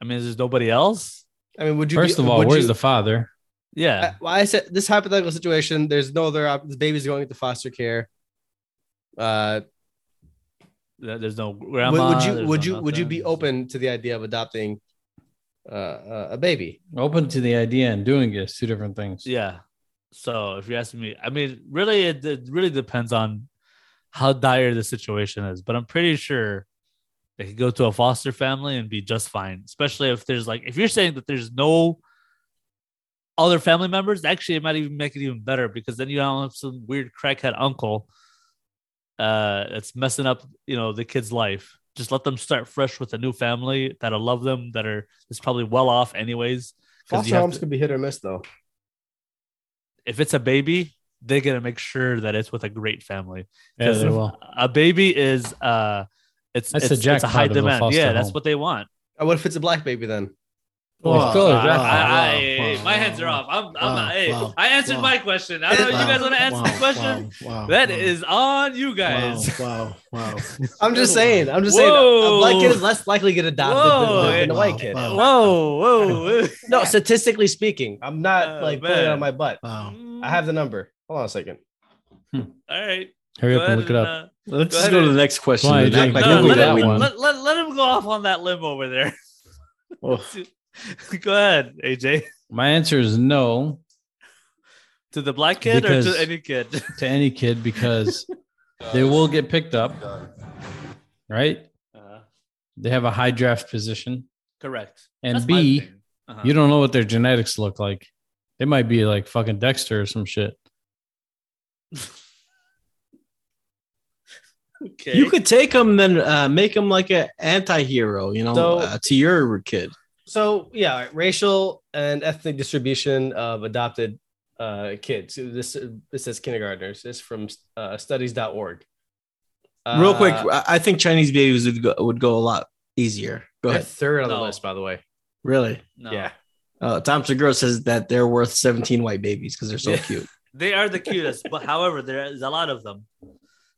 [SPEAKER 2] I mean, is there nobody else?
[SPEAKER 4] I mean, would you?
[SPEAKER 1] First
[SPEAKER 4] be-
[SPEAKER 1] of all,
[SPEAKER 4] would
[SPEAKER 1] where's
[SPEAKER 4] you-
[SPEAKER 1] the father?
[SPEAKER 2] Yeah,
[SPEAKER 4] I, well, I said this hypothetical situation. There's no other. Op- the baby's going into foster care. Uh,
[SPEAKER 2] There- there's no
[SPEAKER 4] would-
[SPEAKER 2] grandma.
[SPEAKER 4] would you
[SPEAKER 2] there's
[SPEAKER 4] would
[SPEAKER 2] no
[SPEAKER 4] you would you
[SPEAKER 2] nothing.
[SPEAKER 4] be open to the idea of adopting uh, uh, a baby?
[SPEAKER 1] Open to the idea and doing it is two different things.
[SPEAKER 2] Yeah. So if you're asking me, I mean, really, it, it really depends on how dire the situation is. But I'm pretty sure they could go to a foster family and be just fine. Especially if there's like, if you're saying that there's no other family members, actually, it might even make it even better because then you don't have some weird crackhead uncle uh, that's messing up, you know, the kid's life. Just let them start fresh with a new family that'll love them, that are that's probably well off anyways. 'Cause you
[SPEAKER 4] Foster
[SPEAKER 2] have
[SPEAKER 4] homes
[SPEAKER 2] to-
[SPEAKER 4] could be hit or miss, though.
[SPEAKER 2] if it's a baby, they're gonna make sure that it's with a great family.
[SPEAKER 1] Yeah, they
[SPEAKER 2] Because
[SPEAKER 1] will.
[SPEAKER 2] A baby is uh, it's
[SPEAKER 1] That's
[SPEAKER 2] it's,
[SPEAKER 1] the
[SPEAKER 2] it's a high
[SPEAKER 1] jackpot of a
[SPEAKER 2] demand.
[SPEAKER 1] foster
[SPEAKER 2] Yeah, that's
[SPEAKER 1] home.
[SPEAKER 2] what they want.
[SPEAKER 4] Uh, What if it's a black baby then?
[SPEAKER 1] [laughs] Well,
[SPEAKER 2] Uh,
[SPEAKER 1] good.
[SPEAKER 2] I-
[SPEAKER 1] that's-
[SPEAKER 2] I- I-
[SPEAKER 1] wow,
[SPEAKER 2] hey,
[SPEAKER 1] wow,
[SPEAKER 2] my hands are
[SPEAKER 1] wow.
[SPEAKER 2] off. I'm, I'm
[SPEAKER 1] Wow,
[SPEAKER 2] hey,
[SPEAKER 1] wow,
[SPEAKER 2] I answered
[SPEAKER 1] wow.
[SPEAKER 2] my question. I don't know if you guys want to answer the question.
[SPEAKER 1] wow,
[SPEAKER 2] That
[SPEAKER 1] wow.
[SPEAKER 2] is on you guys.
[SPEAKER 1] Wow,
[SPEAKER 2] [laughs]
[SPEAKER 1] wow.
[SPEAKER 4] I'm just saying. I'm just saying. A
[SPEAKER 2] Whoa.
[SPEAKER 4] black kid is less likely to get adopted
[SPEAKER 2] Whoa,
[SPEAKER 4] than, than a
[SPEAKER 2] wow,
[SPEAKER 4] white kid.
[SPEAKER 2] Whoa, whoa.
[SPEAKER 1] [laughs]
[SPEAKER 4] No, statistically speaking, I'm not
[SPEAKER 2] Oh,
[SPEAKER 4] like pulling it
[SPEAKER 2] man.
[SPEAKER 4] out of my butt. I
[SPEAKER 2] I
[SPEAKER 4] have the number. Hold on a second.
[SPEAKER 2] All right.
[SPEAKER 1] Hurry
[SPEAKER 2] go
[SPEAKER 1] up and
[SPEAKER 2] ahead
[SPEAKER 1] look it up.
[SPEAKER 2] uh,
[SPEAKER 3] Let's
[SPEAKER 2] Go
[SPEAKER 3] just
[SPEAKER 2] ahead
[SPEAKER 3] go to the
[SPEAKER 2] and-
[SPEAKER 3] next question.
[SPEAKER 1] Why,
[SPEAKER 3] and
[SPEAKER 1] Jake,
[SPEAKER 3] act like
[SPEAKER 1] I
[SPEAKER 2] no,
[SPEAKER 3] we
[SPEAKER 2] let,
[SPEAKER 1] Googled
[SPEAKER 3] did
[SPEAKER 1] that
[SPEAKER 2] him,
[SPEAKER 3] win.
[SPEAKER 1] one.
[SPEAKER 2] Let, let, let him go off on that limb over there.
[SPEAKER 3] Oh.
[SPEAKER 2] [laughs] go ahead, AJ.
[SPEAKER 1] My answer is no
[SPEAKER 2] To the black kid or
[SPEAKER 1] Because-
[SPEAKER 2] to any kid?
[SPEAKER 1] to any kid because they will get picked up, right?
[SPEAKER 2] Uh,
[SPEAKER 1] They have a high draft position.
[SPEAKER 2] correct.
[SPEAKER 1] And
[SPEAKER 2] my
[SPEAKER 1] B,
[SPEAKER 2] thing. Uh-huh.
[SPEAKER 1] You don't know what their genetics look like. They might be like fucking Dexter or some shit.
[SPEAKER 2] okay.
[SPEAKER 3] You could take him then uh, make him like an anti-hero, you know,
[SPEAKER 4] So-
[SPEAKER 3] uh, to your kid.
[SPEAKER 4] So yeah, all right, racial and ethnic distribution of adopted uh, kids. This this says kindergartners. This is from uh, studies.org.
[SPEAKER 3] Real
[SPEAKER 4] Uh,
[SPEAKER 3] quick, I I think Chinese babies would go, would go a lot easier. Go
[SPEAKER 4] They're
[SPEAKER 3] ahead.
[SPEAKER 4] third on the
[SPEAKER 2] No.
[SPEAKER 4] list, by the way.
[SPEAKER 3] Really?
[SPEAKER 2] No.
[SPEAKER 4] Yeah.
[SPEAKER 3] Uh, Tom Segura says that they're worth 17 white babies because they're so
[SPEAKER 4] Yeah.
[SPEAKER 3] cute.
[SPEAKER 2] They are the cutest, but however, there is a lot of them.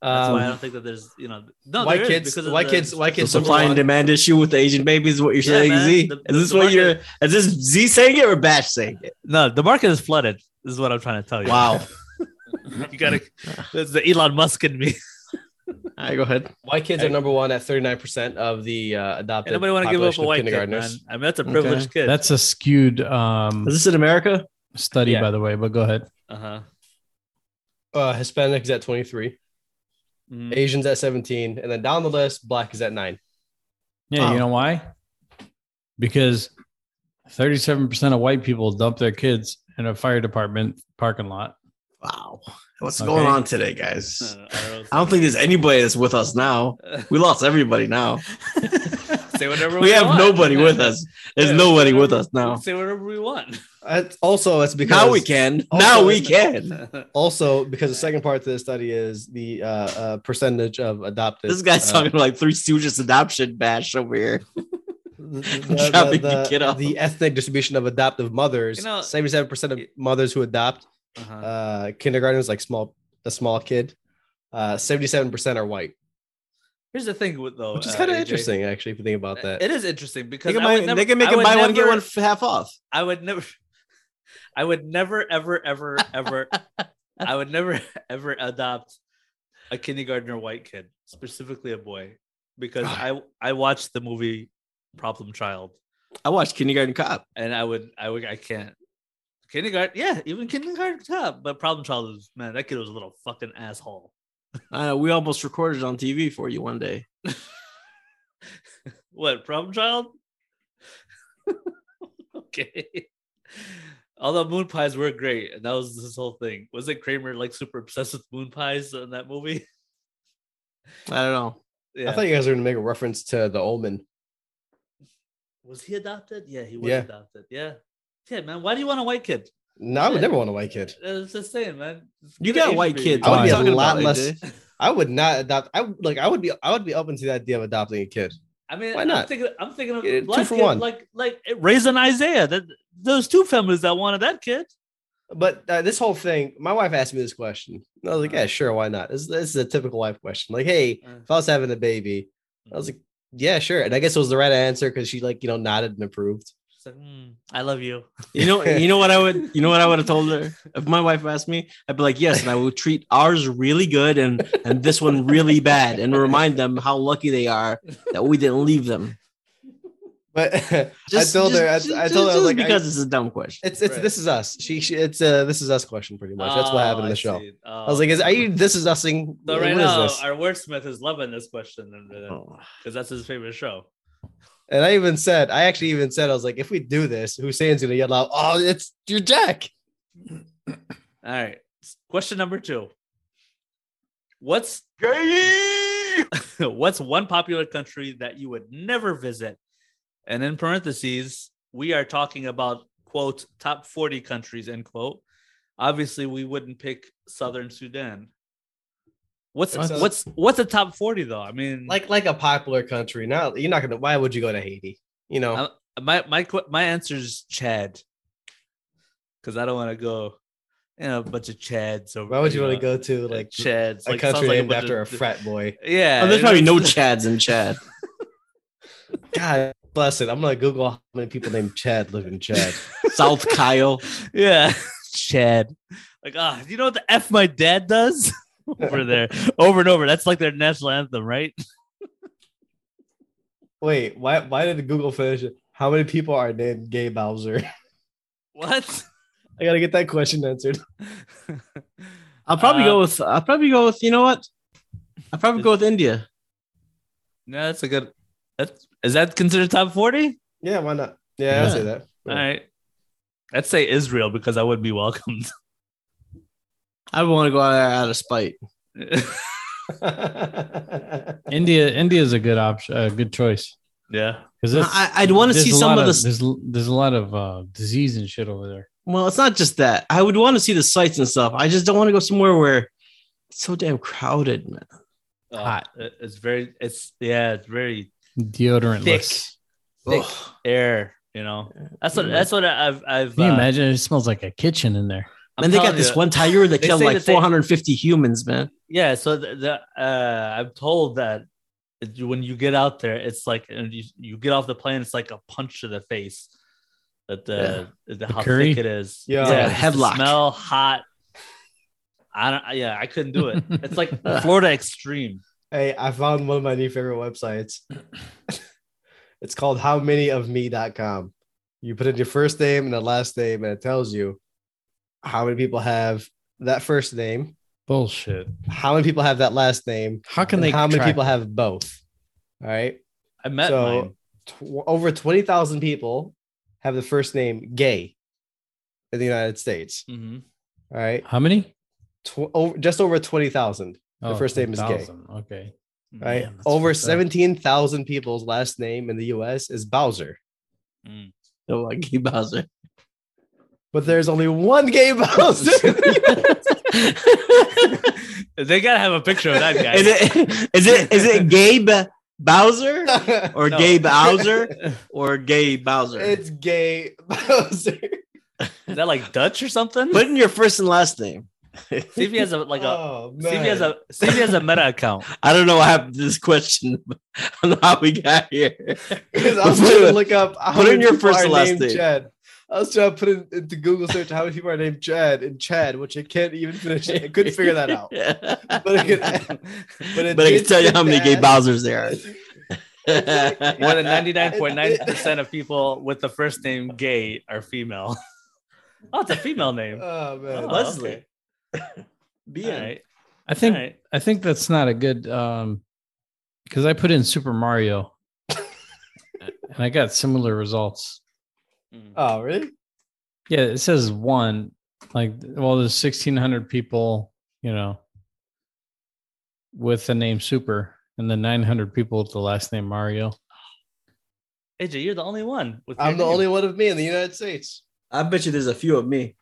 [SPEAKER 2] That's why I
[SPEAKER 4] Um,
[SPEAKER 2] don't think that there's, you know, no
[SPEAKER 4] white
[SPEAKER 2] there is
[SPEAKER 4] kids,
[SPEAKER 2] because of
[SPEAKER 4] white
[SPEAKER 2] the-
[SPEAKER 4] kids, white
[SPEAKER 3] The
[SPEAKER 4] kids. number
[SPEAKER 3] supply and
[SPEAKER 4] one.
[SPEAKER 3] demand issue with the Asian babies is what you're
[SPEAKER 2] Yeah,
[SPEAKER 3] saying,
[SPEAKER 2] man.
[SPEAKER 3] Z?
[SPEAKER 2] The-
[SPEAKER 3] is this
[SPEAKER 2] the
[SPEAKER 3] what
[SPEAKER 2] market-
[SPEAKER 3] you're is this Z saying it or Bash saying [laughs] it?
[SPEAKER 2] No, the market is flooded. This is what I'm trying to tell you.
[SPEAKER 3] Wow.
[SPEAKER 2] [laughs] you gotta. That's the Elon Musk in me.
[SPEAKER 3] All right, go ahead.
[SPEAKER 4] White kids are number one at 39% of the uh, adopted.
[SPEAKER 2] [laughs] Anybody want to give up
[SPEAKER 4] population
[SPEAKER 2] a
[SPEAKER 4] of
[SPEAKER 2] white kid? Man?
[SPEAKER 4] kindergartners.
[SPEAKER 2] I mean, that's a
[SPEAKER 3] Okay.
[SPEAKER 2] privileged kid.
[SPEAKER 1] That's a skewed um,
[SPEAKER 3] Is this in America?
[SPEAKER 1] study,
[SPEAKER 2] Yeah.
[SPEAKER 1] by the way. But go ahead.
[SPEAKER 2] uh huh.
[SPEAKER 4] Uh, Hispanic is at 23,
[SPEAKER 2] Mm. Hmm.
[SPEAKER 4] Asians at 17, and then down the list, black is at nine.
[SPEAKER 1] Yeah,
[SPEAKER 3] Oh.
[SPEAKER 1] you know why? Because 37% of white people dump their kids in a fire department parking lot.
[SPEAKER 3] Wow. What's
[SPEAKER 1] Okay.
[SPEAKER 3] going on today, guys? I
[SPEAKER 2] I
[SPEAKER 3] don't think there's anybody that's with us now.
[SPEAKER 2] don't
[SPEAKER 3] We lost everybody now. [laughs]
[SPEAKER 2] [laughs] say whatever
[SPEAKER 3] we have
[SPEAKER 2] want.
[SPEAKER 3] nobody with
[SPEAKER 2] [laughs]
[SPEAKER 3] us. There's
[SPEAKER 2] Yeah,
[SPEAKER 3] nobody
[SPEAKER 2] whatever-
[SPEAKER 3] with us now.
[SPEAKER 2] Say whatever we want. [laughs]
[SPEAKER 4] That's also, it's because
[SPEAKER 3] Now we can.
[SPEAKER 4] also
[SPEAKER 3] Now we
[SPEAKER 4] in-
[SPEAKER 3] can.
[SPEAKER 4] Also, because the second part to the study is the uh, uh, percentage of adopted.
[SPEAKER 3] This guy's
[SPEAKER 4] uh,
[SPEAKER 3] talking like three Stooges adoption bash over here. [laughs]
[SPEAKER 4] the,
[SPEAKER 3] Dropping
[SPEAKER 4] the-
[SPEAKER 3] the kid off.
[SPEAKER 4] the ethnic distribution of adoptive mothers.
[SPEAKER 2] You know-
[SPEAKER 4] 77% of mothers who adopt
[SPEAKER 2] Uh-huh.
[SPEAKER 4] uh, kindergartners, like small a small kid. Uh, 77% are white,
[SPEAKER 2] Here's the thing with though,
[SPEAKER 4] which is
[SPEAKER 2] uh,
[SPEAKER 4] kind of
[SPEAKER 2] AJ.
[SPEAKER 4] interesting, actually, if you think about that.
[SPEAKER 2] It is interesting
[SPEAKER 3] They
[SPEAKER 2] because
[SPEAKER 3] can,
[SPEAKER 2] I would
[SPEAKER 3] buy-
[SPEAKER 2] never-
[SPEAKER 3] they can make
[SPEAKER 2] I
[SPEAKER 3] him
[SPEAKER 2] would
[SPEAKER 3] buy one get
[SPEAKER 2] never-
[SPEAKER 3] one f- half off.
[SPEAKER 2] I would never. [laughs] I would never, ever, ever, ever. I would never, [laughs] ever adopt a kindergartner white kid, specifically a boy, because I I watched the movie Problem Child,
[SPEAKER 3] I watched Kindergarten Cop.
[SPEAKER 2] and I would I would I can't kindergarten. Yeah, even kindergarten top, but Problem Child is man, that kid was a little fucking asshole.
[SPEAKER 3] Uh, we almost recorded it on TV for you one day.
[SPEAKER 2] What Problem Child? [laughs] okay. Although moon pies were great, and that was this whole thing. Wasn't Kramer like super obsessed with moon pies in that movie? [laughs]
[SPEAKER 3] I don't know.
[SPEAKER 2] Yeah.
[SPEAKER 4] I thought you guys were going to make a reference to the Omen.
[SPEAKER 2] was he adopted? Yeah, he was
[SPEAKER 4] Yeah.
[SPEAKER 2] adopted. Yeah. Yeah, man. Why do you want a white kid? Uh,
[SPEAKER 4] No, I would never want a white kid.
[SPEAKER 2] It's just saying, man.
[SPEAKER 3] You got white kids.
[SPEAKER 4] I
[SPEAKER 3] What
[SPEAKER 4] would
[SPEAKER 3] are
[SPEAKER 4] be
[SPEAKER 3] you
[SPEAKER 4] a
[SPEAKER 3] talking
[SPEAKER 4] lot
[SPEAKER 3] about,
[SPEAKER 4] less-
[SPEAKER 3] AJ?
[SPEAKER 4] I would not adopt. I would- like. I would be. I would be open to the idea of adopting a kid.
[SPEAKER 2] I mean,
[SPEAKER 4] Why
[SPEAKER 2] I'm
[SPEAKER 4] not?
[SPEAKER 2] thinking, I'm thinking of
[SPEAKER 4] Get it two
[SPEAKER 2] black
[SPEAKER 4] for
[SPEAKER 2] kid,
[SPEAKER 4] one.
[SPEAKER 2] like like raising Isaiah. That those two families that wanted that kid.
[SPEAKER 4] But uh, this whole thing, my wife asked me this question. And I was like,
[SPEAKER 3] Uh-huh.
[SPEAKER 4] yeah, sure, why not? This, this is a typical wife question. Like, hey,
[SPEAKER 2] Uh.
[SPEAKER 4] if I was having a baby, I
[SPEAKER 3] Mm-hmm.
[SPEAKER 4] was like, yeah, sure. And I guess it was the right answer because she like you know nodded and approved.
[SPEAKER 2] It's like, "Hmm, I love you.
[SPEAKER 3] [laughs] You know, you know what I would, you know what I would have told her if my wife asked me. I'd be like, "Yes, and I will treat ours really good and and this one really bad, and remind them how lucky they are that we didn't leave them." [laughs]
[SPEAKER 4] [laughs] But
[SPEAKER 3] Just,
[SPEAKER 4] I told her. I,
[SPEAKER 3] just-
[SPEAKER 4] I told her I
[SPEAKER 3] just
[SPEAKER 4] was like,
[SPEAKER 3] because
[SPEAKER 4] I,
[SPEAKER 3] it's a dumb question.
[SPEAKER 4] it's it's
[SPEAKER 2] Right.
[SPEAKER 4] this is us. She, she it's uh this is us question pretty much. That's what happened in
[SPEAKER 2] Oh, I
[SPEAKER 4] the show.
[SPEAKER 2] see.
[SPEAKER 4] I was like, is,
[SPEAKER 2] Oh.
[SPEAKER 4] are you this is using?
[SPEAKER 2] So
[SPEAKER 4] what
[SPEAKER 2] right
[SPEAKER 4] is
[SPEAKER 2] now,
[SPEAKER 4] this?
[SPEAKER 2] our wordsmith is loving this question because
[SPEAKER 3] Oh.
[SPEAKER 2] that's his favorite show.
[SPEAKER 4] And I even said, I actually even said, I was like, if we do this, Hussein's gonna yell out, "Oh, it's your Jack."
[SPEAKER 2] All right. Question number two. What's [laughs] what's one popular country that you would never visit? And in parentheses, we are talking about quote top 40 countries, end quote. Obviously, we wouldn't pick Southern Sudan. What's
[SPEAKER 4] What?
[SPEAKER 2] what's what's a top 40 though? I mean,
[SPEAKER 4] Like like a popular country. Now you're not gonna. Why would you go to Haiti? You know,
[SPEAKER 2] I'm- my my qu- my answer is Chad, because I don't want to go, you know, a bunch of Chads over.
[SPEAKER 4] why would you want to
[SPEAKER 2] know,
[SPEAKER 4] go to like
[SPEAKER 2] Chads?
[SPEAKER 4] a
[SPEAKER 2] like, sounds
[SPEAKER 4] country
[SPEAKER 2] like
[SPEAKER 4] named
[SPEAKER 2] bunch
[SPEAKER 4] after a
[SPEAKER 2] of-
[SPEAKER 4] frat boy?
[SPEAKER 2] [laughs] Yeah,
[SPEAKER 3] Oh, there's
[SPEAKER 2] you know,
[SPEAKER 3] probably no
[SPEAKER 2] it's-
[SPEAKER 3] Chads in Chad.
[SPEAKER 4] [laughs] God bless it. I'm gonna Google how many people named Chad live in Chad.
[SPEAKER 3] South Kyle.
[SPEAKER 2] [laughs] Yeah, Chad. Like ah, you know what the f my dad does [laughs] over there, over and over. That's like their national anthem, right? [laughs]
[SPEAKER 4] Wait, why why did Google finish it? How many people are named Gay Bowser? [laughs]
[SPEAKER 2] What?
[SPEAKER 4] I gotta get that question answered.
[SPEAKER 3] I'll probably
[SPEAKER 2] Uh,
[SPEAKER 3] go with. I'll probably go with. You know what? I'll probably go with India.
[SPEAKER 2] No, that's a good. That's, is that considered top forty?
[SPEAKER 4] Yeah, why not? Yeah, I'd
[SPEAKER 3] Yeah.
[SPEAKER 4] say that. Yeah.
[SPEAKER 2] All right. I'd say Israel because I would be welcomed. [laughs]
[SPEAKER 3] I would want to go out there out of spite.
[SPEAKER 4] [laughs]
[SPEAKER 1] India India is a good option, a good choice.
[SPEAKER 2] yeah.
[SPEAKER 1] Because
[SPEAKER 3] I, I'd want to see some of the. s-
[SPEAKER 1] There's, there's a lot of uh, disease and shit over there.
[SPEAKER 3] Well, it's not just that. I would want to see the sights and stuff. I just don't want to go somewhere where it's so damn crowded, man.
[SPEAKER 1] Hot.
[SPEAKER 2] It- It's very. It's yeah. It's very
[SPEAKER 1] Deodorant
[SPEAKER 2] thick,
[SPEAKER 1] looks.
[SPEAKER 2] thick air. You know. That's what.
[SPEAKER 1] Yeah.
[SPEAKER 2] That's what I've. I've.
[SPEAKER 1] Can you
[SPEAKER 2] uh,
[SPEAKER 1] imagine? It smells like a kitchen in there.
[SPEAKER 2] I'm
[SPEAKER 3] man, they got
[SPEAKER 2] telling
[SPEAKER 3] this
[SPEAKER 2] you,
[SPEAKER 3] one tiger that
[SPEAKER 2] they
[SPEAKER 3] killed
[SPEAKER 2] say
[SPEAKER 3] like
[SPEAKER 2] that they-
[SPEAKER 3] 450 humans, man.
[SPEAKER 2] Yeah, so the, the uh, I'm told that it- when you get out there, it's like and you, you get off the plane, it's like a punch to the face. That the, the how
[SPEAKER 1] curry?
[SPEAKER 2] thick it is.
[SPEAKER 4] Yeah. It's
[SPEAKER 3] like a
[SPEAKER 2] just the
[SPEAKER 3] headlock.
[SPEAKER 2] Smell hot. I don't. Yeah, I couldn't do
[SPEAKER 3] [laughs]
[SPEAKER 2] it. It's like Florida extreme.
[SPEAKER 4] Hey, I found one of my new favorite
[SPEAKER 1] [clears throat]
[SPEAKER 4] websites. it's called howmanyofme.com. You put in your first name and the last name, and it tells you how many people have that first name,
[SPEAKER 1] Bullshit.
[SPEAKER 4] how many people have that last name,
[SPEAKER 1] How can
[SPEAKER 4] and
[SPEAKER 1] they?
[SPEAKER 4] how many
[SPEAKER 1] track
[SPEAKER 4] people
[SPEAKER 1] that?
[SPEAKER 4] have both. All right.
[SPEAKER 2] I met
[SPEAKER 4] So-
[SPEAKER 2] mine.
[SPEAKER 4] Tw- over 20,000 people have the first name gay in the United States.
[SPEAKER 2] Mhm.
[SPEAKER 4] All right.
[SPEAKER 1] Mm-hmm. How many?
[SPEAKER 4] Tw- over, just over 20,000.
[SPEAKER 2] Oh,
[SPEAKER 4] The first name is gay.
[SPEAKER 1] 10,000. Okay.
[SPEAKER 3] Mm,
[SPEAKER 4] right?
[SPEAKER 1] Yeah, that's
[SPEAKER 4] Over
[SPEAKER 1] fucked up.
[SPEAKER 4] 17,000 people's last name in the US is Bowser,
[SPEAKER 2] Mm.
[SPEAKER 3] So like he Bowser.
[SPEAKER 4] but
[SPEAKER 3] Hmm.
[SPEAKER 4] there's only one
[SPEAKER 3] [laughs]
[SPEAKER 4] gay Bowser.
[SPEAKER 3] is, [laughs]
[SPEAKER 2] They gotta have a picture of that guy.
[SPEAKER 3] it, is it is
[SPEAKER 4] [laughs]
[SPEAKER 3] it Gabe Bowser or
[SPEAKER 2] No.
[SPEAKER 3] Gabe
[SPEAKER 4] [laughs]
[SPEAKER 3] Bowser or Gay Bowser?
[SPEAKER 4] it's gay Bowser.
[SPEAKER 2] Is that like Dutch or something?
[SPEAKER 3] Put in your first and last name.
[SPEAKER 2] see if he has a like a.
[SPEAKER 4] oh,
[SPEAKER 2] See if he has
[SPEAKER 4] man.
[SPEAKER 2] a. See if he has a meta account.
[SPEAKER 3] I don't know what happened to this question. [laughs] I don't know how we got here.
[SPEAKER 4] [laughs] 'Cause I was trying to look up. how
[SPEAKER 3] Put in
[SPEAKER 4] many
[SPEAKER 3] your
[SPEAKER 4] people
[SPEAKER 3] first
[SPEAKER 4] are
[SPEAKER 3] and last
[SPEAKER 4] named
[SPEAKER 3] name.
[SPEAKER 4] Chad. I was trying to put in into Google search how many people are named Chad in Chad, which I can't even finish. I couldn't figure that
[SPEAKER 3] [laughs]
[SPEAKER 4] out.
[SPEAKER 3] but
[SPEAKER 4] I
[SPEAKER 3] I
[SPEAKER 4] could-
[SPEAKER 3] can,
[SPEAKER 4] [laughs] but it did
[SPEAKER 3] tell you
[SPEAKER 4] say
[SPEAKER 3] how many gay
[SPEAKER 4] that.
[SPEAKER 3] Bowsers there are.
[SPEAKER 2] [laughs]
[SPEAKER 4] [laughs]
[SPEAKER 2] More
[SPEAKER 3] [laughs]
[SPEAKER 2] than ninety nine point nine percent of people with the first name gay are female. [laughs] oh, it's a female name.
[SPEAKER 4] [laughs] Oh man,
[SPEAKER 2] Oh,
[SPEAKER 3] Leslie.
[SPEAKER 2] okay.
[SPEAKER 4] Uh,
[SPEAKER 3] Be
[SPEAKER 2] All
[SPEAKER 3] in.
[SPEAKER 2] right.
[SPEAKER 1] I think
[SPEAKER 2] all right.
[SPEAKER 1] I think that's not a good um because I put in Super
[SPEAKER 3] [laughs]
[SPEAKER 1] Mario and I got similar results.
[SPEAKER 4] Oh really?
[SPEAKER 1] Yeah, it says one. Like well, there's sixteen hundred people, you know, with the name Super and then nine hundred people with the last name Mario.
[SPEAKER 2] AJ, you're the only one. With
[SPEAKER 4] I'm
[SPEAKER 2] your
[SPEAKER 4] the
[SPEAKER 2] name.
[SPEAKER 4] only one of me in the United States.
[SPEAKER 3] I bet you there's a few of me.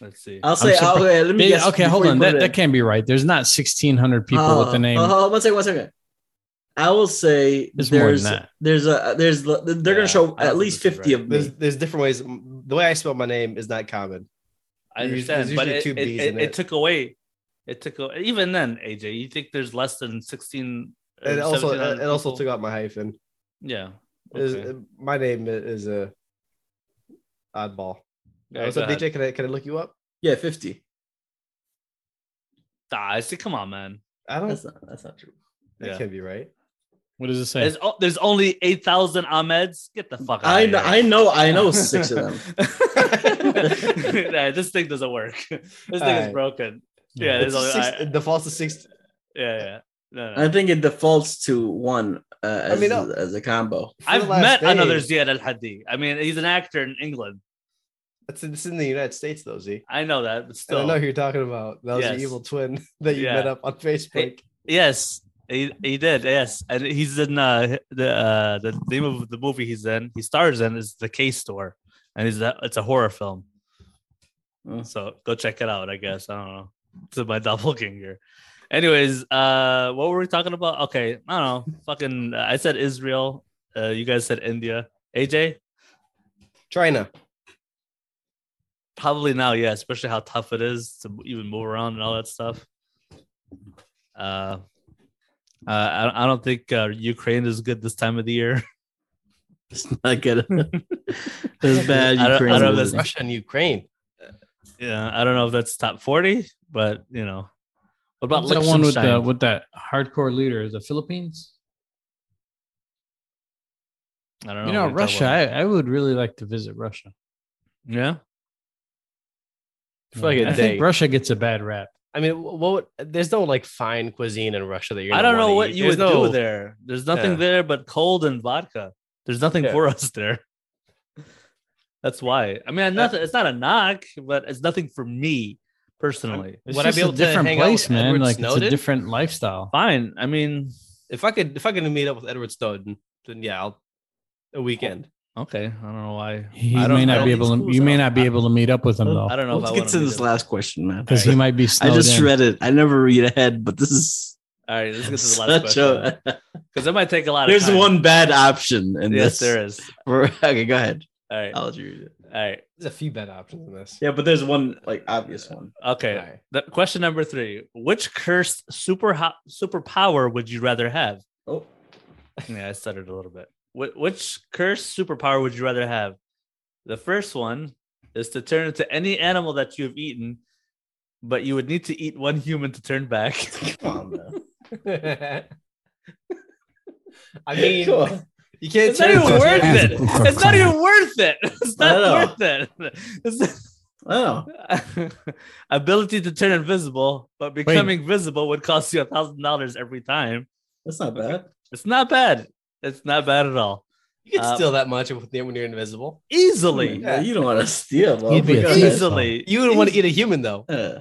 [SPEAKER 2] Let's see.
[SPEAKER 3] I'll say.
[SPEAKER 1] surprised-
[SPEAKER 3] I'll, wait, let me
[SPEAKER 1] They-
[SPEAKER 3] guess
[SPEAKER 1] okay,
[SPEAKER 3] before
[SPEAKER 1] hold
[SPEAKER 3] you
[SPEAKER 1] on.
[SPEAKER 3] put
[SPEAKER 1] That,
[SPEAKER 3] it
[SPEAKER 1] that
[SPEAKER 3] in.
[SPEAKER 1] can't be right. There's not sixteen hundred people with the
[SPEAKER 3] Oh,
[SPEAKER 1] name.
[SPEAKER 3] oh, hold on, one second. One second. I will say
[SPEAKER 1] It's more than
[SPEAKER 3] there's
[SPEAKER 1] that.
[SPEAKER 3] there's a there's they're
[SPEAKER 2] Yeah,
[SPEAKER 3] gonna
[SPEAKER 2] I
[SPEAKER 3] show
[SPEAKER 2] don't
[SPEAKER 3] at
[SPEAKER 2] think
[SPEAKER 3] least
[SPEAKER 2] this is
[SPEAKER 3] fifty
[SPEAKER 2] right.
[SPEAKER 3] of me.
[SPEAKER 4] There's there's different ways. The way I spell my name is not common.
[SPEAKER 2] I
[SPEAKER 4] there's
[SPEAKER 2] understand,
[SPEAKER 4] usually
[SPEAKER 2] but it,
[SPEAKER 4] two
[SPEAKER 2] it,
[SPEAKER 4] Bs
[SPEAKER 2] it,
[SPEAKER 4] in
[SPEAKER 2] it
[SPEAKER 4] it.
[SPEAKER 2] took away. It took a, even then, AJ. You think there's less than sixteen? or
[SPEAKER 4] And also,
[SPEAKER 2] 1700
[SPEAKER 4] it also
[SPEAKER 2] people?
[SPEAKER 4] took out my hyphen.
[SPEAKER 2] Yeah.
[SPEAKER 4] Is-
[SPEAKER 2] Okay.
[SPEAKER 4] My name is a oddball. Oh,
[SPEAKER 2] Yeah,
[SPEAKER 4] What's up,
[SPEAKER 2] go ahead.
[SPEAKER 4] DJ? Can I can I look you up?
[SPEAKER 3] Yeah, fifty.
[SPEAKER 2] Ah, I see. Come on, man.
[SPEAKER 4] I don't.
[SPEAKER 3] That's not that's not true.
[SPEAKER 4] that
[SPEAKER 2] yeah.
[SPEAKER 4] can't be
[SPEAKER 2] [laughs]
[SPEAKER 4] right.
[SPEAKER 1] What does it say?
[SPEAKER 2] There's, o- there's only eight thousand Ahmeds. Get the fuck out.
[SPEAKER 3] I know,
[SPEAKER 2] [laughs]
[SPEAKER 3] I know I know six of them.
[SPEAKER 2] yeah, this thing doesn't work. [laughs] This thing
[SPEAKER 4] Alright.
[SPEAKER 2] is broken. Yeah,
[SPEAKER 4] It's
[SPEAKER 2] there's
[SPEAKER 4] a
[SPEAKER 2] only,
[SPEAKER 4] six,
[SPEAKER 2] I-
[SPEAKER 4] it defaults to six.
[SPEAKER 2] yeah, yeah. No,
[SPEAKER 3] I
[SPEAKER 2] no.
[SPEAKER 3] think it defaults to one uh, as,
[SPEAKER 4] mean, no.
[SPEAKER 3] as a combo. [laughs]
[SPEAKER 4] for the
[SPEAKER 2] I've
[SPEAKER 4] last
[SPEAKER 2] met another
[SPEAKER 4] name.
[SPEAKER 2] Ziad Al Hadi. I mean, he's an actor in England.
[SPEAKER 4] That's in, it's in the United States though, Z.
[SPEAKER 2] I know that, but
[SPEAKER 4] And I know
[SPEAKER 2] still,
[SPEAKER 4] who you're talking about. That was
[SPEAKER 2] Yes.
[SPEAKER 4] your evil twin [laughs] that you
[SPEAKER 2] Yeah.
[SPEAKER 4] met up on Facebook.
[SPEAKER 2] yes, he, he did. Yes, and he's in uh, the uh, the name of the movie he's in. He stars in is the Case Store, and he's a, it's a horror film.
[SPEAKER 3] Mm.
[SPEAKER 2] So go check it out. I guess I don't know. To my [laughs] doppelganger. Anyways, uh, what were we talking about? Okay, I don't know. Fucking, uh, I said Israel. Uh, you guys said India. AJ,
[SPEAKER 4] China.
[SPEAKER 2] probably now, yeah, especially how tough it is to even move around and all that stuff. Uh, uh I, I don't think uh, Ukraine is good this time of the year. [laughs]
[SPEAKER 3] It's not [laughs] good.
[SPEAKER 4] [laughs]
[SPEAKER 3] it's bad.
[SPEAKER 2] I don't- I
[SPEAKER 3] Ukraine
[SPEAKER 2] don't know if
[SPEAKER 3] was-
[SPEAKER 2] that's-
[SPEAKER 4] Russia and Ukraine.
[SPEAKER 2] yeah, I don't know if that's top forty, but you know, what about
[SPEAKER 1] What's that one with the
[SPEAKER 2] Liechtenstein?
[SPEAKER 1] with that hardcore leader? The Philippines.
[SPEAKER 2] I don't know.
[SPEAKER 1] uh, You know,
[SPEAKER 2] what you're talking
[SPEAKER 1] Russia.
[SPEAKER 2] about.
[SPEAKER 1] I, I would really like to visit Russia.
[SPEAKER 2] yeah,
[SPEAKER 4] I feel like a
[SPEAKER 1] I
[SPEAKER 4] day.
[SPEAKER 1] think Russia gets a bad rap.
[SPEAKER 4] I mean, wh- what? would- There's no like fine cuisine in Russia that
[SPEAKER 1] eh?
[SPEAKER 4] you're.
[SPEAKER 2] I don't
[SPEAKER 4] gonna
[SPEAKER 2] know
[SPEAKER 4] wanna
[SPEAKER 2] what
[SPEAKER 4] eat.
[SPEAKER 2] you
[SPEAKER 4] There's
[SPEAKER 2] would
[SPEAKER 4] no-
[SPEAKER 2] do there. There's nothing
[SPEAKER 4] Yeah.
[SPEAKER 2] there but cold and vodka. There's nothing
[SPEAKER 4] Yeah.
[SPEAKER 2] for us there. [laughs] That's why. I mean, nothing. It's not a knock, but it's nothing for me personally.
[SPEAKER 1] It's
[SPEAKER 4] Would I
[SPEAKER 1] just
[SPEAKER 4] be able
[SPEAKER 1] a
[SPEAKER 4] to
[SPEAKER 1] different
[SPEAKER 4] hang out
[SPEAKER 1] place,
[SPEAKER 4] with
[SPEAKER 1] man.
[SPEAKER 4] Edward
[SPEAKER 1] like it's a
[SPEAKER 4] Snowden?
[SPEAKER 1] different lifestyle.
[SPEAKER 2] Fine. I mean,
[SPEAKER 4] If I could, if I could meet up with Edward Snowden, then yeah, I'll, a weekend.
[SPEAKER 2] Okay, I don't know why.
[SPEAKER 1] He
[SPEAKER 2] I don't,
[SPEAKER 1] may
[SPEAKER 2] I
[SPEAKER 1] not
[SPEAKER 2] don't
[SPEAKER 1] be
[SPEAKER 2] think
[SPEAKER 1] able to.
[SPEAKER 2] school's
[SPEAKER 1] You may
[SPEAKER 2] out.
[SPEAKER 1] not be able to meet up with him though.
[SPEAKER 2] I don't know if
[SPEAKER 3] Let's
[SPEAKER 2] I
[SPEAKER 3] get
[SPEAKER 2] want
[SPEAKER 3] to this last question, man.
[SPEAKER 1] 'Cause he might be
[SPEAKER 3] I
[SPEAKER 1] snowed
[SPEAKER 3] just
[SPEAKER 1] in.
[SPEAKER 3] read it. I never read ahead, but this is
[SPEAKER 2] All right, let's get to the last
[SPEAKER 3] such a-
[SPEAKER 2] question
[SPEAKER 3] [laughs]
[SPEAKER 2] because it might take a lot.
[SPEAKER 3] There's
[SPEAKER 2] of time.
[SPEAKER 3] one bad option in
[SPEAKER 2] Yes,
[SPEAKER 3] this. [laughs]
[SPEAKER 2] there is.
[SPEAKER 3] For- okay, go ahead.
[SPEAKER 2] All right,
[SPEAKER 3] I'll let you read it.
[SPEAKER 2] all right.
[SPEAKER 4] There's a few bad options in this.
[SPEAKER 3] Yeah, but there's one like obvious one.
[SPEAKER 2] Okay.
[SPEAKER 4] All right.
[SPEAKER 2] The, question number three: Which cursed super ho- superpower would you rather have?
[SPEAKER 3] Oh.
[SPEAKER 2] yeah, I stuttered a little bit. Wh- which cursed superpower would you rather have? The first one is to turn into any animal that you have eaten, but you would need to eat one human to turn back. [laughs]
[SPEAKER 3] Come on, man.
[SPEAKER 4] [laughs] I mean,
[SPEAKER 3] Come on.
[SPEAKER 4] you can't.
[SPEAKER 2] It's not even
[SPEAKER 4] change-
[SPEAKER 2] worth it. It's not even worth it. [laughs] It's
[SPEAKER 3] I
[SPEAKER 2] not worth
[SPEAKER 3] know.
[SPEAKER 2] it. It's-
[SPEAKER 3] Oh,
[SPEAKER 2] [laughs] Ability to turn invisible, but becoming visible would cost you a thousand dollars every time.
[SPEAKER 3] that's not bad.
[SPEAKER 2] It's not bad. It's not bad at all.
[SPEAKER 4] You can
[SPEAKER 2] Uh,
[SPEAKER 4] steal that much with- when you're invisible.
[SPEAKER 2] Easily,
[SPEAKER 3] Yeah, you don't want to steal. bro.
[SPEAKER 1] You'd be
[SPEAKER 3] Go
[SPEAKER 1] a
[SPEAKER 3] ahead.
[SPEAKER 1] thief.
[SPEAKER 2] easily.
[SPEAKER 4] You would want to eat a human though.
[SPEAKER 3] Uh,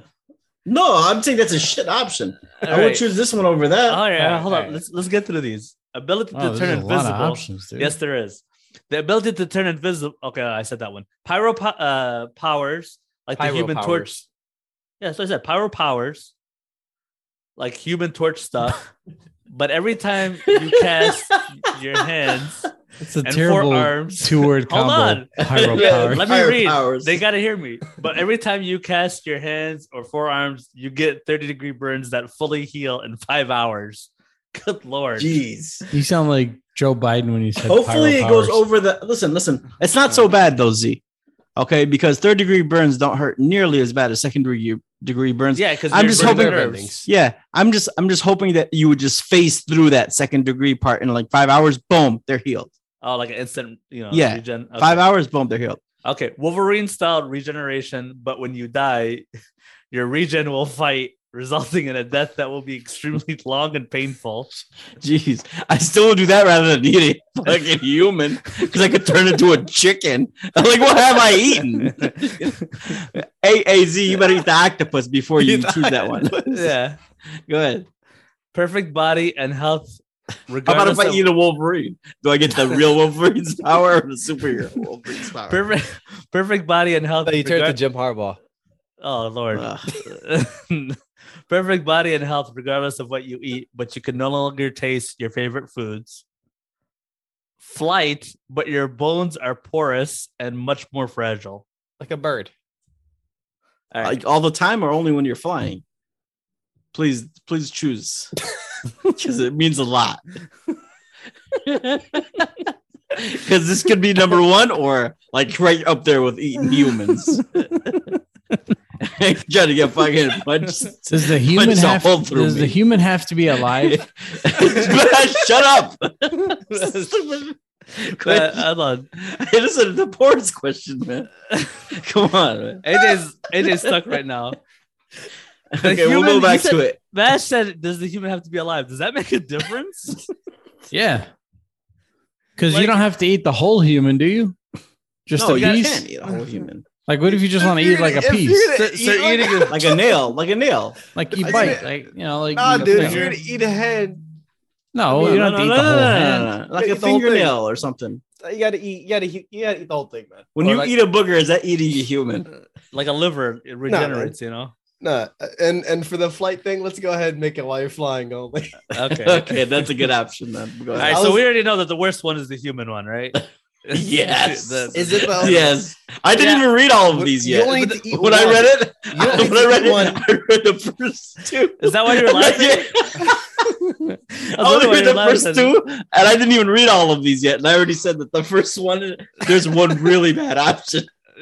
[SPEAKER 3] no, I'm saying that's a shit option.
[SPEAKER 2] All
[SPEAKER 3] I would
[SPEAKER 2] right.
[SPEAKER 3] choose this one over that.
[SPEAKER 2] All right,
[SPEAKER 4] All right,
[SPEAKER 2] hold
[SPEAKER 4] all
[SPEAKER 2] on.
[SPEAKER 4] right.
[SPEAKER 2] Let's let's get through these. Ability
[SPEAKER 1] Wow,
[SPEAKER 2] to
[SPEAKER 1] Oh, there's
[SPEAKER 2] turn
[SPEAKER 1] a lot of
[SPEAKER 2] invisible.
[SPEAKER 1] options, dude.
[SPEAKER 2] Yes, there is. The ability to turn invisible. Okay, I said that one. Pyro po- uh, powers, like the
[SPEAKER 4] Pyro
[SPEAKER 2] human torch.
[SPEAKER 4] powers.
[SPEAKER 2] Yeah, so I said pyro powers, like human torch
[SPEAKER 3] [laughs]
[SPEAKER 2] stuff. but every time you cast your hands,
[SPEAKER 1] It's a
[SPEAKER 2] and
[SPEAKER 1] terrible
[SPEAKER 2] forearms.
[SPEAKER 1] two-word
[SPEAKER 2] Hold
[SPEAKER 1] combo.
[SPEAKER 2] on.
[SPEAKER 1] Pyro
[SPEAKER 3] Yeah,
[SPEAKER 1] power.
[SPEAKER 2] let me
[SPEAKER 3] Pyro
[SPEAKER 2] read.
[SPEAKER 3] powers.
[SPEAKER 2] They gotta hear me. But every time you cast your hands or forearms, you get 30 degree burns that fully heal in five hours. Good lord.
[SPEAKER 3] Jeez.
[SPEAKER 1] You sound like Joe Biden when you said.
[SPEAKER 3] Hopefully, it
[SPEAKER 1] pyro
[SPEAKER 3] goes
[SPEAKER 1] powers.
[SPEAKER 3] over the. Listen, listen. It's not so bad though, Z. Okay, because third degree burns don't hurt nearly as bad as second degree degree burns.
[SPEAKER 2] Yeah, because
[SPEAKER 3] I'm just hoping-
[SPEAKER 4] Things.
[SPEAKER 3] Yeah, I'm just I'm just hoping that you would just phase through that second degree part in like five hours. Boom, they're healed.
[SPEAKER 2] Oh, like an instant, you know,
[SPEAKER 3] Yeah.
[SPEAKER 2] regen. Okay.
[SPEAKER 3] Five hours, boom, they're healed.
[SPEAKER 2] Okay, Wolverine style regeneration, but when you die, [laughs] your regen will fight, [laughs] resulting in a death that will be extremely [laughs] long and
[SPEAKER 3] [laughs]
[SPEAKER 2] painful.
[SPEAKER 3] Jeez, I still would do that rather than eating [laughs] fucking human because I could turn into a chicken. [laughs] I'm like, what have I eaten? [laughs] AAZ, you better eat the octopus
[SPEAKER 2] [laughs]
[SPEAKER 3] before you
[SPEAKER 4] Eat the
[SPEAKER 3] choose that [laughs] one.
[SPEAKER 2] yeah.
[SPEAKER 3] Go ahead.
[SPEAKER 2] Perfect body and health.
[SPEAKER 3] [laughs] How about
[SPEAKER 2] Regardless
[SPEAKER 3] if I
[SPEAKER 2] of-
[SPEAKER 3] eat a Wolverine? Do I get the real Wolverine's power or the superhero Wolverine's power?
[SPEAKER 2] [laughs] perfect perfect body and health
[SPEAKER 4] But you turned to
[SPEAKER 2] regard-
[SPEAKER 4] Jim Harbaugh.
[SPEAKER 2] oh lord
[SPEAKER 3] Ugh.
[SPEAKER 2] [laughs] perfect body and health regardless of what you eat but you can no longer taste your favorite foods flight but your bones are porous and much more fragile
[SPEAKER 4] like a bird.
[SPEAKER 2] all right
[SPEAKER 3] Like all the time or only when you're flying? Mm. Please, please choose [laughs] because it means a lot. Because this could be number one or like right up there with eating humans. [laughs] Trying to get fucking punched.
[SPEAKER 1] Does the human
[SPEAKER 3] Punch a
[SPEAKER 1] have?
[SPEAKER 3] hole through
[SPEAKER 1] Does the
[SPEAKER 3] me.
[SPEAKER 1] human have to be alive?
[SPEAKER 3] [laughs] Shut [laughs] up!
[SPEAKER 2] Uh, hold on
[SPEAKER 3] It isn't the porous question, man. Come on, man.
[SPEAKER 2] aj's aj's stuck right now The
[SPEAKER 3] Okay, we'll
[SPEAKER 2] human-
[SPEAKER 3] go back
[SPEAKER 2] he
[SPEAKER 3] to
[SPEAKER 2] said-
[SPEAKER 3] it.
[SPEAKER 2] Mash said, "Does the human have to be alive? Does that make a difference?"
[SPEAKER 1] yeah. Because
[SPEAKER 2] Like-
[SPEAKER 1] you don't have to eat the whole human, do you? Just
[SPEAKER 3] no,
[SPEAKER 1] a
[SPEAKER 3] you
[SPEAKER 1] piece.
[SPEAKER 3] can't eat a whole human.
[SPEAKER 1] Like, what if you just want to
[SPEAKER 4] If
[SPEAKER 1] eat like a
[SPEAKER 4] you're- if
[SPEAKER 1] piece?
[SPEAKER 4] you're
[SPEAKER 2] So-
[SPEAKER 4] gonna
[SPEAKER 2] so
[SPEAKER 4] eat like-
[SPEAKER 2] eating a-
[SPEAKER 3] [laughs] Like a nail, like a nail.
[SPEAKER 1] Like you
[SPEAKER 4] I
[SPEAKER 1] bite,
[SPEAKER 4] didn't-
[SPEAKER 1] like you know, like
[SPEAKER 4] Nah,
[SPEAKER 1] you-
[SPEAKER 4] dude,
[SPEAKER 1] like
[SPEAKER 4] if you're gonna eat a head,
[SPEAKER 1] no, you don't have to eat the whole hand.
[SPEAKER 3] Uh, Like
[SPEAKER 4] Yeah,
[SPEAKER 3] a
[SPEAKER 4] the whole thing.
[SPEAKER 3] fingernail or something.
[SPEAKER 4] you gotta eat. You gotta. eat- You gotta eat the whole thing, man.
[SPEAKER 3] When
[SPEAKER 4] Or
[SPEAKER 3] you
[SPEAKER 4] like-
[SPEAKER 3] eat a booger, is that eating a human?
[SPEAKER 2] like a liver, it regenerates. You know.
[SPEAKER 4] Nah, and and for the flight thing, let's go ahead and make it while you're flying oh only.
[SPEAKER 3] [laughs]
[SPEAKER 2] Okay.
[SPEAKER 3] Okay, that's a good option then. Go
[SPEAKER 2] All
[SPEAKER 3] ahead.
[SPEAKER 2] right,
[SPEAKER 4] I
[SPEAKER 2] so
[SPEAKER 4] was-
[SPEAKER 2] we already know that the worst one is the human one, right?
[SPEAKER 3] [laughs] Yes.
[SPEAKER 2] The- the-
[SPEAKER 4] Is it though?
[SPEAKER 3] Yes, I didn't
[SPEAKER 2] Yeah.
[SPEAKER 3] even read all of
[SPEAKER 4] When-
[SPEAKER 3] these
[SPEAKER 4] you
[SPEAKER 3] yet.
[SPEAKER 4] only
[SPEAKER 3] When
[SPEAKER 4] need to eat
[SPEAKER 3] I
[SPEAKER 4] one.
[SPEAKER 3] read it, [laughs]
[SPEAKER 4] You
[SPEAKER 3] when
[SPEAKER 4] only need
[SPEAKER 3] I
[SPEAKER 4] to
[SPEAKER 3] read
[SPEAKER 4] eat
[SPEAKER 3] it,
[SPEAKER 4] one. [laughs]
[SPEAKER 3] I read the first two.
[SPEAKER 2] is that why you're laughing?
[SPEAKER 3] [laughs] Yeah.
[SPEAKER 2] I was
[SPEAKER 3] I
[SPEAKER 2] wondering
[SPEAKER 3] only
[SPEAKER 2] why
[SPEAKER 3] read
[SPEAKER 2] you're
[SPEAKER 3] the first
[SPEAKER 2] laughing.
[SPEAKER 3] two, and I didn't even read all of these yet. And I already said that the first one, there's one really bad option.
[SPEAKER 2] [laughs]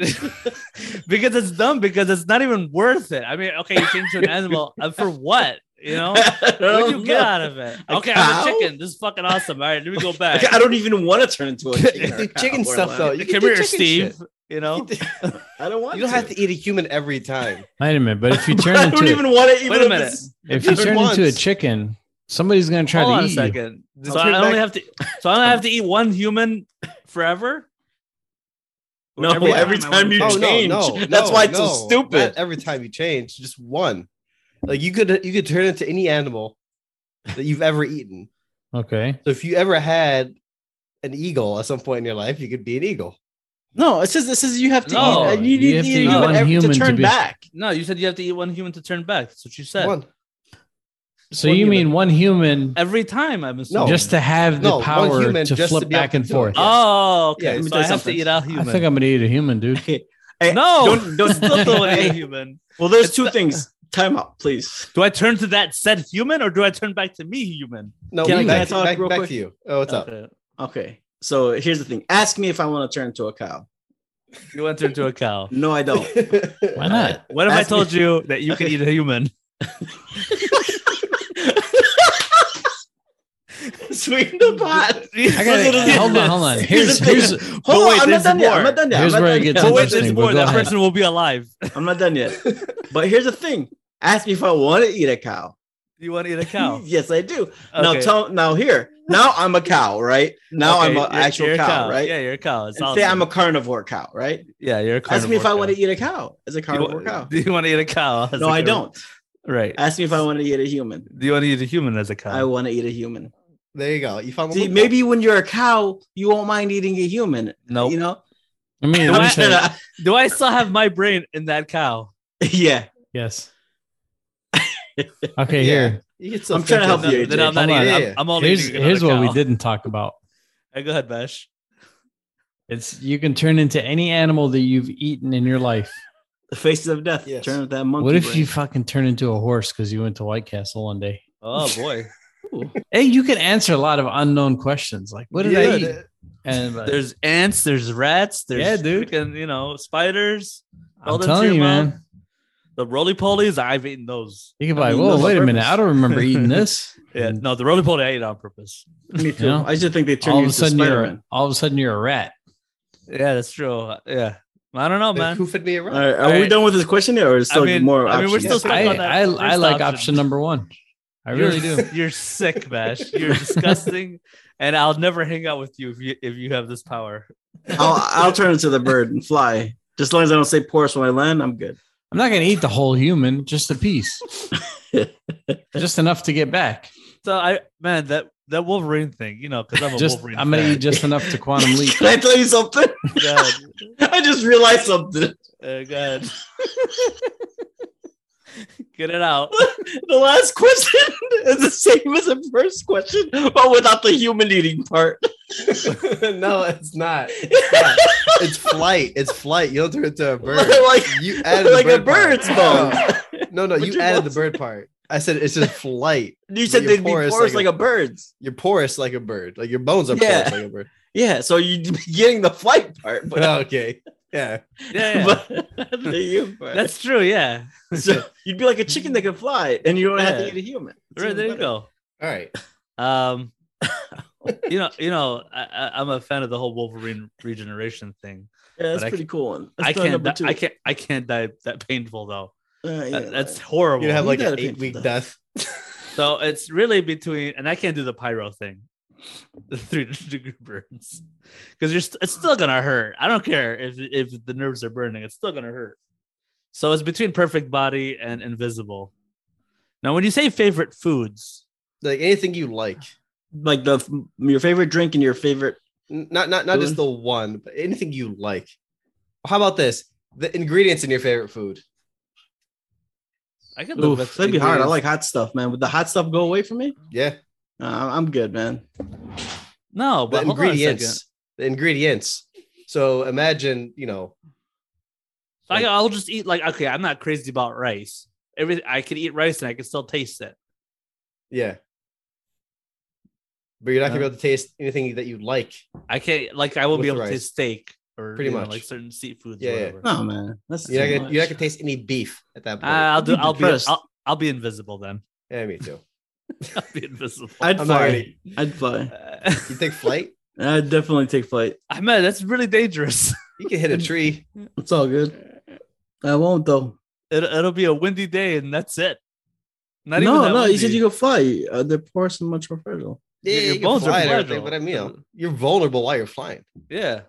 [SPEAKER 2] because it's dumb. Because it's not even worth it. I mean, okay, you change to
[SPEAKER 3] [laughs]
[SPEAKER 2] an animal and for what? You know, what
[SPEAKER 3] I
[SPEAKER 2] do
[SPEAKER 3] don't
[SPEAKER 2] you get
[SPEAKER 3] know.
[SPEAKER 2] out of it?
[SPEAKER 3] A
[SPEAKER 2] okay, I'm a
[SPEAKER 3] cow?
[SPEAKER 2] chicken. This is fucking awesome. All right, let me go
[SPEAKER 3] [laughs] I
[SPEAKER 2] back.
[SPEAKER 3] I don't even want to turn into a
[SPEAKER 4] [laughs] You
[SPEAKER 3] chicken.
[SPEAKER 4] can
[SPEAKER 3] or a
[SPEAKER 4] do
[SPEAKER 3] cow [laughs]
[SPEAKER 4] chicken
[SPEAKER 3] or
[SPEAKER 4] stuff
[SPEAKER 3] lamb.
[SPEAKER 4] though. You can
[SPEAKER 2] Come
[SPEAKER 4] do
[SPEAKER 2] here,
[SPEAKER 4] chicken
[SPEAKER 2] Steve.
[SPEAKER 4] shit.
[SPEAKER 2] You know,
[SPEAKER 3] I don't want.
[SPEAKER 4] You don't have to eat a human every time.
[SPEAKER 1] Wait a minute, but if you turn
[SPEAKER 3] I don't
[SPEAKER 1] into
[SPEAKER 3] even want to.
[SPEAKER 2] wait a minute.
[SPEAKER 1] if you
[SPEAKER 4] Turn
[SPEAKER 1] turn into a
[SPEAKER 4] once.
[SPEAKER 1] chicken, somebody's gonna try
[SPEAKER 2] Hold on
[SPEAKER 1] to
[SPEAKER 2] a
[SPEAKER 1] eat you.
[SPEAKER 2] second. So
[SPEAKER 4] turn
[SPEAKER 2] I only
[SPEAKER 4] back-
[SPEAKER 2] have to. So I only have to eat one human forever.
[SPEAKER 3] No,
[SPEAKER 2] Every
[SPEAKER 3] every,
[SPEAKER 9] time
[SPEAKER 3] time,
[SPEAKER 9] I
[SPEAKER 3] you
[SPEAKER 4] Oh,
[SPEAKER 3] change, that's
[SPEAKER 4] no,
[SPEAKER 3] why it's
[SPEAKER 4] no.
[SPEAKER 3] so stupid.
[SPEAKER 4] Not every time you change, just one. Like you could you could turn into any animal that you've ever eaten.
[SPEAKER 1] Okay,
[SPEAKER 4] So if you ever had an eagle at some point in your life. You could be an eagle.
[SPEAKER 3] No, it says it says you have to
[SPEAKER 2] No,
[SPEAKER 3] eat. You,
[SPEAKER 2] you
[SPEAKER 3] need
[SPEAKER 2] have
[SPEAKER 3] to
[SPEAKER 2] to
[SPEAKER 3] eat
[SPEAKER 2] eat
[SPEAKER 3] human
[SPEAKER 2] one
[SPEAKER 3] ev-
[SPEAKER 1] human
[SPEAKER 3] to
[SPEAKER 1] to
[SPEAKER 3] turn
[SPEAKER 1] be-
[SPEAKER 3] back.
[SPEAKER 2] Oh, No, you said you have to eat one human to turn back. That's what you said.
[SPEAKER 4] One.
[SPEAKER 1] So you mean one human
[SPEAKER 2] Every time I'm assuming.
[SPEAKER 1] just to have the
[SPEAKER 4] No, one
[SPEAKER 1] power
[SPEAKER 4] human
[SPEAKER 1] to
[SPEAKER 4] just
[SPEAKER 1] flip
[SPEAKER 4] to be able
[SPEAKER 1] back
[SPEAKER 4] to
[SPEAKER 1] and
[SPEAKER 4] do it.
[SPEAKER 1] forth?
[SPEAKER 2] Oh, okay.
[SPEAKER 4] Yeah, let me
[SPEAKER 2] so
[SPEAKER 4] tell
[SPEAKER 2] I
[SPEAKER 4] you
[SPEAKER 2] have
[SPEAKER 4] something.
[SPEAKER 2] to eat out
[SPEAKER 1] I
[SPEAKER 2] human.
[SPEAKER 1] think I'm gonna eat a human, dude.
[SPEAKER 2] no, [laughs]
[SPEAKER 3] Don't- don't-
[SPEAKER 2] still don't wanna eat human.
[SPEAKER 3] Well, there's
[SPEAKER 2] It's
[SPEAKER 3] two
[SPEAKER 2] the-
[SPEAKER 3] things. Time out, please.
[SPEAKER 2] Do I turn to that said human or do I turn back to me human?
[SPEAKER 4] No,
[SPEAKER 3] Can I-
[SPEAKER 4] back,
[SPEAKER 3] can I talk
[SPEAKER 4] back-
[SPEAKER 3] real
[SPEAKER 4] back
[SPEAKER 3] quick?
[SPEAKER 4] to you. Oh, what's up?
[SPEAKER 2] Okay.
[SPEAKER 3] Okay. So here's the thing. Ask me if I want to turn into a cow.
[SPEAKER 2] You want to turn to a cow.
[SPEAKER 3] No, I [laughs] don't.
[SPEAKER 1] [laughs] Why not?
[SPEAKER 2] What if I
[SPEAKER 3] Ask me-
[SPEAKER 2] told you that you can eat a [laughs] human?
[SPEAKER 3] Sweeten [laughs] the pot.
[SPEAKER 1] I gotta hold on,
[SPEAKER 2] [laughs]
[SPEAKER 1] hold on. Here's
[SPEAKER 3] the thing.
[SPEAKER 1] here's
[SPEAKER 3] Hold
[SPEAKER 2] but
[SPEAKER 3] on,
[SPEAKER 2] wait,
[SPEAKER 3] I'm not
[SPEAKER 2] there's
[SPEAKER 3] done yet. I'm
[SPEAKER 2] more.
[SPEAKER 3] not done yet.
[SPEAKER 1] here's
[SPEAKER 3] I'm not
[SPEAKER 1] where it
[SPEAKER 3] done
[SPEAKER 1] gets
[SPEAKER 3] yet.
[SPEAKER 2] But wait, there's
[SPEAKER 1] interesting.
[SPEAKER 2] more.
[SPEAKER 1] But go
[SPEAKER 2] That
[SPEAKER 1] ahead.
[SPEAKER 2] person will be alive.
[SPEAKER 3] I'm not done [laughs] yet. But here's the thing. Ask me if I want to eat a cow.
[SPEAKER 2] You want to eat a
[SPEAKER 3] [laughs]
[SPEAKER 2] cow?
[SPEAKER 3] yes, I do. Now
[SPEAKER 2] Okay.
[SPEAKER 3] tell now here. Now I'm a cow, right? Now
[SPEAKER 2] Okay,
[SPEAKER 3] I'm an
[SPEAKER 2] you're-
[SPEAKER 3] actual
[SPEAKER 2] you're a
[SPEAKER 3] cow, right?
[SPEAKER 2] Yeah, you're a cow. It's
[SPEAKER 3] and
[SPEAKER 2] awesome.
[SPEAKER 3] say I'm a carnivore cow, right?
[SPEAKER 2] yeah, you're a
[SPEAKER 3] Ask me if I
[SPEAKER 2] carnivore
[SPEAKER 3] want
[SPEAKER 2] cow.
[SPEAKER 3] to eat a cow as a
[SPEAKER 2] You wa-
[SPEAKER 3] carnivore cow.
[SPEAKER 2] [laughs] Do you want to eat a cow? as
[SPEAKER 3] No,
[SPEAKER 2] a
[SPEAKER 3] I
[SPEAKER 2] carnivore-
[SPEAKER 3] don't.
[SPEAKER 2] Right.
[SPEAKER 3] Ask me if I want to eat a human.
[SPEAKER 2] Do you want to eat a human as a cow?
[SPEAKER 3] I want to eat a human.
[SPEAKER 4] [laughs] There you go. You found
[SPEAKER 3] See,
[SPEAKER 4] one.
[SPEAKER 3] maybe when you're a cow, you won't mind eating a human.
[SPEAKER 2] no.
[SPEAKER 3] You know?
[SPEAKER 1] I mean,
[SPEAKER 2] Do
[SPEAKER 1] let me
[SPEAKER 2] I,
[SPEAKER 1] tell you.
[SPEAKER 2] do I still have my brain in that cow?
[SPEAKER 3] [laughs] yeah.
[SPEAKER 1] Yes. Okay,
[SPEAKER 4] Yeah.
[SPEAKER 1] here.
[SPEAKER 4] You could still
[SPEAKER 3] I'm trying to
[SPEAKER 4] think of
[SPEAKER 3] help you,
[SPEAKER 4] it.
[SPEAKER 2] Then I'm not
[SPEAKER 1] hold on.
[SPEAKER 2] eating. I'm,
[SPEAKER 4] Yeah.
[SPEAKER 2] I'm only
[SPEAKER 1] Here's,
[SPEAKER 2] eating another
[SPEAKER 1] here's what we
[SPEAKER 2] cow.
[SPEAKER 1] didn't talk about.
[SPEAKER 2] Hey, go ahead, Bash.
[SPEAKER 1] It's you can turn into any animal that you've eaten in your life.
[SPEAKER 3] The faces of death.
[SPEAKER 4] Yes.
[SPEAKER 3] Turn with that monkey.
[SPEAKER 1] What if
[SPEAKER 3] brain.
[SPEAKER 1] you fucking turn into a horse because you went to White Castle one day?
[SPEAKER 2] Oh
[SPEAKER 1] [laughs]
[SPEAKER 2] boy.
[SPEAKER 1] Hey, you can answer a lot of unknown questions like what did I eat? And like,
[SPEAKER 2] There's ants. There's rats. There's
[SPEAKER 1] Yeah, dude.
[SPEAKER 2] freaking, you know, spiders.
[SPEAKER 1] I'm
[SPEAKER 2] them to
[SPEAKER 1] telling
[SPEAKER 2] your
[SPEAKER 1] you,
[SPEAKER 2] mouth.
[SPEAKER 1] man.
[SPEAKER 2] The roly polies. I've eaten those.
[SPEAKER 1] You can be
[SPEAKER 3] I
[SPEAKER 1] like,
[SPEAKER 3] mean,
[SPEAKER 1] whoa,
[SPEAKER 3] those
[SPEAKER 1] wait
[SPEAKER 3] on
[SPEAKER 1] a minute.
[SPEAKER 3] purpose.
[SPEAKER 1] I don't remember eating this.
[SPEAKER 2] [laughs] Yeah.
[SPEAKER 1] And
[SPEAKER 2] No, the roly poly I ate on purpose.
[SPEAKER 3] [laughs] Me too.
[SPEAKER 1] Yeah.
[SPEAKER 3] I just think they turn
[SPEAKER 1] all
[SPEAKER 3] you
[SPEAKER 1] of a
[SPEAKER 3] into
[SPEAKER 1] sudden
[SPEAKER 3] Spider-Man.
[SPEAKER 1] you're all of a sudden you're a rat.
[SPEAKER 2] Yeah, that's true. Yeah. I don't know, man.
[SPEAKER 4] Who fed me around?
[SPEAKER 3] All right, are
[SPEAKER 2] All
[SPEAKER 3] we
[SPEAKER 2] right.
[SPEAKER 3] done with this question here, or is
[SPEAKER 2] I
[SPEAKER 3] still
[SPEAKER 2] mean-
[SPEAKER 3] more?
[SPEAKER 2] I mean, we're
[SPEAKER 3] options?
[SPEAKER 2] still stuck
[SPEAKER 1] I,
[SPEAKER 2] on that.
[SPEAKER 1] I, I
[SPEAKER 2] first
[SPEAKER 1] like option number one. I really
[SPEAKER 2] You're-
[SPEAKER 1] do.
[SPEAKER 2] You're sick, Bash. You're disgusting,
[SPEAKER 1] [laughs]
[SPEAKER 2] and I'll never hang out with you if you if you have this power.
[SPEAKER 3] [laughs] I'll, I'll turn into the bird and fly. Just as long as I don't say porous when I land, I'm good. [laughs]
[SPEAKER 1] I'm not gonna eat the whole human, just a piece. just enough to get back.
[SPEAKER 2] So I, man, that that Wolverine thing, you know, because I'm a
[SPEAKER 1] Just
[SPEAKER 2] Wolverine.
[SPEAKER 1] I'm gonna
[SPEAKER 2] fan.
[SPEAKER 1] eat just enough to quantum
[SPEAKER 3] [laughs]
[SPEAKER 1] leap.
[SPEAKER 3] Can I tell you something?
[SPEAKER 2] [laughs] Go ahead.
[SPEAKER 3] I just realized something.
[SPEAKER 2] Uh, go ahead. Get
[SPEAKER 1] [laughs]
[SPEAKER 2] it out.
[SPEAKER 3] [laughs] The last question [laughs] is the same as the first question, but without the human eating part.
[SPEAKER 4] [laughs] no, it's not. It's, not. It's flight. It's flight. You don't turn [laughs] into a bird.
[SPEAKER 3] [laughs] like
[SPEAKER 4] You added the
[SPEAKER 3] like a
[SPEAKER 4] bird part. Oh.
[SPEAKER 3] bird's bone.
[SPEAKER 4] No, no,
[SPEAKER 3] But
[SPEAKER 4] you
[SPEAKER 3] you
[SPEAKER 4] added the
[SPEAKER 3] lost-
[SPEAKER 4] bird part. I said it's just flight.
[SPEAKER 3] [laughs] You said
[SPEAKER 4] you're
[SPEAKER 3] they'd be
[SPEAKER 4] porous
[SPEAKER 3] porous
[SPEAKER 4] like
[SPEAKER 3] like
[SPEAKER 4] a-
[SPEAKER 3] a bird's.
[SPEAKER 4] You're porous like a bird. Like your bones are
[SPEAKER 3] Yeah.
[SPEAKER 4] porous like a bird. [laughs] Oh,
[SPEAKER 3] Yeah, so you'd be getting the flight part, but,
[SPEAKER 4] okay. Yeah.
[SPEAKER 2] Yeah, yeah.
[SPEAKER 3] [laughs] but the human part.
[SPEAKER 2] that's true.
[SPEAKER 1] [laughs]
[SPEAKER 2] Yeah,
[SPEAKER 3] [laughs] So you'd be like a chicken that can fly, and you don't have to
[SPEAKER 2] Yeah.
[SPEAKER 3] eat a human. It's
[SPEAKER 2] right
[SPEAKER 3] even
[SPEAKER 2] there you
[SPEAKER 3] better.
[SPEAKER 2] go.
[SPEAKER 4] All right.
[SPEAKER 2] Um, [laughs] you know, you know, I, I- I'm a fan of the whole Wolverine regeneration thing.
[SPEAKER 3] Yeah, that's
[SPEAKER 2] But I
[SPEAKER 3] pretty cool one. That's
[SPEAKER 2] I
[SPEAKER 3] probably
[SPEAKER 2] can't,
[SPEAKER 3] number
[SPEAKER 2] di-
[SPEAKER 3] two.
[SPEAKER 2] I can't, I can't die that painful though.
[SPEAKER 3] Uh, yeah,
[SPEAKER 2] That- that's horrible.
[SPEAKER 4] You have like
[SPEAKER 3] gotta
[SPEAKER 4] an
[SPEAKER 3] pay
[SPEAKER 4] eight week
[SPEAKER 3] for
[SPEAKER 4] death.
[SPEAKER 2] So it's really between, and I can't do the pyro thing, [laughs] the three [laughs] degree burns, because you're st- it's still gonna hurt. I don't care if if the nerves are burning, it's still gonna hurt. So it's between perfect body and invisible. Now, when you say favorite foods,
[SPEAKER 4] Like anything you like.
[SPEAKER 3] like the your favorite drink and your favorite.
[SPEAKER 4] N- Not not not just the one, but anything you like. How about this? The ingredients in your favorite food.
[SPEAKER 2] I can live
[SPEAKER 3] Oof,
[SPEAKER 2] with.
[SPEAKER 3] that'd be hard. I
[SPEAKER 2] ingredients.
[SPEAKER 3] like hot stuff, man. Would the hot stuff go away from me?
[SPEAKER 4] Yeah.
[SPEAKER 3] Uh, I'm good, man.
[SPEAKER 2] no,
[SPEAKER 4] The
[SPEAKER 2] but hold on a second.
[SPEAKER 4] ingredients. The ingredients. So imagine, you know,
[SPEAKER 2] Like, I'll just eat like okay. I'm not crazy about rice. Every I could eat rice and I can still taste it.
[SPEAKER 4] yeah. But you're not gonna be
[SPEAKER 2] Uh,
[SPEAKER 4] able to taste anything that you like.
[SPEAKER 2] I can't like I won't
[SPEAKER 4] With
[SPEAKER 2] be able
[SPEAKER 4] rice.
[SPEAKER 2] to taste steak or
[SPEAKER 4] Pretty
[SPEAKER 2] you know,
[SPEAKER 4] much.
[SPEAKER 2] like certain seafoods.
[SPEAKER 4] Yeah,
[SPEAKER 2] or
[SPEAKER 4] yeah.
[SPEAKER 2] whatever.
[SPEAKER 3] No, man. That's too
[SPEAKER 4] You're not gonna you're
[SPEAKER 3] much.
[SPEAKER 4] not gonna taste any beef at that point.
[SPEAKER 2] Uh, I'll do.
[SPEAKER 3] be
[SPEAKER 2] I'll be.
[SPEAKER 3] depressed.
[SPEAKER 2] I'll, I'll be invisible then. [laughs]
[SPEAKER 4] yeah, me too.
[SPEAKER 2] I'll be invisible.
[SPEAKER 3] I'd
[SPEAKER 4] I'm not gonna
[SPEAKER 3] fly.
[SPEAKER 4] eat.
[SPEAKER 3] I'd fly.
[SPEAKER 2] Uh, [laughs]
[SPEAKER 4] You take flight?
[SPEAKER 3] I'd definitely take flight.
[SPEAKER 2] I mean, that's really dangerous. [laughs]
[SPEAKER 4] You can hit a tree.
[SPEAKER 3] It's all good. I won't though.
[SPEAKER 2] It, it'll be a windy day, and that's it. Not even
[SPEAKER 3] no,
[SPEAKER 2] that
[SPEAKER 3] no. You
[SPEAKER 2] windy.
[SPEAKER 3] said you could fly. Uh, they're porous and much more fragile.
[SPEAKER 4] Yeah,
[SPEAKER 2] Your
[SPEAKER 4] you can
[SPEAKER 2] bones are
[SPEAKER 4] fly and everything,
[SPEAKER 2] fragile. Uh,
[SPEAKER 4] but I mean, you know, you're vulnerable while you're flying.
[SPEAKER 2] Yeah,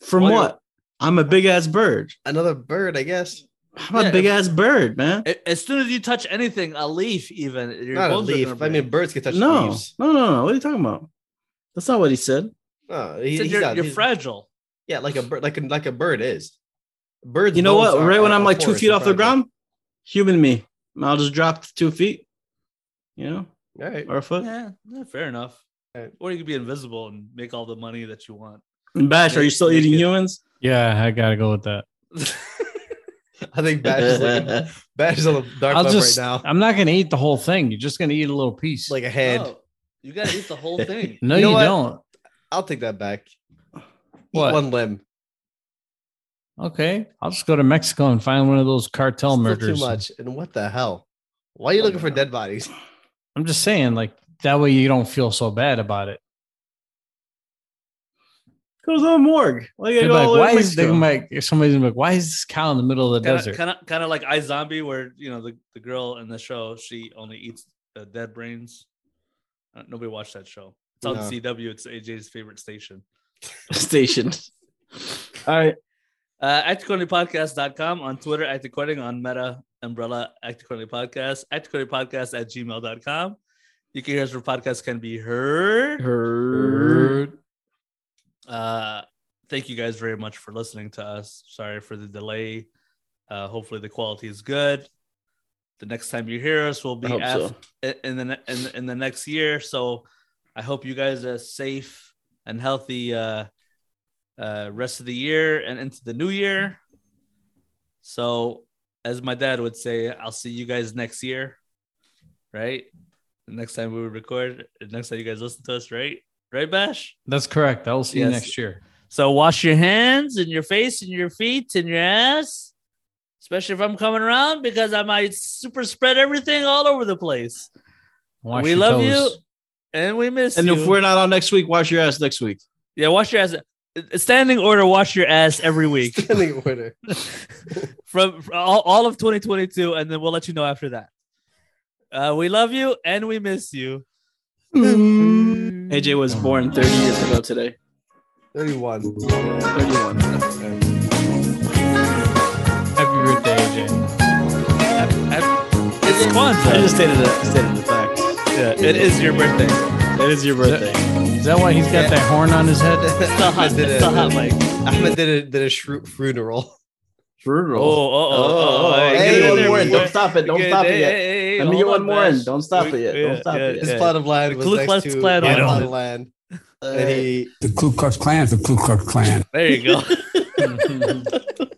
[SPEAKER 3] From
[SPEAKER 2] Why-
[SPEAKER 3] what? I'm a big ass bird.
[SPEAKER 4] Another bird, I guess.
[SPEAKER 3] I'm
[SPEAKER 2] Yeah,
[SPEAKER 3] a big ass bird, man.
[SPEAKER 2] A- as soon as you touch anything, a leaf, even your
[SPEAKER 4] Not a
[SPEAKER 2] bones are
[SPEAKER 4] leaf.
[SPEAKER 2] gonna
[SPEAKER 4] I
[SPEAKER 2] break.
[SPEAKER 4] mean, birds can touch
[SPEAKER 3] no,
[SPEAKER 4] leaves.
[SPEAKER 3] no, no, no. What are you talking about? That's not what he said.
[SPEAKER 4] No, he-
[SPEAKER 2] Said
[SPEAKER 4] he's
[SPEAKER 2] you're-
[SPEAKER 4] not-
[SPEAKER 2] you're
[SPEAKER 4] he's-
[SPEAKER 2] fragile.
[SPEAKER 4] Yeah, like a bird, like a, like a bird is. Birds.
[SPEAKER 3] You know
[SPEAKER 4] bones
[SPEAKER 3] what?
[SPEAKER 4] are-
[SPEAKER 3] Right when
[SPEAKER 4] are
[SPEAKER 3] I'm
[SPEAKER 4] a
[SPEAKER 3] like two
[SPEAKER 4] forest
[SPEAKER 3] feet
[SPEAKER 4] in
[SPEAKER 3] off the
[SPEAKER 4] front
[SPEAKER 3] ground, human me. I'll just drop two feet. You know,
[SPEAKER 4] of them. All right.
[SPEAKER 3] or a foot.
[SPEAKER 2] Yeah, yeah, fair enough. Or you could be invisible and make all the money that you want.
[SPEAKER 3] Bash, are you still eating humans?
[SPEAKER 1] Yeah, I gotta go with that.
[SPEAKER 4] [laughs] I think [laughs] Bash
[SPEAKER 2] [laughs]
[SPEAKER 3] [laughs]
[SPEAKER 4] is like Bash is on the dark
[SPEAKER 1] I'll
[SPEAKER 4] web
[SPEAKER 1] just.
[SPEAKER 4] right now.
[SPEAKER 1] I'm not gonna eat the whole thing. You're just gonna eat a little piece.
[SPEAKER 4] Like a hand.
[SPEAKER 2] No, you gotta eat the whole
[SPEAKER 4] [laughs]
[SPEAKER 2] thing.
[SPEAKER 1] no,
[SPEAKER 4] You
[SPEAKER 1] you,
[SPEAKER 4] know what?
[SPEAKER 1] don't.
[SPEAKER 4] I'll take that back. Eat
[SPEAKER 1] What?
[SPEAKER 4] one limb.
[SPEAKER 1] Okay, I'll just go to Mexico and find one of those cartel
[SPEAKER 4] Still
[SPEAKER 1] murders.
[SPEAKER 4] too much. And what the hell? Why
[SPEAKER 2] Oh,
[SPEAKER 4] are you looking for dead bodies? [laughs]
[SPEAKER 1] I'm just saying, like that way you don't feel so bad about it.
[SPEAKER 3] Goes on morgue. Why you
[SPEAKER 1] They're
[SPEAKER 3] gotta go
[SPEAKER 1] like,
[SPEAKER 3] all the way
[SPEAKER 1] why
[SPEAKER 3] to
[SPEAKER 1] is they
[SPEAKER 3] Mexico?
[SPEAKER 1] like somebody's gonna be like, why is this cow in the middle of the desert?
[SPEAKER 2] Kind of, kind of like iZombie, where you know the, the girl in the show she only eats uh, dead brains. Uh, nobody watched that show. It's on
[SPEAKER 3] No.
[SPEAKER 2] CW. It's AJ's favorite station.
[SPEAKER 3] Station. [laughs] All right.
[SPEAKER 2] Uh, actiquarterlypodcast.com on Twitter, Act According on Meta, Umbrella, Act Accordingly Podcast, Act Accordingly Podcast at gmail.com. You can hear us where podcasts can be heard.
[SPEAKER 3] Heard.
[SPEAKER 2] Uh, thank you guys very much for listening to us. Sorry for the delay. Uh, hopefully the quality is good. The next time you hear us will be
[SPEAKER 3] I hope
[SPEAKER 2] af- in the ne- in, the- in the next year. So I hope you guys are safe and healthy uh, uh, rest of the year and into the new year. So as my dad would say, I'll see you guys next year, right? The next time we would record, the next time you guys listen to us, right? Right, Bash?
[SPEAKER 1] That's correct. I'll see you
[SPEAKER 2] Yes.
[SPEAKER 1] next year.
[SPEAKER 2] So wash your hands and your face and your feet and your ass, especially if I'm coming around because I might super spread everything all over the place.
[SPEAKER 1] Wash
[SPEAKER 2] we
[SPEAKER 1] your
[SPEAKER 2] love you
[SPEAKER 1] toes.
[SPEAKER 2] and we miss
[SPEAKER 3] And
[SPEAKER 2] you.
[SPEAKER 3] if we're not on next week, wash your ass next week.
[SPEAKER 2] yeah, wash your ass. Standing order, wash your ass every week
[SPEAKER 4] [laughs] Standing order.
[SPEAKER 2] from from all, all of 2022, and then we'll let you know after that. Uh, we love you and we miss you.
[SPEAKER 3] AJ was born 30 years ago today.
[SPEAKER 4] 31. [laughs]
[SPEAKER 3] 31.
[SPEAKER 1] Happy birthday, AJ.
[SPEAKER 2] It's
[SPEAKER 3] I
[SPEAKER 2] Kwanzaa.
[SPEAKER 3] just stated it. Stated the fact.
[SPEAKER 2] Yeah, it is your birthday.
[SPEAKER 3] It is your birthday.
[SPEAKER 1] Is that why he's got that horn on his head?
[SPEAKER 2] It's the hot,
[SPEAKER 4] Ahmed did
[SPEAKER 2] it's the hot
[SPEAKER 4] a,
[SPEAKER 2] mic.
[SPEAKER 4] Ahmed did a, did a shrew- funeral.
[SPEAKER 2] Oh,
[SPEAKER 3] Brutal.
[SPEAKER 2] oh, oh, oh, oh,
[SPEAKER 3] Hey,
[SPEAKER 2] get in
[SPEAKER 3] one
[SPEAKER 2] there,
[SPEAKER 3] more in.
[SPEAKER 2] boy.
[SPEAKER 3] Don't stop it. Don't
[SPEAKER 2] Get-
[SPEAKER 3] stop it
[SPEAKER 2] hey,
[SPEAKER 3] yet.
[SPEAKER 2] hey, hey,
[SPEAKER 3] Let me
[SPEAKER 2] hold
[SPEAKER 3] get one
[SPEAKER 2] on,
[SPEAKER 3] more in.
[SPEAKER 2] Bash.
[SPEAKER 3] Don't stop
[SPEAKER 2] We-
[SPEAKER 3] it yet. Don't stop it
[SPEAKER 4] His
[SPEAKER 2] yeah.
[SPEAKER 4] plot of land was
[SPEAKER 2] Ku
[SPEAKER 4] next
[SPEAKER 2] Klux
[SPEAKER 4] to
[SPEAKER 2] Klan
[SPEAKER 4] Plot
[SPEAKER 2] on
[SPEAKER 4] of land.
[SPEAKER 3] Uh,
[SPEAKER 4] And he
[SPEAKER 7] The Ku Klux Klan's the Ku Klux Klan.
[SPEAKER 2] There you go.